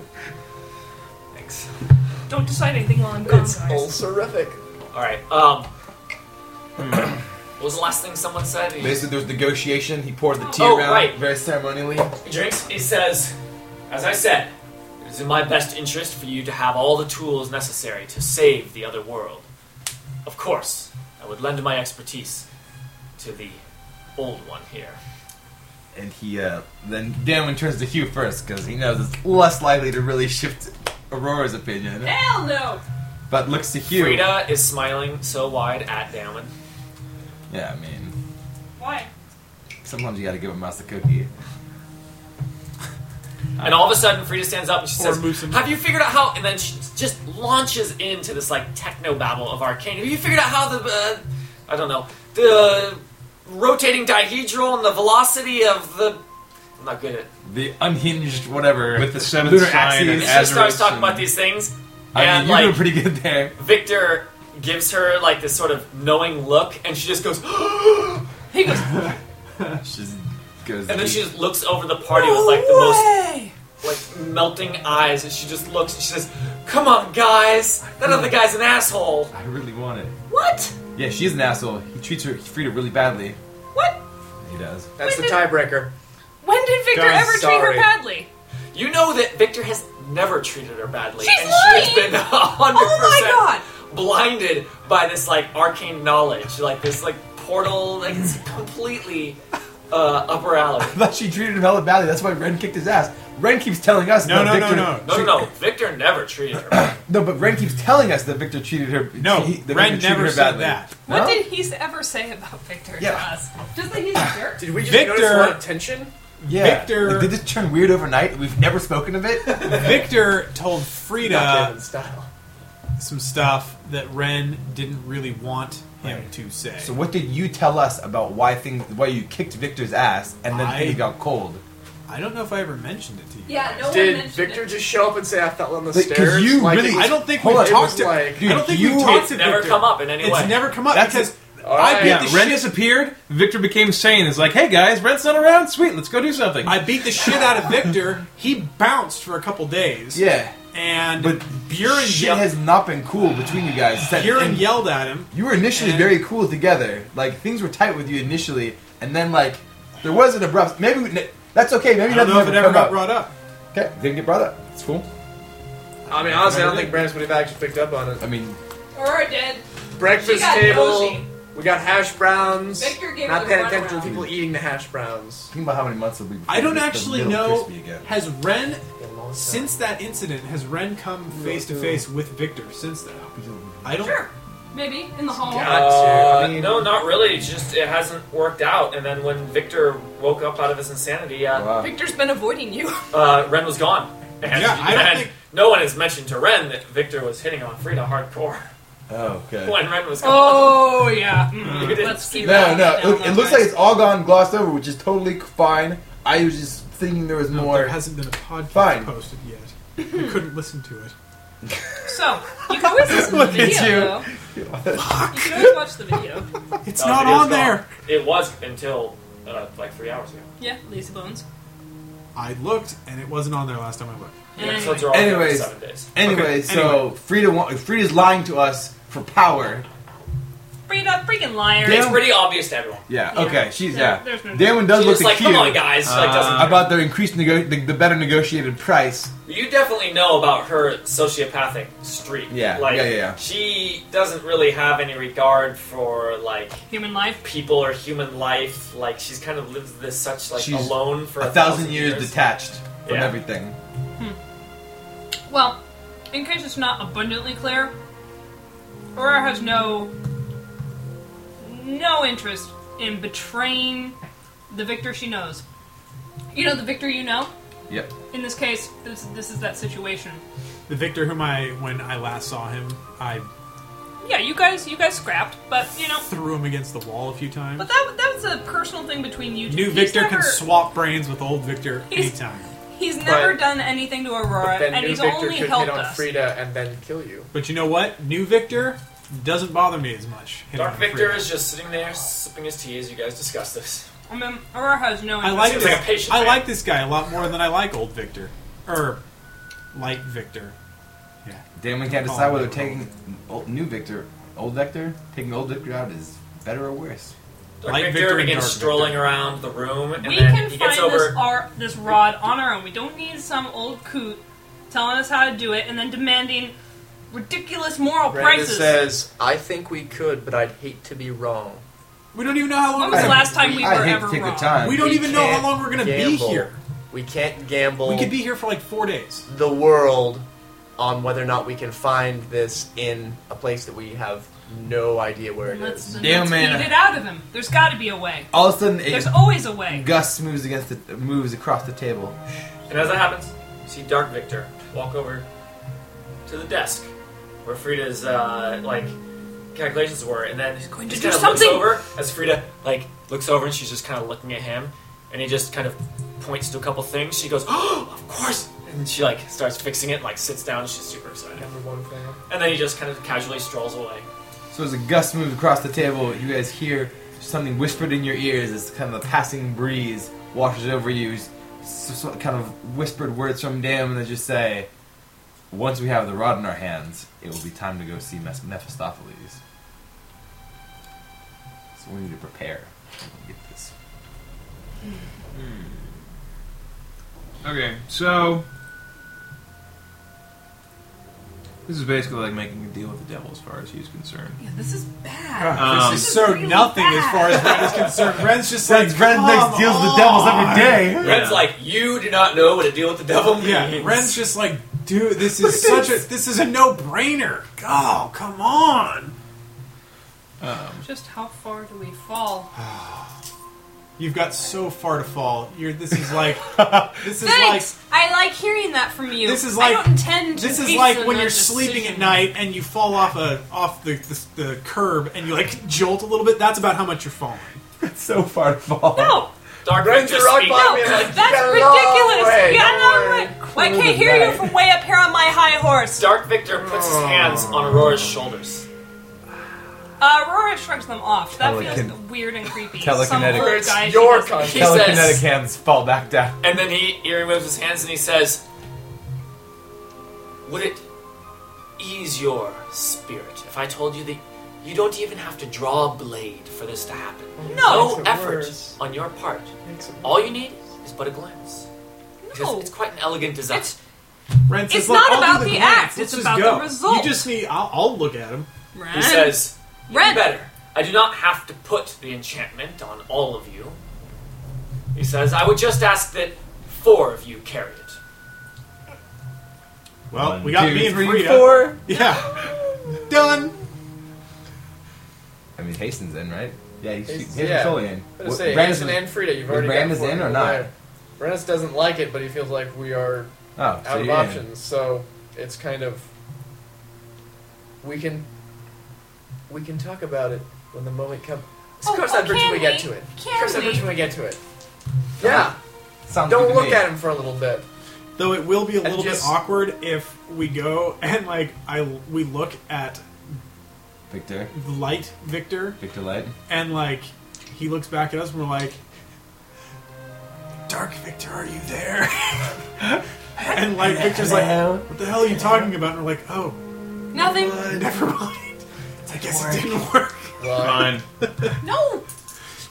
Thanks.
Don't decide anything while I'm gone,
It's
guys.
ulcerific.
All right. Um. what was the last thing someone said? He-
Basically, there was negotiation. He poured the tea
Oh,
around
right.
very ceremonially.
He drinks. He says, "As I said, it is in my best interest for you to have all the tools necessary to save the other world. Of course, I would lend my expertise to the old one here.
And he uh, then Damwin turns to Hugh first because he knows it's less likely to really shift Aurora's opinion.
Hell no!
But looks to Hugh.
Frida is smiling so wide at Damon.
Yeah, I mean,
Why?
sometimes you got to give a mouse the cookie.
And all of a sudden, Frida stands up and she
Or
says,
moose and-
"Have you figured out how?" And then she just launches into this like techno babble of arcane. Have you figured out how the uh, I don't know the rotating dihedral and the velocity of the I'm not good at.
The unhinged whatever.
With the seventh
lunar
sign
axes.
and
She starts
Azarus
talking about
and-
these things,
I mean,
and
you're doing
like
pretty good there.
Victor gives her like this sort of knowing look, and she just goes,
He goes,
She just goes.
and then
deep.
she just looks over the party with like the most like melting eyes and she just looks and she says, Come on guys, that other
Hmm.
guy's an asshole.
I really want it.
What?
Yeah, she's an asshole. He treats her Frida really badly.
What?
He does.
That's the
Wait,
tiebreaker.
When did Victor
Guys,
ever treat
sorry.
her badly?
You know that Victor has never treated her badly.
She's
and she has
lying!
been hundred
Oh
percent blinded by this like arcane knowledge, like this like portal like it's completely uh upper alley.
But she treated him hella badly. That's why Ren kicked his ass. Ren keeps telling us.
No,
that
no, no,
Victor,
no.
No no no, Victor never treated her badly.
No, but Ren keeps telling us that Victor treated her.
No,
he, that
Ren
Victor treated
never
her
said
badly.
that.
No?
What did he ever say about Victor to
Yeah.
us? Just that he's a jerk?
Did we just
Victor-
notice a lot of tension?
yeah.
Victor-
Like, did this turn weird overnight? We've never spoken of it.
Victor told
Not
Frida
Damon's style.
some stuff that Ren didn't really want him to say.
so what did you tell us about why things, why you kicked Victor's ass and then
I-
things got cold?
I don't know if I ever mentioned it to you.
Yeah, no one
Did
mentioned
Victor
it.
just show up and say I fell on the
Like, 'cause
stairs?
you
Like,
really-
it was-
I don't think
Hold
we
on.
it
talked
was
to.
like,
I don't think
you-
we talked
It's
to
never
Victor.
come up in any
It's
way.
never come up
That's
because
All
I
right.
beat
Yeah,
the
Ren
shit.
disappeared. Victor became sane. It's like, hey guys, Ren's not around. Sweet, let's go do something.
I beat the shit out of Victor. He bounced for a couple days.
Yeah.
And
But
Buren,
shit
yell-
has not been cool between you guys. Since,
Buren
and
yelled at him.
you were initially
and-
very cool together. Like things were tight with you initially, and then like there was an abrupt. Maybe we, that's okay. Maybe
I don't
nothing
know if it ever
come
got
up.
brought up.
Okay, didn't get brought up. It's cool.
I mean, honestly, I don't think Brandis would have actually picked up on it.
I mean,
Aurora did. She
Breakfast
got
table.
nosy.
We got hash browns.
Victor gave
Not
her the
paying attention to
runaround.
people eating the hash browns.
think about how many months it'll be. before
I don't
the- the
actually
middle
know.
crispy again.
Has Ren,
Been a long time.
since that incident, has Ren come face to face with Victor since then? I don't.
Sure. Maybe. In the hall.
Yeah.
Uh,
I mean-
no, not really. It's just it hasn't worked out. And then when Victor woke up out of his insanity, uh,
Wow.
Victor's been avoiding you.
uh, Ren was gone. And,
Yeah, I don't
and
think-
no one has mentioned to Ren that Victor was hitting on Frida hardcore
Oh, okay.
when Ren was gone.
Oh, yeah.
You didn't
Let's
see
keep
No,
that down
no. It, it
on
looks
that.
like it's all gone glossed over, which is totally fine. I was just thinking there was
No,
more.
there hasn't been a podcast
Fine.
posted yet. I couldn't listen to it.
So, you can always listen to the
Look at
video,
you.
though. You can always watch the video.
It's
Uh,
not
video's
on there.
gone. It was until uh, like three hours ago.
Yeah, Lazy Bones.
I looked, and it wasn't on there last time I looked.
The
And
episodes
anyway,
are all there for
Anyways.
seven days.
Anyway,
Okay,
so Frida wa- Frida's lying to us for power.
Frida, uh, freaking liar.
Damn.
It's pretty obvious to everyone.
Yeah.
Yeah.
Okay. She's
Yeah,
yeah.
there's no-
Damon does
She's
look Uh,
just like,
to Q
come on, guys. like, doesn't
about the increased nego- the, the better negotiated price.
You definitely know about her sociopathic streak.
Yeah,
like,
yeah, yeah, yeah.
She doesn't really have any regard for like
Human life.
people or human life. Like she's kind of lives this such like
She's
alone for
a thousand years, detached from
Yeah.
everything.
Well, in case it's not abundantly clear, Aurora has no no interest in betraying the victor she knows. You know the victor you know.
Yep.
In this case, this, this is that situation.
The Victor, whom I when I last saw him, I
Yeah, you guys, you guys scrapped, but you know,
threw him against the wall a few times.
but that that was a personal thing between you two.
New
He's
Victor can
never-
swap brains with old Victor
He's-
anytime.
He's never
But-
done anything to
But
Aurora,
then
and
new
he's
Victor
only
could hit
helped
on
us.
Frida and then kill you.
But you know what? New Victor doesn't bother me as much. Hit
Dark
on the
Victor
free.
is just sitting there sipping his tea as you guys discuss this.
I mean, Aurora has no.
I
Interest.
like
Seems
this.
like a patient
I
man.
like this guy a lot more than I like old Victor, or like Victor. Yeah.
Damon can't decide whether taking old, new Victor, old Victor, taking old Victor out is better or worse.
Dark
Light
Victor,
Victor and
begins
Dark
strolling
Victor.
around the room, and
we
then
can
he
find
gets over.
this ar- this rod on our own. We don't need some old coot telling us how to do it and then demanding ridiculous moral
Brandis
Oh, prices.
says, "I think we could, but I'd hate to be wrong."
We don't even know how long.
When was the
we're-
last time we
I
were
hate
ever
to take
wrong?
the time.
We don't
We
even know how
can't
long we're gonna
gamble.
be here.
We can't gamble.
We could be here for like four days.
the world on whether or not we can find this in a place that we have no idea where it
Let's,
is.
let's
Damn, man.
beat it out of him. There's got to be a way.
All of a sudden, a
There's always a way.
gust moves against the moves across the table.
And as that happens, you see Dark Victor walk over to the desk where Frida's uh, like calculations were, and then he's going
to
just
do
kinda looks
something.
over as Frida like looks over and she's just kind of looking at him, and he just kind of points to a couple things. She goes, "Oh, of course!" And she like starts fixing it, and, like sits down. She's super excited.
Number one fan.
And then he just kind of casually strolls away.
So as a gust moves across the table, you guys hear something whispered in your ears as kind of a passing breeze washes over you. S- s- kind of whispered words from Damon that just say, "Once we have the rod in our hands, it will be time to go see Mes- Mephistopheles." So we need to prepare. to Get this.
Okay, so this is basically like making a deal with the devil as far as he's concerned.
Yeah, this is bad.
Um,
This is
so
really
nothing as far as Ren is concerned. Ren's just like "Come on."
day.
Red's like, "You do not know what a deal with the devil means."
Yeah, Ren's just like, dude, this is such a this is a no brainer. Oh, come on.
Just how far do we fall?
You've got so far to fall. You're this is like this is like
Thanks. I like hearing that from you.
This is
I
like-
don't intend to
this is
base
like
it
when
on
you're
a
sleeping at
decision.
night and you fall off a off the, the the curb and you like jolt a little bit. That's about how much you're falling.
so far to fall.
No,
Dark
Ren's a
Victor
rock
speaks-
bottom,
no,
You're like, you
that's
got a long
ridiculous.
way,
yeah,
don't
no,
worry.
what- I can't hear you from way up here on my high horse.
Dark Victor puts his hands
Oh.
on Aurora's shoulders.
Uh, Aurora shrugs them off. That feels
Telekin-
weird and creepy.
telekinetic.
Some old
It's
guy she
your
doesn't-
country.
He
Telekinetic
says,
hands fall back down.
And then he, he removes his hands and he says, Would it ease your spirit if I told you that you don't even have to draw a blade for this to happen? No
No.
Oh, Makes it
effort
worse.
on your part.
Makes it-
All you need is but a glance. He says,
No.
It's quite an elegant design.
Oh. It's-
Ren says,
It's
"Look,
not
I'll do
about
the
the
glance.
act,
Let's
it's
just
about
go.
the result."
You just need. I'll, I'll look at him.
Ren.
he says, "Even
Ren.
better. I do not have to put the enchantment on all of you. He says, I would just ask that four of you carry it.
Well,
One,
we got
two,
me and
three,
Frida.
four.
Yeah, done.
I mean, Hasten's in, right? Yeah, he's,
He's-
he's
yeah.
totally in.
I was gonna say,
Brand
Anderson
is-
and Frida, you've
was
already
Brand
got
is
four
in or
people
not?
there. Brandis doesn't like it, but he feels like we are
Oh, so
out of
you're in.
options, so it's kind of we can we can talk about it when the moment comes. Let's
Oh,
cross
oh,
that bridge when
can
we get
we?
to it. Let's
Can
cross that
we?
bridge when we get to it. Yeah,
Sounds good
don't
to
look
me.
at him for a little bit.
Though it will be a little
just-
bit awkward if we go and like I we look at
Victor.
Light Victor
Victor Light.
and like he looks back at us and we're like, Dark Victor, are you there? and Light Victor's like, What the hell are you talking about? And we're like, Oh, uh,
nothing.
never mind. I guess it didn't work.
Right.
fine.
No.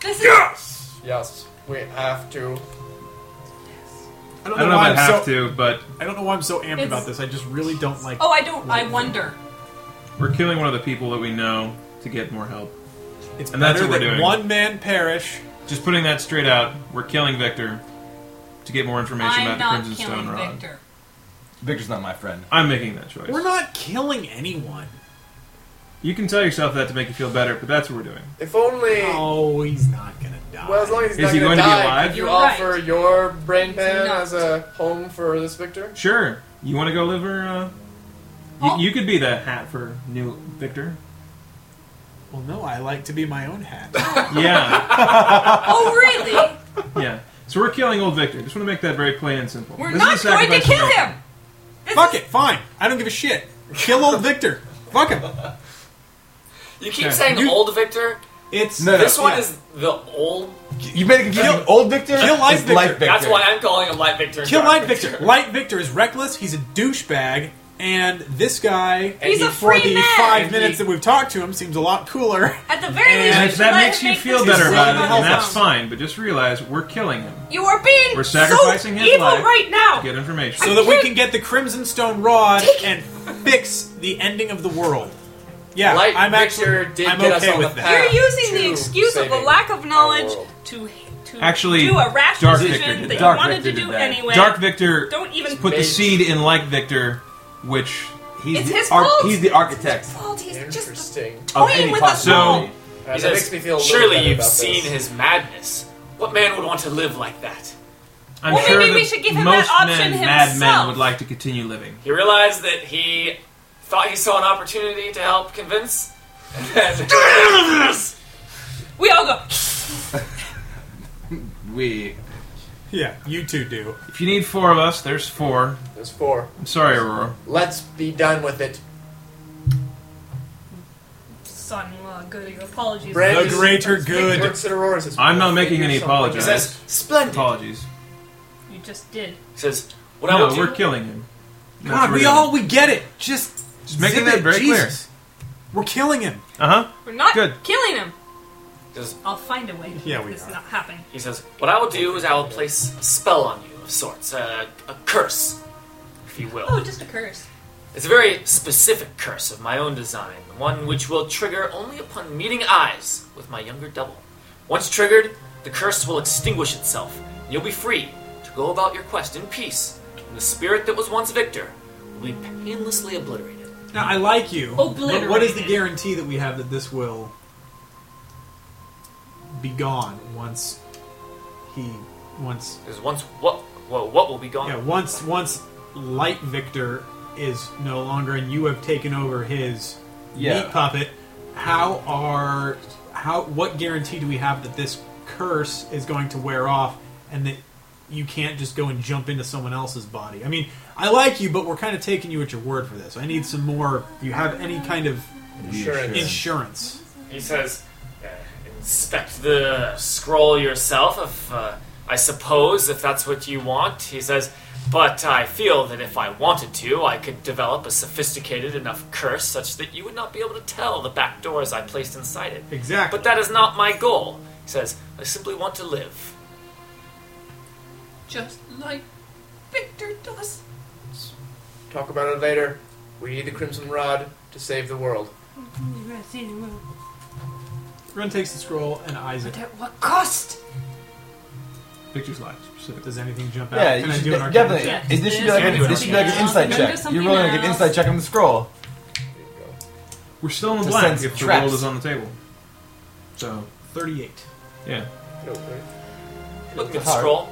This is
Yes, we have to.
I
I don't know,
don't know
why
if I
I'm
have
so
to, but
I don't know why I'm so amped
It's-
about this. I just really don't like.
Oh, I don't. I wonder.
we're killing one of the people that we know to get more help.
it's
and that's
better
what
that
we're doing.
one man perish.
Just putting that straight out, we're killing Victor to get more information
I'm
about
not
the Crimson
killing
Stone Rod.
Victor.
Victor's not my friend.
I'm making that choice.
We're not killing anyone.
You can tell yourself that to make you feel better, but that's what we're doing.
If only.
Oh, he's not gonna die.
Well, as long as he's
Is
not
he
gonna
going to be
die,
alive?
could you
You're
offer
right.
your brain
He's
pan
not.
as a home for this Victor?
Sure. You want to go live or? Uh,
Oh.
you, you could be the hat for new Victor.
well, no, I like to be my own hat.
Yeah,
Oh, really?
yeah. So we're killing old Victor. Just want to make that very plain and simple.
We're
This
not
is a
going to
sacrifice
kill
we're making.
him. This
Fuck
is-
it, fine. I don't give a shit. Kill old Victor. Fuck him.
You keep
Yeah.
saying
You-
old Victor.
It's
No, no.
This one
yeah.
is the old.
You better confuse
Kill-
old Victor.
kill Light
with Light
Victor.
That's why I'm calling him Light Victor. and
kill
Dark
Light Victor. Light Victor is reckless. He's a douchebag, and this guy,
He's a
for
free
the
man.
five
And
minutes
he-
that we've talked to him, seems a lot cooler.
At the very least,
And
you
if that
let
makes
him
you
make
feel
this
better
decision
about it,
on
then
his
that's
own.
fine. But just realize we're killing him.
You are being
We're sacrificing
so
his
evil
life
right now.
to get information.
So that we can get the Crimson Stone Rod and fix the ending of the world. Yeah,
Light
I'm
Victor
actually
did
I'm
get us
okay
on
with
the
that.
path.
You're using the
to
excuse of a
saving
lack of knowledge
our world.
to to
Actually,
do a rash
Dark Victor
decision
did
that
that.
you
Dark
wanted
Victor
to
did
do
that.
anyway.
Dark Victor
Don't even
put the
Made-
seed in like Victor, which he's
It's
the
his
arch-
fault.
he's the architect
fault. He's just
Interesting.
of
toying
any
with us
possibility.
all.
possibility.
Uh,
He
that
says,
makes me feel a little
Surely
better
you've
about
seen his madness. What man would want to live like that?
I'm
Well,
sure
maybe
that
we should give him
most
that option
men, mad men,
himself.
would like to continue living.
He realized that he thought he saw an opportunity to help convince. and-
We all go.
We.
Yeah, you two do.
If you need four of us, there's four.
this. There's four.
I'm sorry, Aurora.
Let's be done with it.
Son-in-law, good apologies.
Brand
The
is-
greater
speak
good.
words that Aurora says,
I'm not
"Figure
making any
something out."
He
apologies.
says, "Splendid."
Oh.
He
Apologies.
You just did.
says, "What I
No,
will
we're
do-
killing him. That's
God,
what
we
we're
all we get it. Just
Just making
zip
that
it,
very
Jesus. We're killing him.
doing. Uh huh.
We're not
Good.
killing him.
Just-
I'll find a way to
Yeah,
make
we
this
are.
not happen.
He says, "What I will do is I will place a spell on you of sorts, a, a curse, if you will.
Oh, just a curse.
It's a very specific curse of my own design, one which will trigger only upon meeting eyes with my younger double. Once triggered, the curse will extinguish itself, and you'll be free to go about your quest in peace. And the spirit that was once Victor will be painlessly obliterated.
Now I like you. but what is the
Obliterated.
guarantee that we have that this will be gone once he once
Because once what well, what will be gone?
yeah once once Light Victor is no longer and you have taken over his
Yeah.
meat puppet. How are how what guarantee do we have that this curse is going to wear off and that you can't just go and jump into someone else's body? I mean, I like you, but we're kind of taking you at your word for this. I need some more. If you have any kind of
Insurance.
insurance.
He says, uh, inspect the scroll yourself, if, uh, I suppose, if that's what you want. He says, but I feel that if I wanted to, I could develop a sophisticated enough curse such that you would not be able to tell the back doors I placed inside it.
Exactly.
But that is not my goal. He says, I simply want to live.
Just like Victor does.
Talk about it later. We need the Crimson Rod to save the world.
Mm,
Ren takes the scroll and eyes it.
But at what cost?
Victor's life, specifically.
Does anything jump out?
Yeah,
Can
you
I
should
do
de-
an arcana
definitely.
check?
check?
It- This should be like,
Anyway.
an, this should be like an insight
Remember
check.
something
You're rolling like an
else.
insight check on the scroll.
We're still in the
To
black
sense
if the
traps.
world is on the table. So,
Thirty-eight.
yeah.
Look
the
at the
heart.
scroll.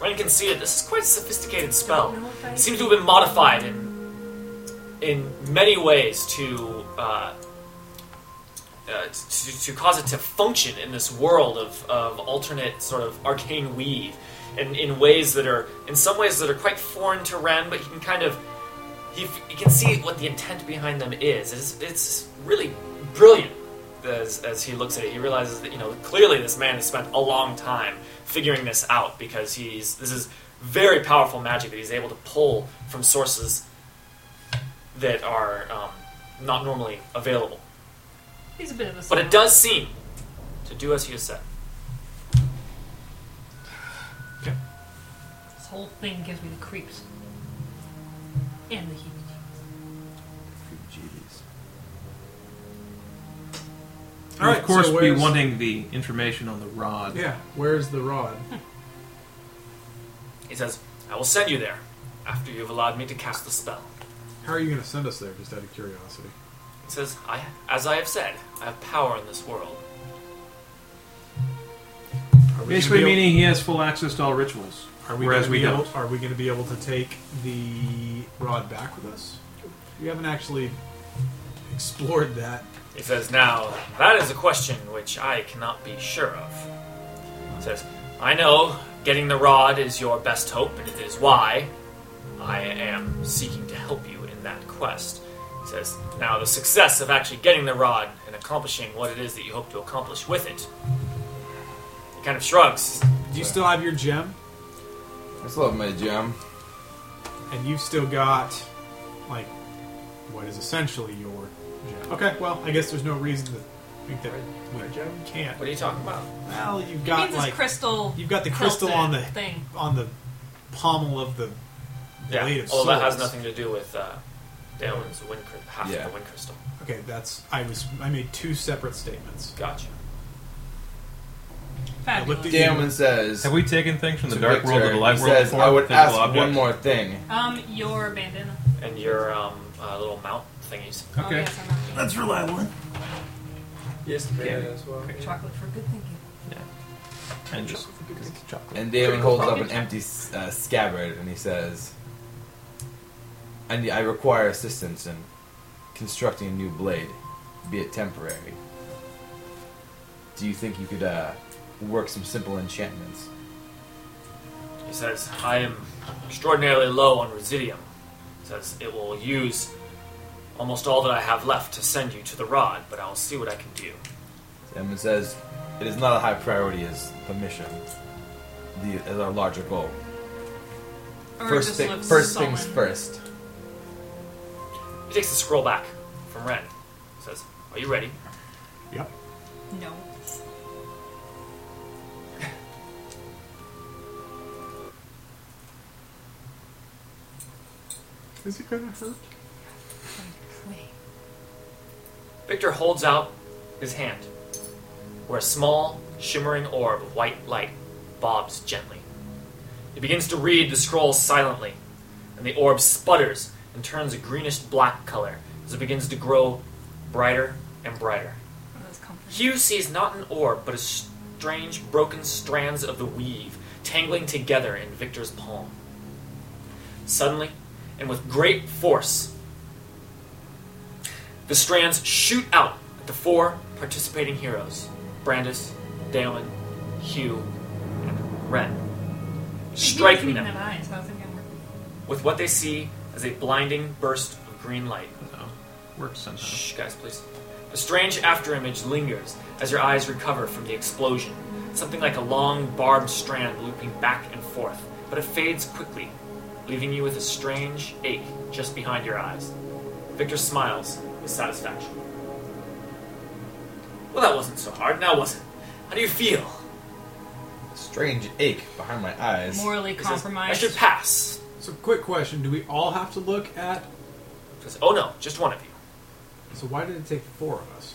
Ren can see it. This is quite a sophisticated spell. It seems to have been modified in in many ways to uh, uh, to, to cause it to function in this world of, of alternate sort of arcane weave, and in ways that are in some ways that are quite foreign to Ren, but he can kind of he, f- he can see what the intent behind them is. It's, it's really brilliant as, as he looks at it. He realizes that you know clearly this man has spent a long time figuring this out because he's this is very powerful magic that he's able to pull from sources that are um, not normally available.
He's a bit of a.
But it does seem to do as he has said.
This whole thing gives me the creeps. And the heat.
All right.
of course,
so
be
where's-
wanting the information on the rod.
Yeah. Where's the rod?
He says, "I will send you there after you have allowed me to cast the spell."
How are you going to send us there? Just out of curiosity.
He says, "I as I have said, I have power in this world."
Are we
Basically,
gonna be able-
meaning he has full access to all rituals.
Are we
whereas
gonna
we
be able,
don't.
Are we going to be able to take the rod back with us? We haven't actually explored that.
He says, Now, that is a question which I cannot be sure of. He says, I know getting the rod is your best hope, and it is why I am seeking to help you in that quest. He says, Now, the success of actually getting the rod and accomplishing what it is that you hope to accomplish with it. He kind of shrugs.
Do you still have your gem?
I still have my gem.
And you've still got, like, what is essentially your gem. Okay, well, I guess there's no reason to think that we can't.
What are you talking about?
Well, you've
It
got,
means
like,
this crystal.
you've got the crystal on the,
thing.
on the pommel of the blade of
although that
souls.
has nothing to do with uh, Daemon's wind crystal. Half
Yeah.
the wind crystal.
Okay, that's I was I made two separate statements.
Gotcha.
Fabulous.
at
Damon says.
Have we taken things from the
to
dark world to
Victor,
the light
he
world
says,
before?
I would
Physical
ask
object?
one more thing.
Um, your bandana.
And your um, uh, little mount thingies.
Oh,
Okay.
yes, I'm not.
That's reliable.
Yes, the bandana as well.
Chocolate for good thinking.
And just
And Damon holds up an empty s- uh, scabbard and he says, I, need, I require assistance in constructing a new blade, be it temporary. Do you think you could uh, work some simple enchantments?
He says, I am extraordinarily low on residium. He says, it will use almost all that I have left to send you to the rod, but I'll see what I can do.
Damon says, It is not a high priority as the mission, the, as our larger goal.
Or
first
just
thi-
looks
first
sullen.
things first.
He takes the scroll back from Ren. He says, Are you ready?
Yep.
No. Oh,
Is it gonna hurt?
Wait.
Victor holds out his hand, where a small, shimmering orb of white light bobs gently. He begins to read the scroll silently, and the orb sputters and turns a greenish black color as it begins to grow brighter and brighter.
One of those comforts.
Hugh sees not an orb, but a strange, broken strands of the weave tangling together in Victor's palm. Suddenly, and with great force, the strands shoot out at the four participating heroes Brandis, Daemon, Hugh, and Ren, striking
He doesn't even
them
have eyes. How's it gonna work?
with what they see as a blinding burst of green light.
works somehow.
Shh, guys, please. A strange afterimage lingers as your eyes recover from the explosion. Something like a long, barbed strand looping back and forth, but it fades quickly, leaving you with a strange ache just behind your eyes. Victor smiles with satisfaction. Well, that wasn't so hard, now was it? How do you feel?
Strange ache behind my eyes.
Morally
He says, I
compromised.
should pass.
So quick question, do we all have to look at
He says, oh no, just one of you.
so why did it take four of us?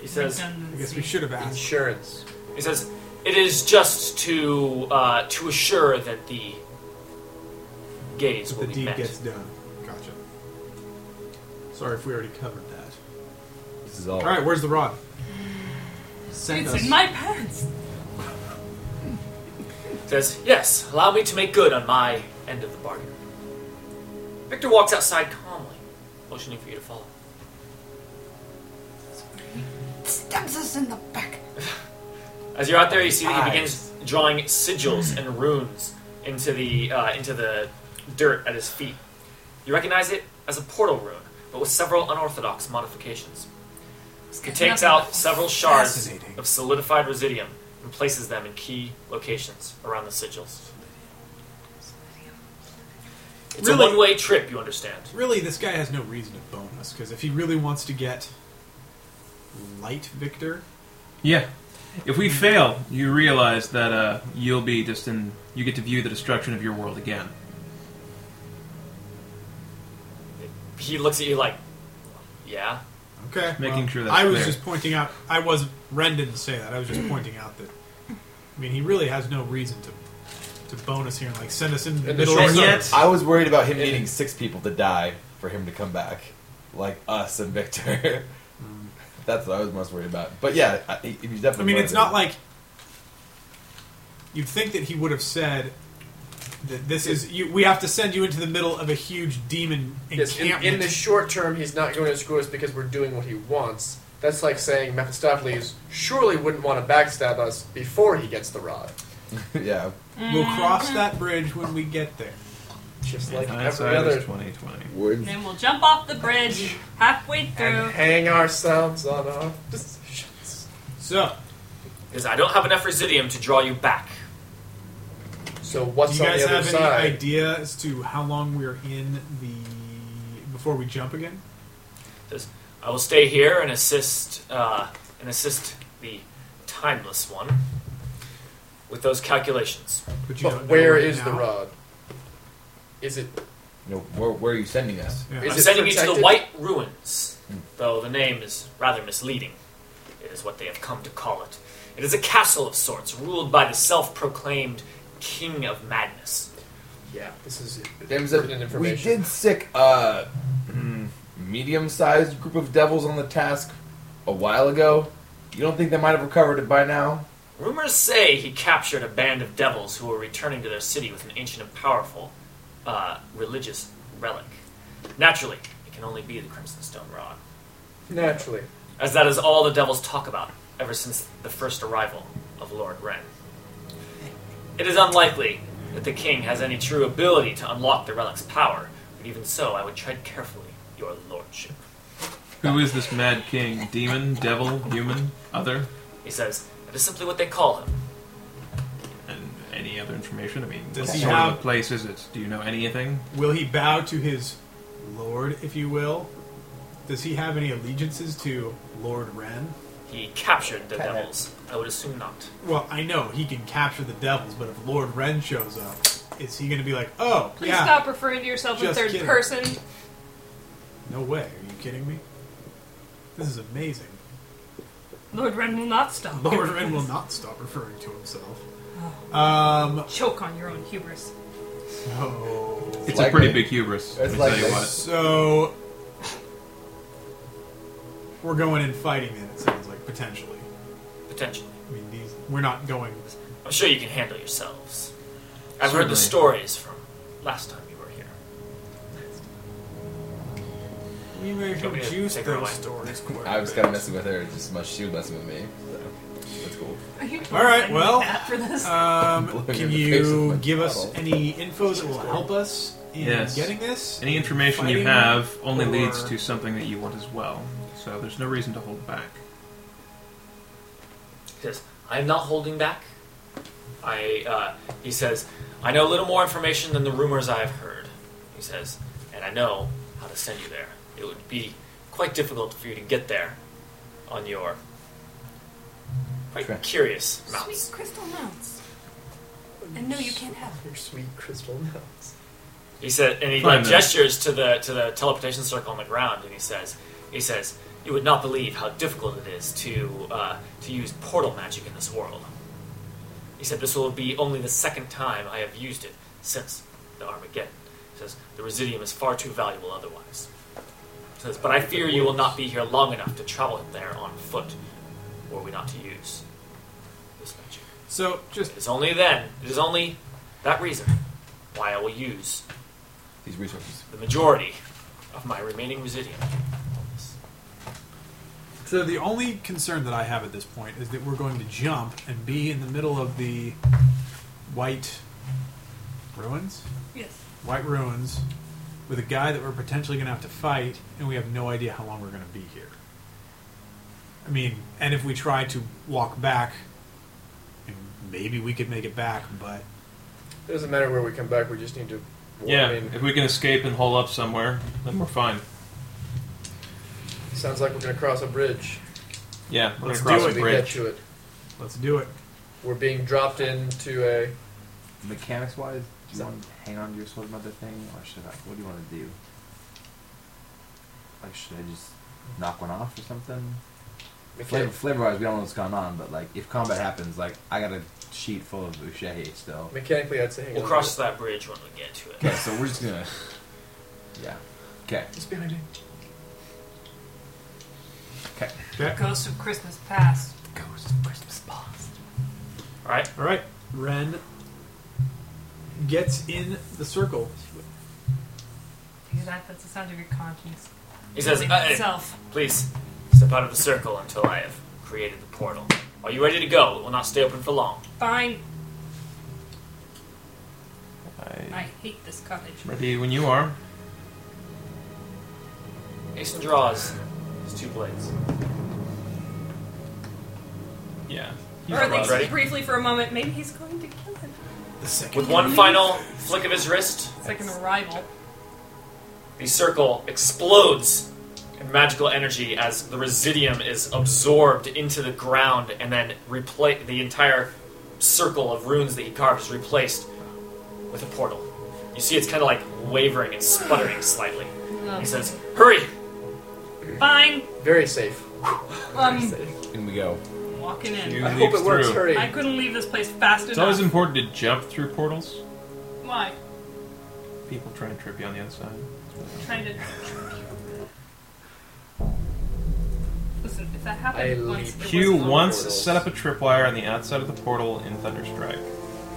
He says,
I guess we should have asked.
Insurance.
He says, "It is just to uh, to assure that the gaze
If
will
the
be
deed
met."
gets done. Gotcha. Sorry if we already covered that.
This is all.
All right, where's the rod? Send
It's
us.
in my pants.
He says, "Yes, allow me to make good on my end of the bargain." Victor walks outside calmly, motioning for you to follow.
Stabs us in the back.
As you're out there, you see that he begins drawing sigils and runes into the uh, into the dirt at his feet. You recognize it as a portal rune, but with several unorthodox modifications. He takes out several shards
Fascinating.
of solidified residium and places them in key locations around the sigils. It's
Really?
a one-way trip, you understand.
Really, this guy has no reason to bone us because if he really wants to get light victor,
Yeah. If we fail, you realize that uh, you'll be just in. You get to view the destruction of your world again.
He looks at you like, "Yeah,
okay,
Making sure that's
I was
clear.
just pointing out. I wasn't. Ren didn't say that. I was just pointing out that. I mean, he really has no reason to to bone us here and like send us into the
In the
middle
short
of
And
term.
yet,
I was worried about him needing six people to die for him to come back, like us and Victor. That's what I was most worried about. But yeah, I, he- he definitely.
I mean, it's
wasn't.
not like you'd think that he would have said that this is you, we have to send you into the middle of a huge demon
Yes, in,
encampment.
in the short term, he's not going to screw us because we're doing what he wants. That's like saying Mephistopheles surely wouldn't want to backstab us before he gets the rod.
yeah,
we'll cross that bridge when we get there.
Just like every
hindsight is
other.
2020.
Then we'll jump off the bridge halfway
And
through.
hang ourselves on our decisions.
So,
because I don't have enough residium to draw you back."
So
do
what's
you
on
guys
the
have
other
any
side?
idea as to how long we're in the before we jump again?
Says, I will stay here and assist uh, and assist the timeless one with those calculations.
But you
But
don't know
where
right
is the
now.
rod? Is it
You know, where, where are you sending us?
Yeah.
Is
I'm
it
sending you to
protected?
the White Ruins, though the name is rather misleading. It is what they have come to call it. It is a castle of sorts, ruled by the self proclaimed King of Madness.
Yeah, this is
Damon said,
pertinent
we
information.
did sick a medium-sized group of devils on the task a while ago. You don't think they might have recovered it by now?
Rumors say he captured a band of devils who were returning to their city with an ancient and powerful uh, religious relic. Naturally, it can only be the Crimson Stone Rod,
Naturally.
as that is all the devils talk about ever since the first arrival of Lord Wren. It is unlikely that the king has any true ability to unlock the relic's power, but even so, I would tread carefully, your lordship.
Who is this mad king? Demon, devil, human, other,
He says, That is simply what they call him.
and any other information? I mean,
Does
what
he
sort
have-
of place is it? Do you know anything?
Will he bow to his lord, if you will? Does he have any allegiances to Lord Ren?
He captured the devils. I would assume not.
Well, I know he can capture the devils, but if Lord Ren shows up, is he going to be like, oh,
Please
yeah,
stop referring to yourself in
Just
third
kidding.
person.
no way, are you kidding me? This is amazing.
Lord Ren will not stop.
Lord Ren will not stop referring to himself. Um,
Choke on your own hubris.
oh.
It's a
likely.
pretty big hubris. Let
It's
me tell
likely.
you what.
So, we're going in fighting then, it sounds like, potentially.
Potentially.
I mean, these, we're not going
I'm sure you can handle yourselves. I've heard
Certainly.
the stories from last time you were here.
We may
Go ahead,
juice
take her
those
away.
stories quick.
I was kind of messing with her just as much as she was messing with me. So that's cool.
Are you
All right,
doing
well,
that for this?
Um,
Blowing
can
in the face with
you
my
give us
bottle.
any info that will help us in
Yes.
getting this?
Any information you
Fighting
have only
or-
leads to something that you want as well. So there's no reason to hold back.
He says, I am not holding back. I, uh, he says, I know a little more information than the rumors I have heard. He says, and I know how to send you there. It would be quite difficult for you to get there on your quite
Trek.
curious
Sweet
mounts.
crystal mounts. And no, you can't have.
Your sweet crystal nuts.
He said, and he
Fine
like,
then.
gestures to the to the teleportation circle on the ground, and he says, he says, you would not believe how difficult it is to uh, to use portal magic in this world. He said, this will be only the second time I have used it since the Armageddon. He says the residium is far too valuable otherwise. He says, but I fear you will not be here long enough to travel there on foot, were we not to use this magic.
So, just
It is only then, it is only that reason why I will use
These resources.
the majority of my remaining residuum.
so the only concern that I have at this point is that we're going to jump and be in the middle of the white ruins,
yes.
white ruins, with a guy that we're potentially going to have to fight, and we have no idea how long we're going to be here. I mean, and if we try to walk back, maybe we could make it back, but
It doesn't matter where we come back, we just need to. well,
yeah,
I mean,
if we can escape and hole up somewhere, then we're fine.
sounds like we're going to cross a bridge.
Yeah, we're
Let's
gonna cross
do it.
a
We get
bridge.
to it.
let's do it.
We're being dropped into a.
Mechanics wise, do you want to hang on to your sword mother thing, or should I? What do you want to do? Like, should I just knock one off or something? Flavor,
Mechanic,
flavor wise, we don't know what's going on, but like, if combat happens, like, I got a sheet full of Ushehe still.
mechanically, I'd say hang
We'll
on.
cross that bridge when we get to it.
Okay, so we're just gonna. Yeah. Okay.
It's behind you.
Ghost of Christmas Past.
All right.
All right, Ren gets in the circle.
Because that, that's the sound of your conscience.
He says, uh,
It's
uh,
itself.
"Please step out of the circle until I have created the portal. Are you ready to go? It will not stay open for long."
Fine.
I-
I hate this cottage.
Ready when you are.
Mason draws his two blades.
Yeah.
Or at least
Ready?
briefly for a moment, maybe he's going to kill him.
The second
With one final flick of his wrist,
It's like an arrival.
the circle explodes in magical energy as the residium is absorbed into the ground and then repla- the entire circle of runes that he carved is replaced with a portal. You see it's kind of like wavering and sputtering slightly. He says, Hurry!
Fine.
Very safe.
Um,
In we go.
walking in.
You
I hope
leaps
it works.
through.
Hurry.
I couldn't leave this place fast
It's
enough.
always important to jump through portals.
Why?
People try and trip you on the other side.
Trying to. Listen, if that
I
happened once,
leap.
it
Q
wasn't on
once
portals.
set up a tripwire on the outside of the portal in Thunderstrike.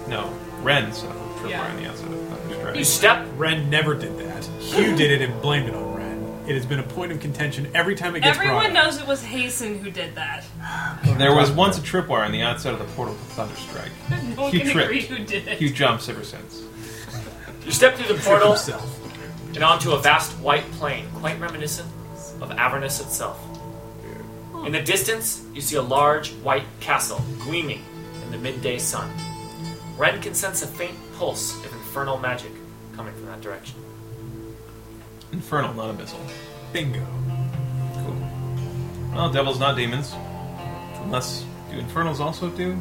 No, Ren set up a tripwire
Yeah.
on the outside of Thunderstrike.
You step.
Ren never did that. Hugh did it and blamed it on Ren. It has been a point of contention every time it gets
Everyone
brought up.
knows it was Hasten who did that.
There was once a tripwire on the outside of the portal to Thunderstrike.
No one
He
can
tripped.
agree who did it.
Few jumps ever since.
You step through the portal
himself.
and onto a vast white plain, quite reminiscent of Avernus itself. In the distance, you see a large white castle gleaming in the midday sun. Ren can sense a faint pulse of infernal magic coming from that direction.
Infernal, not abyssal.
Bingo.
Cool. Well, devils, not demons. Unless do infernals also do?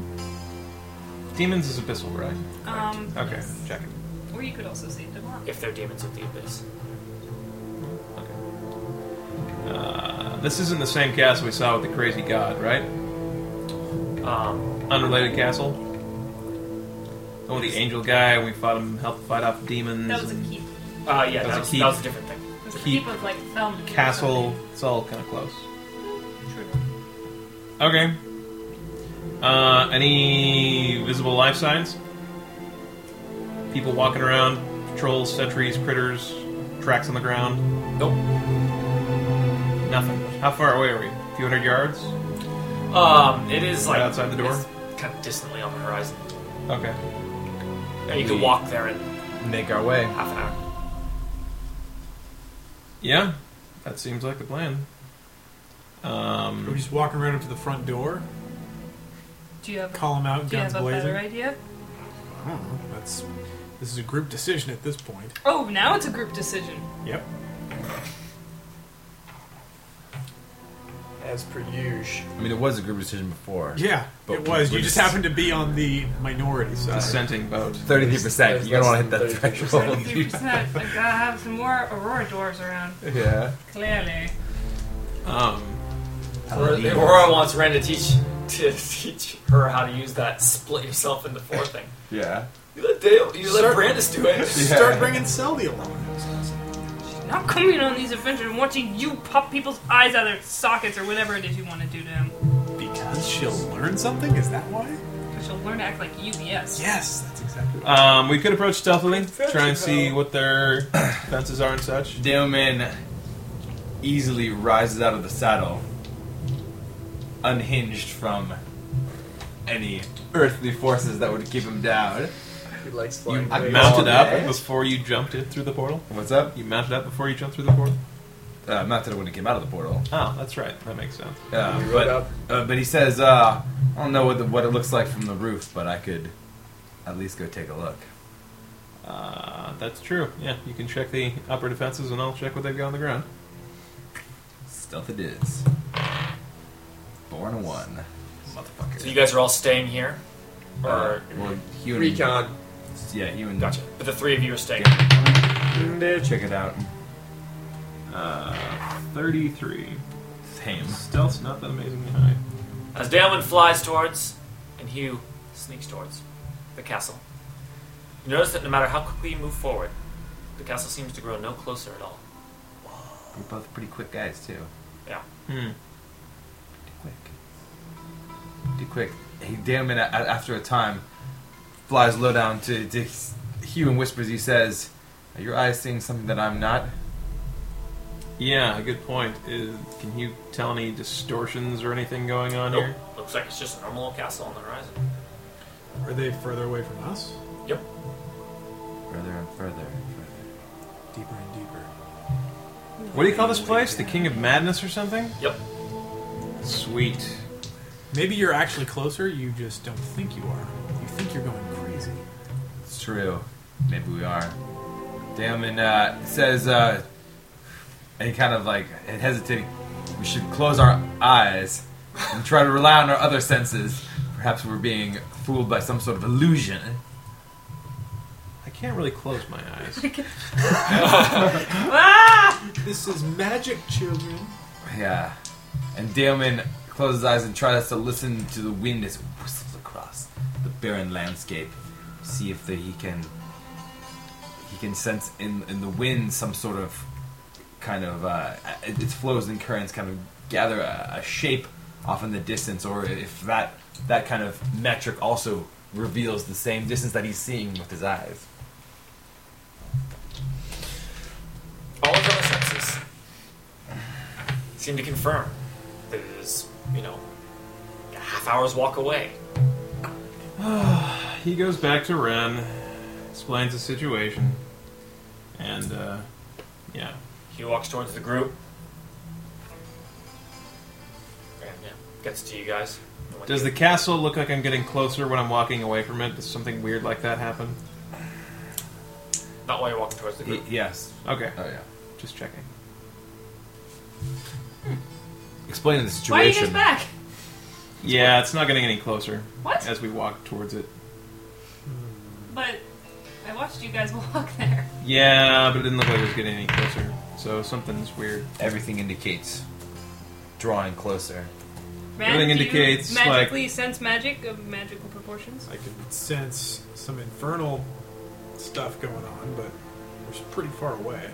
Demons is abyssal, right?
Um,
Okay, check it.
or you could also say Devon.
If they're demons of the abyss.
Okay. Uh, this isn't the same castle we saw with the crazy god, right?
Um,
Unrelated castle. The one with the angel guy, and we fought him, helped fight off demons.
That was a
and
keep.
uh, yeah,
Does
that
it
was,
keep-
that was a different thing.
It was a
Keep.
keep of like Thelma or
castle. It's all kind of close.
something. True.
Okay. Uh, any visible life signs? People walking around, trolls, sentries, critters, tracks on the ground.
Nope.
Nothing. How far away are we? A few hundred yards?
Um, it is
Right
like
outside the door?
it's kind of distantly on the horizon.
Okay.
And you can walk there in
Make our way.
half an hour.
Yeah, that seems like the plan.
Are we
Um,
just walking right up to the front door?
Do you have a,
Call him out,
do you
guns
have a
blazing.
better idea?
I don't know. That's this is a group decision at this point.
Oh, now it's a group decision.
Yep.
As per usual.
I mean, it was a group decision before.
Yeah,
But
it was.
we're
You just
just-
happened to be on the minority side.
dissenting vote.
Thirty-three percent. You don't want to hit that
There's less than
Oh,
threshold.
33%. I gotta have some more Aurora doors around.
yeah.
Clearly.
Um,
Aurora wants Ren to teach to teach her how to use that split yourself into four thing.
Yeah.
You let Dale, you let
Sir-
Brandis do it.
Start bringing Selby along.
Not coming on these adventures and watching you pop people's eyes out of their sockets or whatever it is you want to do to them.
Because she'll learn something? Is that why?
She'll learn to act like you, yes.
Yes, that's exactly right.
um, we could approach stealthily, try and see what their defenses are and such.
Daemon easily rises out of the saddle, unhinged from any earthly forces that would keep him down.
He likes flying.
I-
things.
Mounted up
Okay.
before you jumped it through the portal.
What's up?
You mounted up before you jumped through the portal.
Uh, not that it wouldn't came out of the portal.
Oh, that's right. That makes sense.
Uh,
You
but
rode up.
Uh, but he says, uh, I don't know what, the, what it looks like from the roof, but I could at least go take a look.
Uh, that's true. Yeah, you can check the upper defenses, and I'll check what they've got on the ground.
Stealth it is. Born a one. Motherfucker.
So you guys are all staying here, or
Uh, well, Hugh and-
Recon.
Yeah, you and
gotcha. But the three of you are staying.
Check it out.
Uh, thirty-three.
Same.
Stealth's not that amazingly high.
As Damon flies towards, and Hugh sneaks towards the castle. You notice that no matter how quickly you move forward, the castle seems to grow no closer at all.
You're both pretty quick guys too.
Yeah.
Hmm.
Too quick. Too quick. He damn it! a- After a time, flies low down to, to Hugh and whispers. He says, "Are your eyes seeing something that I'm not?"
Yeah, a good point. Is, can you tell any distortions or anything going on
Nope.
here?
Looks like it's just a normal old castle on the horizon.
Are they further away from us?
Yep.
Further and further and
Deeper and deeper.
What do you call this place? The King of Madness or something?
Yep.
Sweet.
Maybe you're actually closer, you just don't think you are. You think you're going crazy.
further. It's true. Maybe we are. Damon uh, says, uh, and he kind of like and hesitating. We should close our eyes and try to rely on our other senses. Perhaps we're being fooled by some sort of illusion.
I can't really close my eyes.
Ah!
This is magic, children.
Yeah. And Daemon closes his eyes and tries to listen to the wind as it whistles across the barren landscape. See if that he can he can sense in in the wind some sort of kind of uh, it- its flows and currents kind of gather a, a shape off in the distance, or if that that kind of metric also reveals the same distance that he's seeing with his eyes.
All of our senses seem to confirm that it is, you know, a half hour's walk away.
He goes back to Ren, explains the situation, and uh, yeah,
He walks towards the group. And yeah, gets to you guys.
Does the castle look like I'm getting closer when I'm walking away from it? Does something weird like that happen?
not while you're walking towards the
He,
group?
yes.
Okay,
Oh yeah.
just checking.
Explaining the
Why are you guys
situation.
back?
Yeah, it's not getting any closer
What?
as we walk towards it.
But I watched you guys walk there.
Yeah, but it didn't look like it was getting any closer. So something's weird.
Everything indicates drawing closer.
Ren,
Everything
do you
indicates, like-
magically sense magic of magical proportions.
I could sense some infernal stuff going on, but we're s- pretty far away.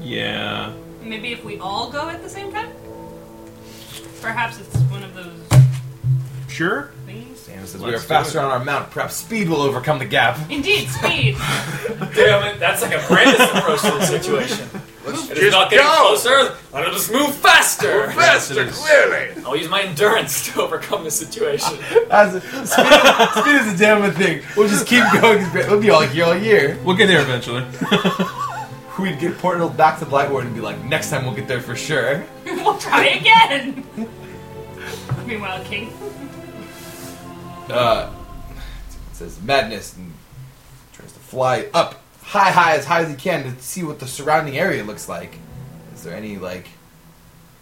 Yeah.
Maybe if we all go at the same time. Perhaps it's one of those
Sure.
things.
Damon says
Let's
we are
do
faster
it.
on our mount. Perhaps speed will overcome the gap.
Indeed, speed.
Damn it, that's like a Brandis approach to the situation. It is
just
not getting
go.
closer. Let us just move faster.
Faster,
Yes, it is.
clearly.
I'll use my endurance to overcome the situation.
As speed, speed is a Daemon thing. We'll just keep going. We'll be all here all year.
We'll get there eventually.
We'd get portaled back to Blightwood and be like, next time we'll get there for sure.
we'll try again. Meanwhile, King.
Uh, it says madness and tries to fly up high, high as high as he can to see what the surrounding area looks like. Is there any like?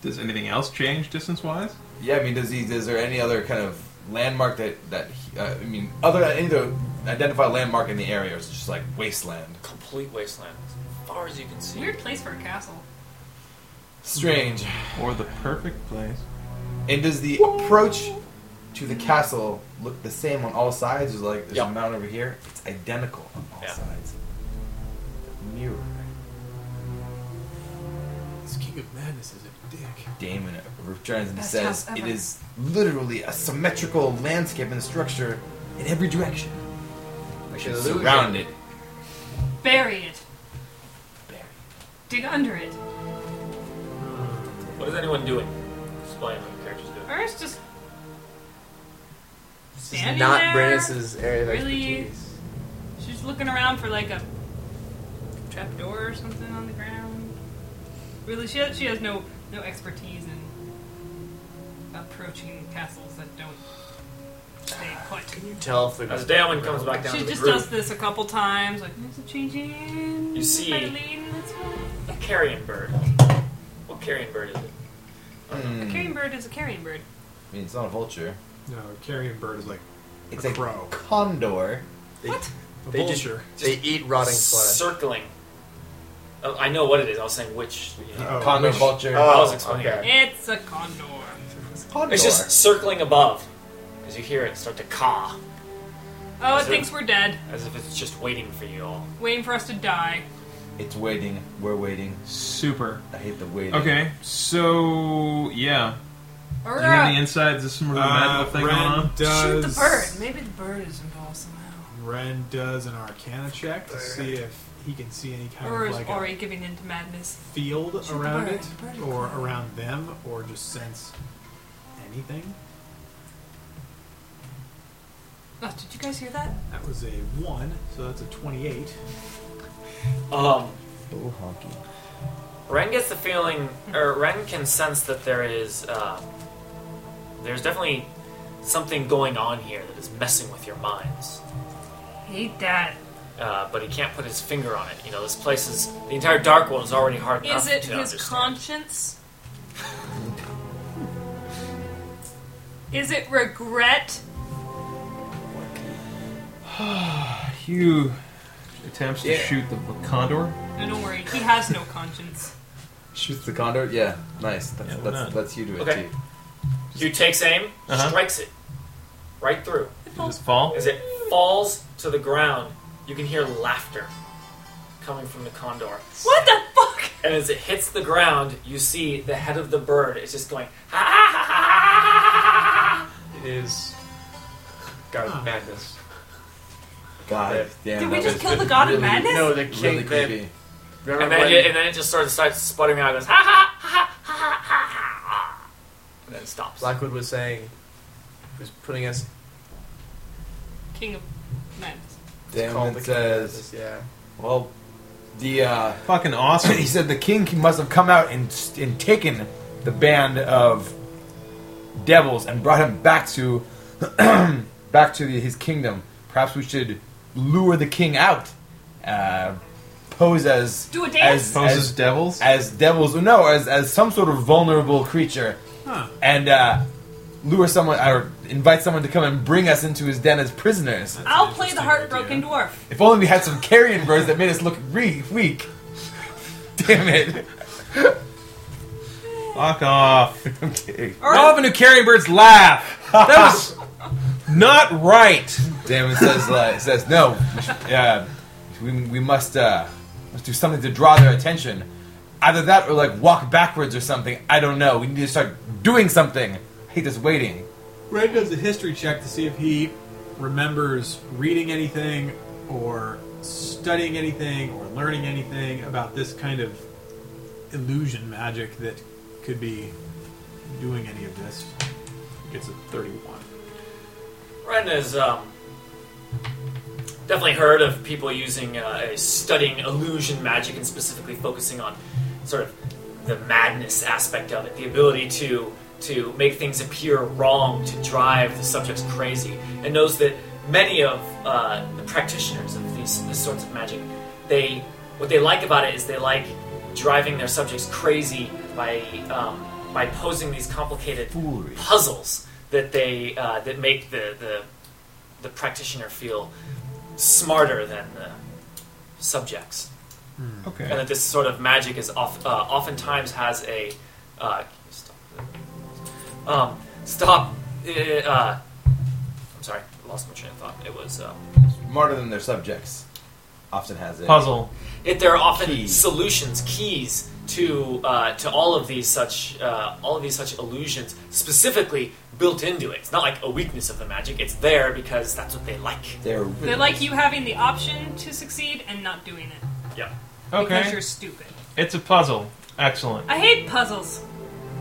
Does anything else change distance wise?
Yeah, I mean, does he? Is there any other kind of landmark that that he, uh, I mean, other any other identified landmark in the area, or is it just like wasteland?
Complete wasteland, as far as you can see.
Weird place for a castle.
Strange.
Or the perfect place?
And does the approach to the castle look the same on all sides? Is like there's
Yeah.
a mountain over here. It's identical on all
Yeah.
sides. Mirror.
This king of madness is a dick.
Damon returns and
Best
says
house
it
ever.
is literally a symmetrical landscape and structure in every direction. I should
Illusion.
surround it.
Bury it.
Bury.
Dig under it.
What is anyone doing? Explain what the characters do.
First, just
This is
standing
not
there.
Brandis's area of
Really?
expertise.
She's looking around for like a trapdoor or something on the ground. Really, she has, she has no no expertise in approaching castles that don't stay put.
Can you tell if the
As Damon comes back down
She
to the
just
group,
does this a couple times, like there's a change in.
You see-
my lane, that's fine."
a carrion bird. What carrion bird is it?
A carrion bird is a carrion bird.
Hmm. I mean, it's not a vulture.
No, a carrion bird is like
It's
A
a
crow.
condor.
What?
a
They just-
vulture.
They eat rotting flesh.
Circling. Oh, I know what it is. I was saying which. you know.
Oh,
condor
which-
vulture.
uh,
I
Oh,
was explaining it.
It's a condor.
condor.
It's just circling above. As you hear it start to caw,
Oh, it
Is it-
thinks we're dead,
as if it's just waiting for you all.
waiting for us to die.
It's waiting. We're waiting.
Super.
I hate the waiting.
Okay, so yeah.
Or uh,
And then the inside, is this some sort of
Uh,
magical thing going
Ren
on?
does.
shoot the bird. Maybe the bird is involved somehow.
Ren does an Arcana check to see if he can see any kind
Or
of
is
like
Ori giving in to madness?
a field
Shoot the
around
bird.
it,
The bird will
or
come.
around them, or just sense anything.
Oh, did you guys hear that?
That was a one, so that's a twenty-eight.
Um,
Bull honky.
Ren gets the feeling, or Ren can sense that there is, uh, there's definitely something going on here that is messing with your minds.
Hate that.
Uh, but he can't put his finger on it. You know, this place is the entire dark world is already hard enough
Is it
to
his
understand.
conscience? Is it regret?
Hugh attempts to
Yeah.
shoot the condor.
No, don't worry. He has no conscience.
Shoots the condor. Yeah, nice. That's
Yeah, why
that's,
not?
that's you do it.
Okay.
T.
Hugh takes aim,
Uh-huh.
strikes it right through.
Does it fall?
As it falls to the ground, you can hear laughter coming from the condor.
What the fuck?
And as it hits the ground, you see the head of the bird is just going, ha ha ha ha
It is God of Madness.
God damn.
Did we
that
just
was
kill the god
really,
of madness?
No, the king.
Really
the-
creepy.
remember
And then,
when-
it, and then it just starts, starts sputtering out. It goes, ha ha ha ha ha ha ha. And then it stops.
Blackwood was saying, was putting us.
King of madness.
Damn it says.
Yeah.
Well, the uh,
Fucking awesome.
he said the king must have come out and and taken the band of devils and brought him back to back to the, his kingdom. Perhaps we should lure the king out, uh, pose as
Do a dance.
as-
Poses
as,
devils.
as devils, no, as as some sort of vulnerable creature, and uh, lure someone or invite someone to come and bring us into his den as prisoners.
I'll play the heartbroken dwarf.
If only we had some carrion birds that made us look re- weak. Damn it!
Fuck off.
I'm kidding.
Or
Avenue carrion birds laugh. That was not right.
Damon says like, says no. we should- Yeah, we, we must uh, must do something to draw their attention. Either that or like walk backwards or something. I don't know. We need to start doing something. I hate this waiting.
Red does a history check to see if he remembers reading anything or studying anything or learning anything about this kind of illusion magic that could be doing any of this. Gets a 31.
Ren has um, definitely heard of people using uh, studying illusion magic and specifically focusing on sort of the madness aspect of it, the ability to to make things appear wrong, to drive the subjects crazy, and knows that many of uh, the practitioners of these this sorts of magic, they what they like about it is they like driving their subjects crazy by um, by posing these complicated
Foolery.
puzzles that they uh, that make the, the the practitioner feel smarter than the subjects, and
Okay.
that this sort of magic is off, uh, oftentimes has a uh, stop. Um, stop. Uh, uh, I'm sorry, I lost my train of thought. It was um,
Smarter than their subjects often has it.
Puzzle.
it, there are often
Keys.
solutions, keys to uh, to all of these such uh, all of these such illusions, specifically built into it. It's not like a weakness of the magic; it's there because that's what they like.
They're
They like you having the option to succeed and not doing it
Yeah.
because you're
Okay.
stupid.
It's a puzzle. Excellent.
I hate puzzles.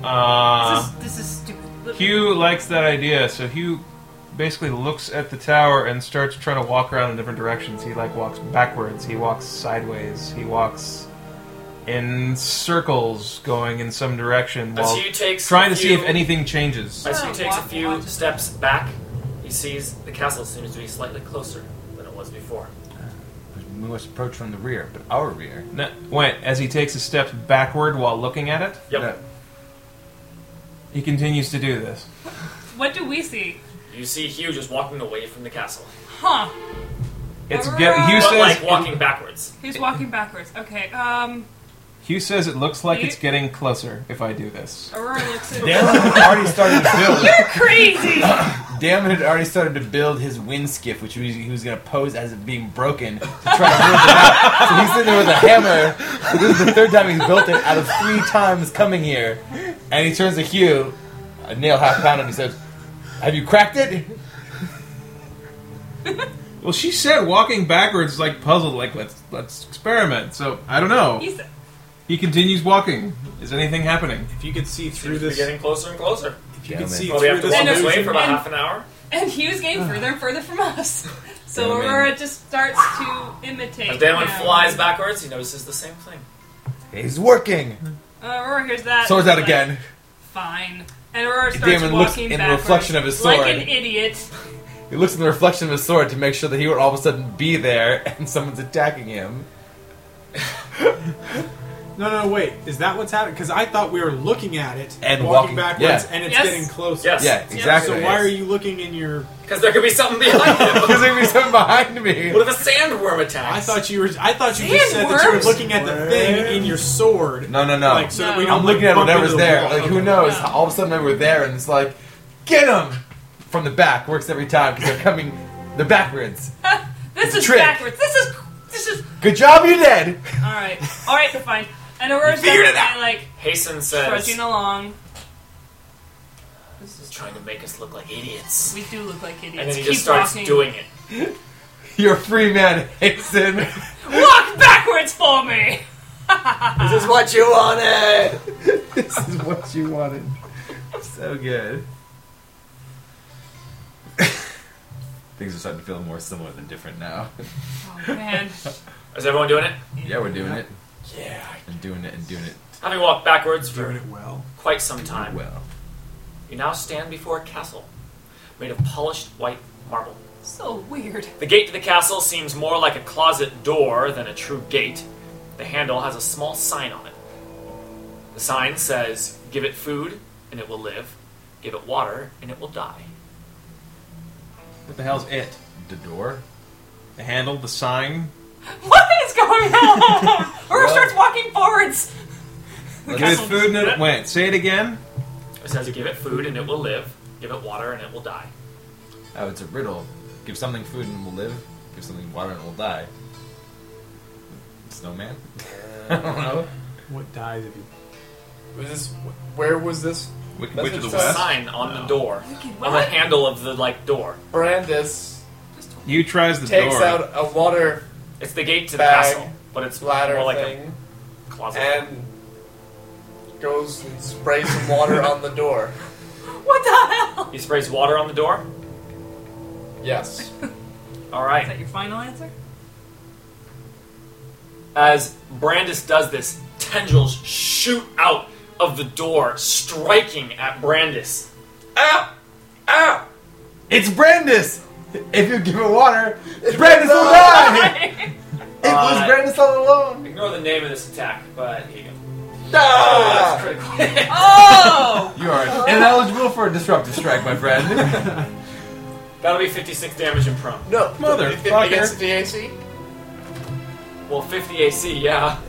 Uh,
this, is, this is stupid.
Hugh likes that idea, so Hugh basically looks at the tower and starts trying to walk around in different directions. He like walks backwards, he walks sideways, he walks in circles going in some direction
As
while
Hugh takes
trying to
a
see if
few-
anything changes.
As he
Oh,
takes a
walk-
few
watch.
steps back, he sees the castle seems to be slightly closer than it was before.
we must approach from the rear, but our rear.
No, wait, as he takes a step backward while looking at it,
Yep.
he continues to do this.
What do we see?
You see Hugh just walking away from the castle.
Huh?
It's get, Hugh
But
But,
says
like walking backwards.
He's walking backwards. Okay. Um.
Hugh says it looks like it's
You-
getting closer if I do this.
Aurora looks at.
Damon had already started to build.
You're crazy.
Damon had already started to build his wind skiff, which he was, he was going to pose as it being broken to try to build it out. So he's sitting there with a hammer. So this is the third time he's built it out of three times coming here. And he turns to Hugh, a nail half pound, and he says, "Have you cracked it?"
Well, she said walking backwards is like puzzled, like let's let's experiment. So I don't know.
He's
He continues walking. Is anything happening?
If you could see through
Seems to be
this,
getting closer and closer.
if you
Damn
could
it.
see
Well, we
through
have to walk
this
this way
illusion,
for about half an hour.
and Hughes getting further and further from us. So
Damn it.
Aurora just starts to imitate.
As Damon
him.
flies backwards, he notices the same thing.
He's working.
Uh, Aurora hears that.
Swords
and
out
is
again.
Like, Fine. And Aurora starts
Damon
walking
looks in the
backwards
reflection of his
like
sword.
an idiot.
He looks in the reflection of his sword to make sure that he would all of a sudden be there, and someone's attacking him.
No, no, wait. Is that what's happening? Because I thought we were looking at it
And walking-
walking, backwards,
yeah.
and it's
Yes.
getting closer.
Yes.
Yeah, exactly.
So why are you looking in your?
Because there could be something behind him.
Because there's gonna be something behind me.
What if a sandworm attacks?
I thought you were. I thought you just
See, it
said that you were
works.
looking at the thing in your sword.
No, no, no.
Like so that we
No.
don't
I'm looking at
bump into
whatever's
the
there.
wall.
Like, who
Okay.
knows?
Yeah.
All of a sudden, they were there, and it's like, get them from the back. Works every time because they're coming. They're backwards.
This is
Trick.
backwards. This is this is
Good job, you did.
all right. All right, fine. And Aurora's
Figured it
definitely like
Hasten says,
trudging along.
"This is trying to make us look like idiots."
We do look like idiots.
And then he
Keep
just starts
walking.
doing it.
You're a free man, Hasten.
Walk backwards for me. Oh,
This is what you wanted.
this is what you wanted. So good. Things are starting to feel more similar than different now.
Oh man.
Is everyone doing it?
Yeah, we're doing it. Yeah. And doing it and doing it
Having walked backwards
Doing
for
it well.
quite some time,
well.
you now stand before a castle made of polished white marble.
So weird.
The gate to the castle seems more like a closet door than a true gate. The handle has a small sign on it. The sign says, Give it food, and it will live. Give it water, and it will die.
What the hell's it?
The door?
The handle, the sign.
What is going on? Aurora
Well-
starts walking forwards.
Give it food and it went. Say it again.
It says, Give it food, and it will live. Give it water, and it will die.
Oh, it's a riddle. Give something food and we'll live. Give something water and we'll die. Snowman? I don't know.
What dies if you?
Was this? Where was this?
Which,
That's
which of the
what it
A
Yes.
west?
sign on the door.
Wicked,
On the
what?
handle of the, like, door.
Brandis
You tries the
takes
door.
out a water
It's the gate to the
Bag,
castle, but it's
bladder
more like
thing
a closet.
and goes and sprays some water on the door.
What the hell?
he sprays water on the door.
Yes.
All
Is that
right.
your final answer?
As Brandis does this, tendrils shoot out of the door, striking at Brandis.
Ah! It's Brandis! If you give it water, Brandis will die! It was
Uh,
Brandis all alone!
Ignore the name of this attack, but here you go.
Ah!
That's critical.
Oh!
You are ineligible for a disruptive strike, my friend.
That'll be 56 damage and prone.
No.
Motherfucker.
Against the AC.
Well, 50 AC, yeah.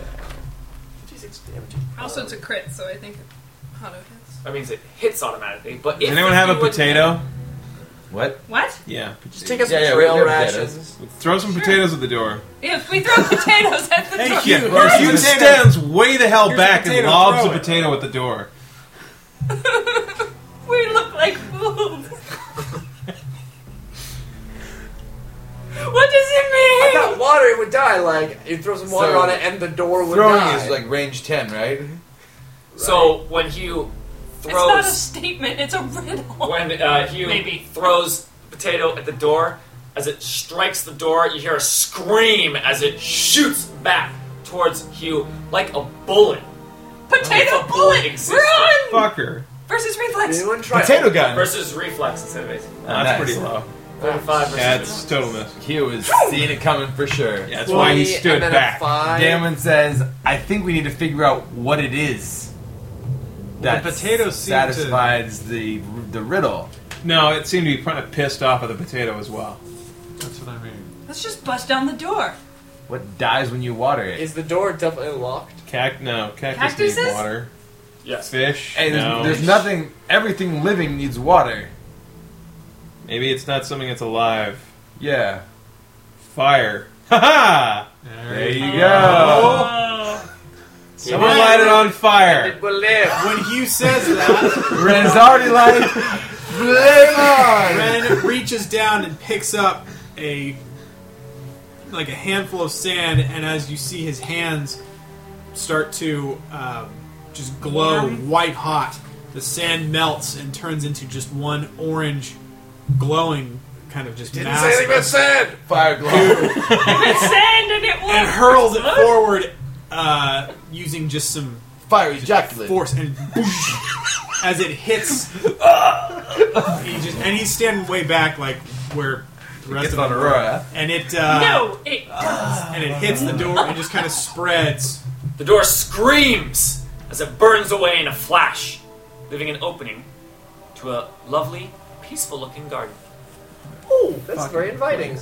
Also, it's a crit, so I think auto hits.
That means it hits automatically. But
Does
if
anyone have a
you would-
potato?
what?
What?
Yeah.
Just take us
Yeah,
some
yeah,
trail
we have
rations.
Throw some potatoes at the door.
If we throw potatoes at the door.
Thank you.
Yeah, Garcia
Here's a potato.
stands way the hell
Here's a
back and
potato,
lobs
throw
a
it.
potato at the door.
We look like fools. what does
I
it mean?
thought water it would die. Like you throw some water
So-
on it and the door would
Throwing
die.
is like range 10, right?
So when Hugh
It's not a
throws
statement, it's a riddle.
when uh, Hugh
Maybe.
throws potato at the door, as it strikes the door, you hear a scream as it shoots back towards Hugh like a bullet.
Potato
It's a bullet
bullet!
existence.
Run!
Fucker.
Versus reflex.
Anyone try
Potato gun!
Versus reflex instead of AC.
That's
nice.
pretty low.
35 versus
Yeah, it's total miss.
Hugh was seeing it coming for sure.
Yeah, that's why he
Twenty
stood
and then a
back.
Five.
Damon says, I think we need to figure out what it is that
potatoes seem to-
satisfies the the riddle.
No, it seemed to be kind of pissed off at the potato as well.
That's what I mean.
Let's just bust down the door.
What dies when you water it?
Is the door definitely locked?
Cac no, cactus
Cactuses?
need water.
Yes.
Fish.
Hey, there's,
no.
there's nothing. Everything living needs water.
Maybe it's not something that's alive.
Yeah.
Fire. Ha ha!
There you go.
Oh.
Someone light it on fire.
It will live.
When Hugh says that,
Ren's already like, flame on.
Ren reaches down and picks up a like a handful of sand, and as you see his hands start to um, just glow white hot, the sand melts and turns into just one orange, glowing kind of just
Didn't
mass,
say anything about sand.
Fire glow.
It's sand and it will.
and hurls it forward uh, using just some
Fire ejaculate.
force and boosh, as it hits he just and he's standing way back like where the rest
Gets
of
on
them
Aurora.
and it uh,
No, it does.
and it hits the door and just kind of spreads
The door screams as it burns away in a flash, leaving an opening to a lovely, peaceful looking garden.
Ooh, that's very inviting.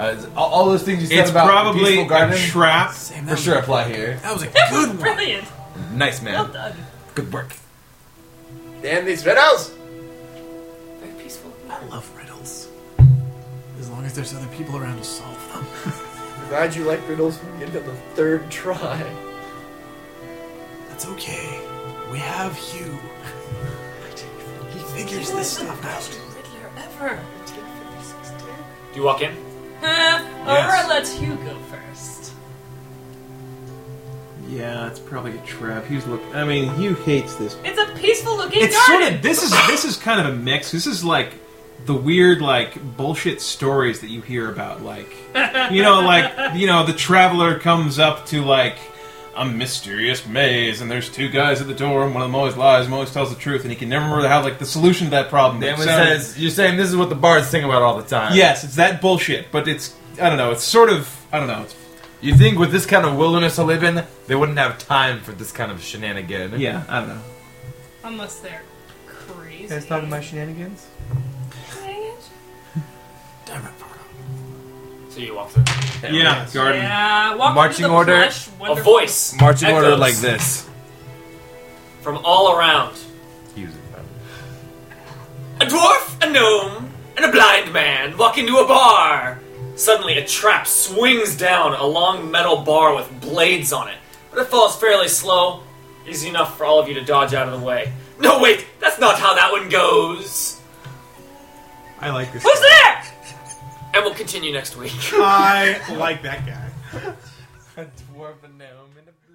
Uh, is- all, all those things you said
It's
about
probably
peaceful
a
gardening
trap.
Same,
for
that
sure
was-
apply here.
That was a
That was
good one.
brilliant.
Nice
Well
man.
done.
Good work.
Damn these riddles!
Very peaceful.
I love riddles. As long as there's other people around to solve them.
Glad you like riddles when you get to the third try.
That's okay. We have Hugh. He figures this stuff out.
Riddler ever.
Do you walk in?
Uh,
Yes.
Aura lets you go first.
Yeah, it's probably a trap. He's look. I mean, Hugh hates this.
It's a peaceful looking
It's
garden.
sort of this is this is kind of a mix. This is like the weird like bullshit stories that you hear about like you know like you know the traveler comes up to like a mysterious maze and there's two guys at the door and one of them always lies and always tells the truth and he can never remember how like the solution to that problem
Damon
It sounded-
says, "You're saying this is what the bards sing about all the time."
yes it's that bullshit but it's I don't know it's sort of I don't know it's,
You think with this kind of wilderness I live in, they wouldn't have time for this kind of shenanigan?
yeah I don't know
Unless they're crazy.
shenanigans?
So you walk through.
yeah,
Yeah.
garden
Yeah, walk
Marching
into the
order.
Plush,
A
wonderful-
voice
Marching order
echoes
like this.
from all around.
Use it.
A dwarf, a gnome, and a blind man walk into a bar. Suddenly, a trap swings down a long metal bar with blades on it, but it falls fairly slow, easy enough for all of you to dodge out of the way. No, wait, that's not how that one goes.
I like this.
Who's there?
And we'll continue next week.
I like that guy.
A dwarf, a gnome, and a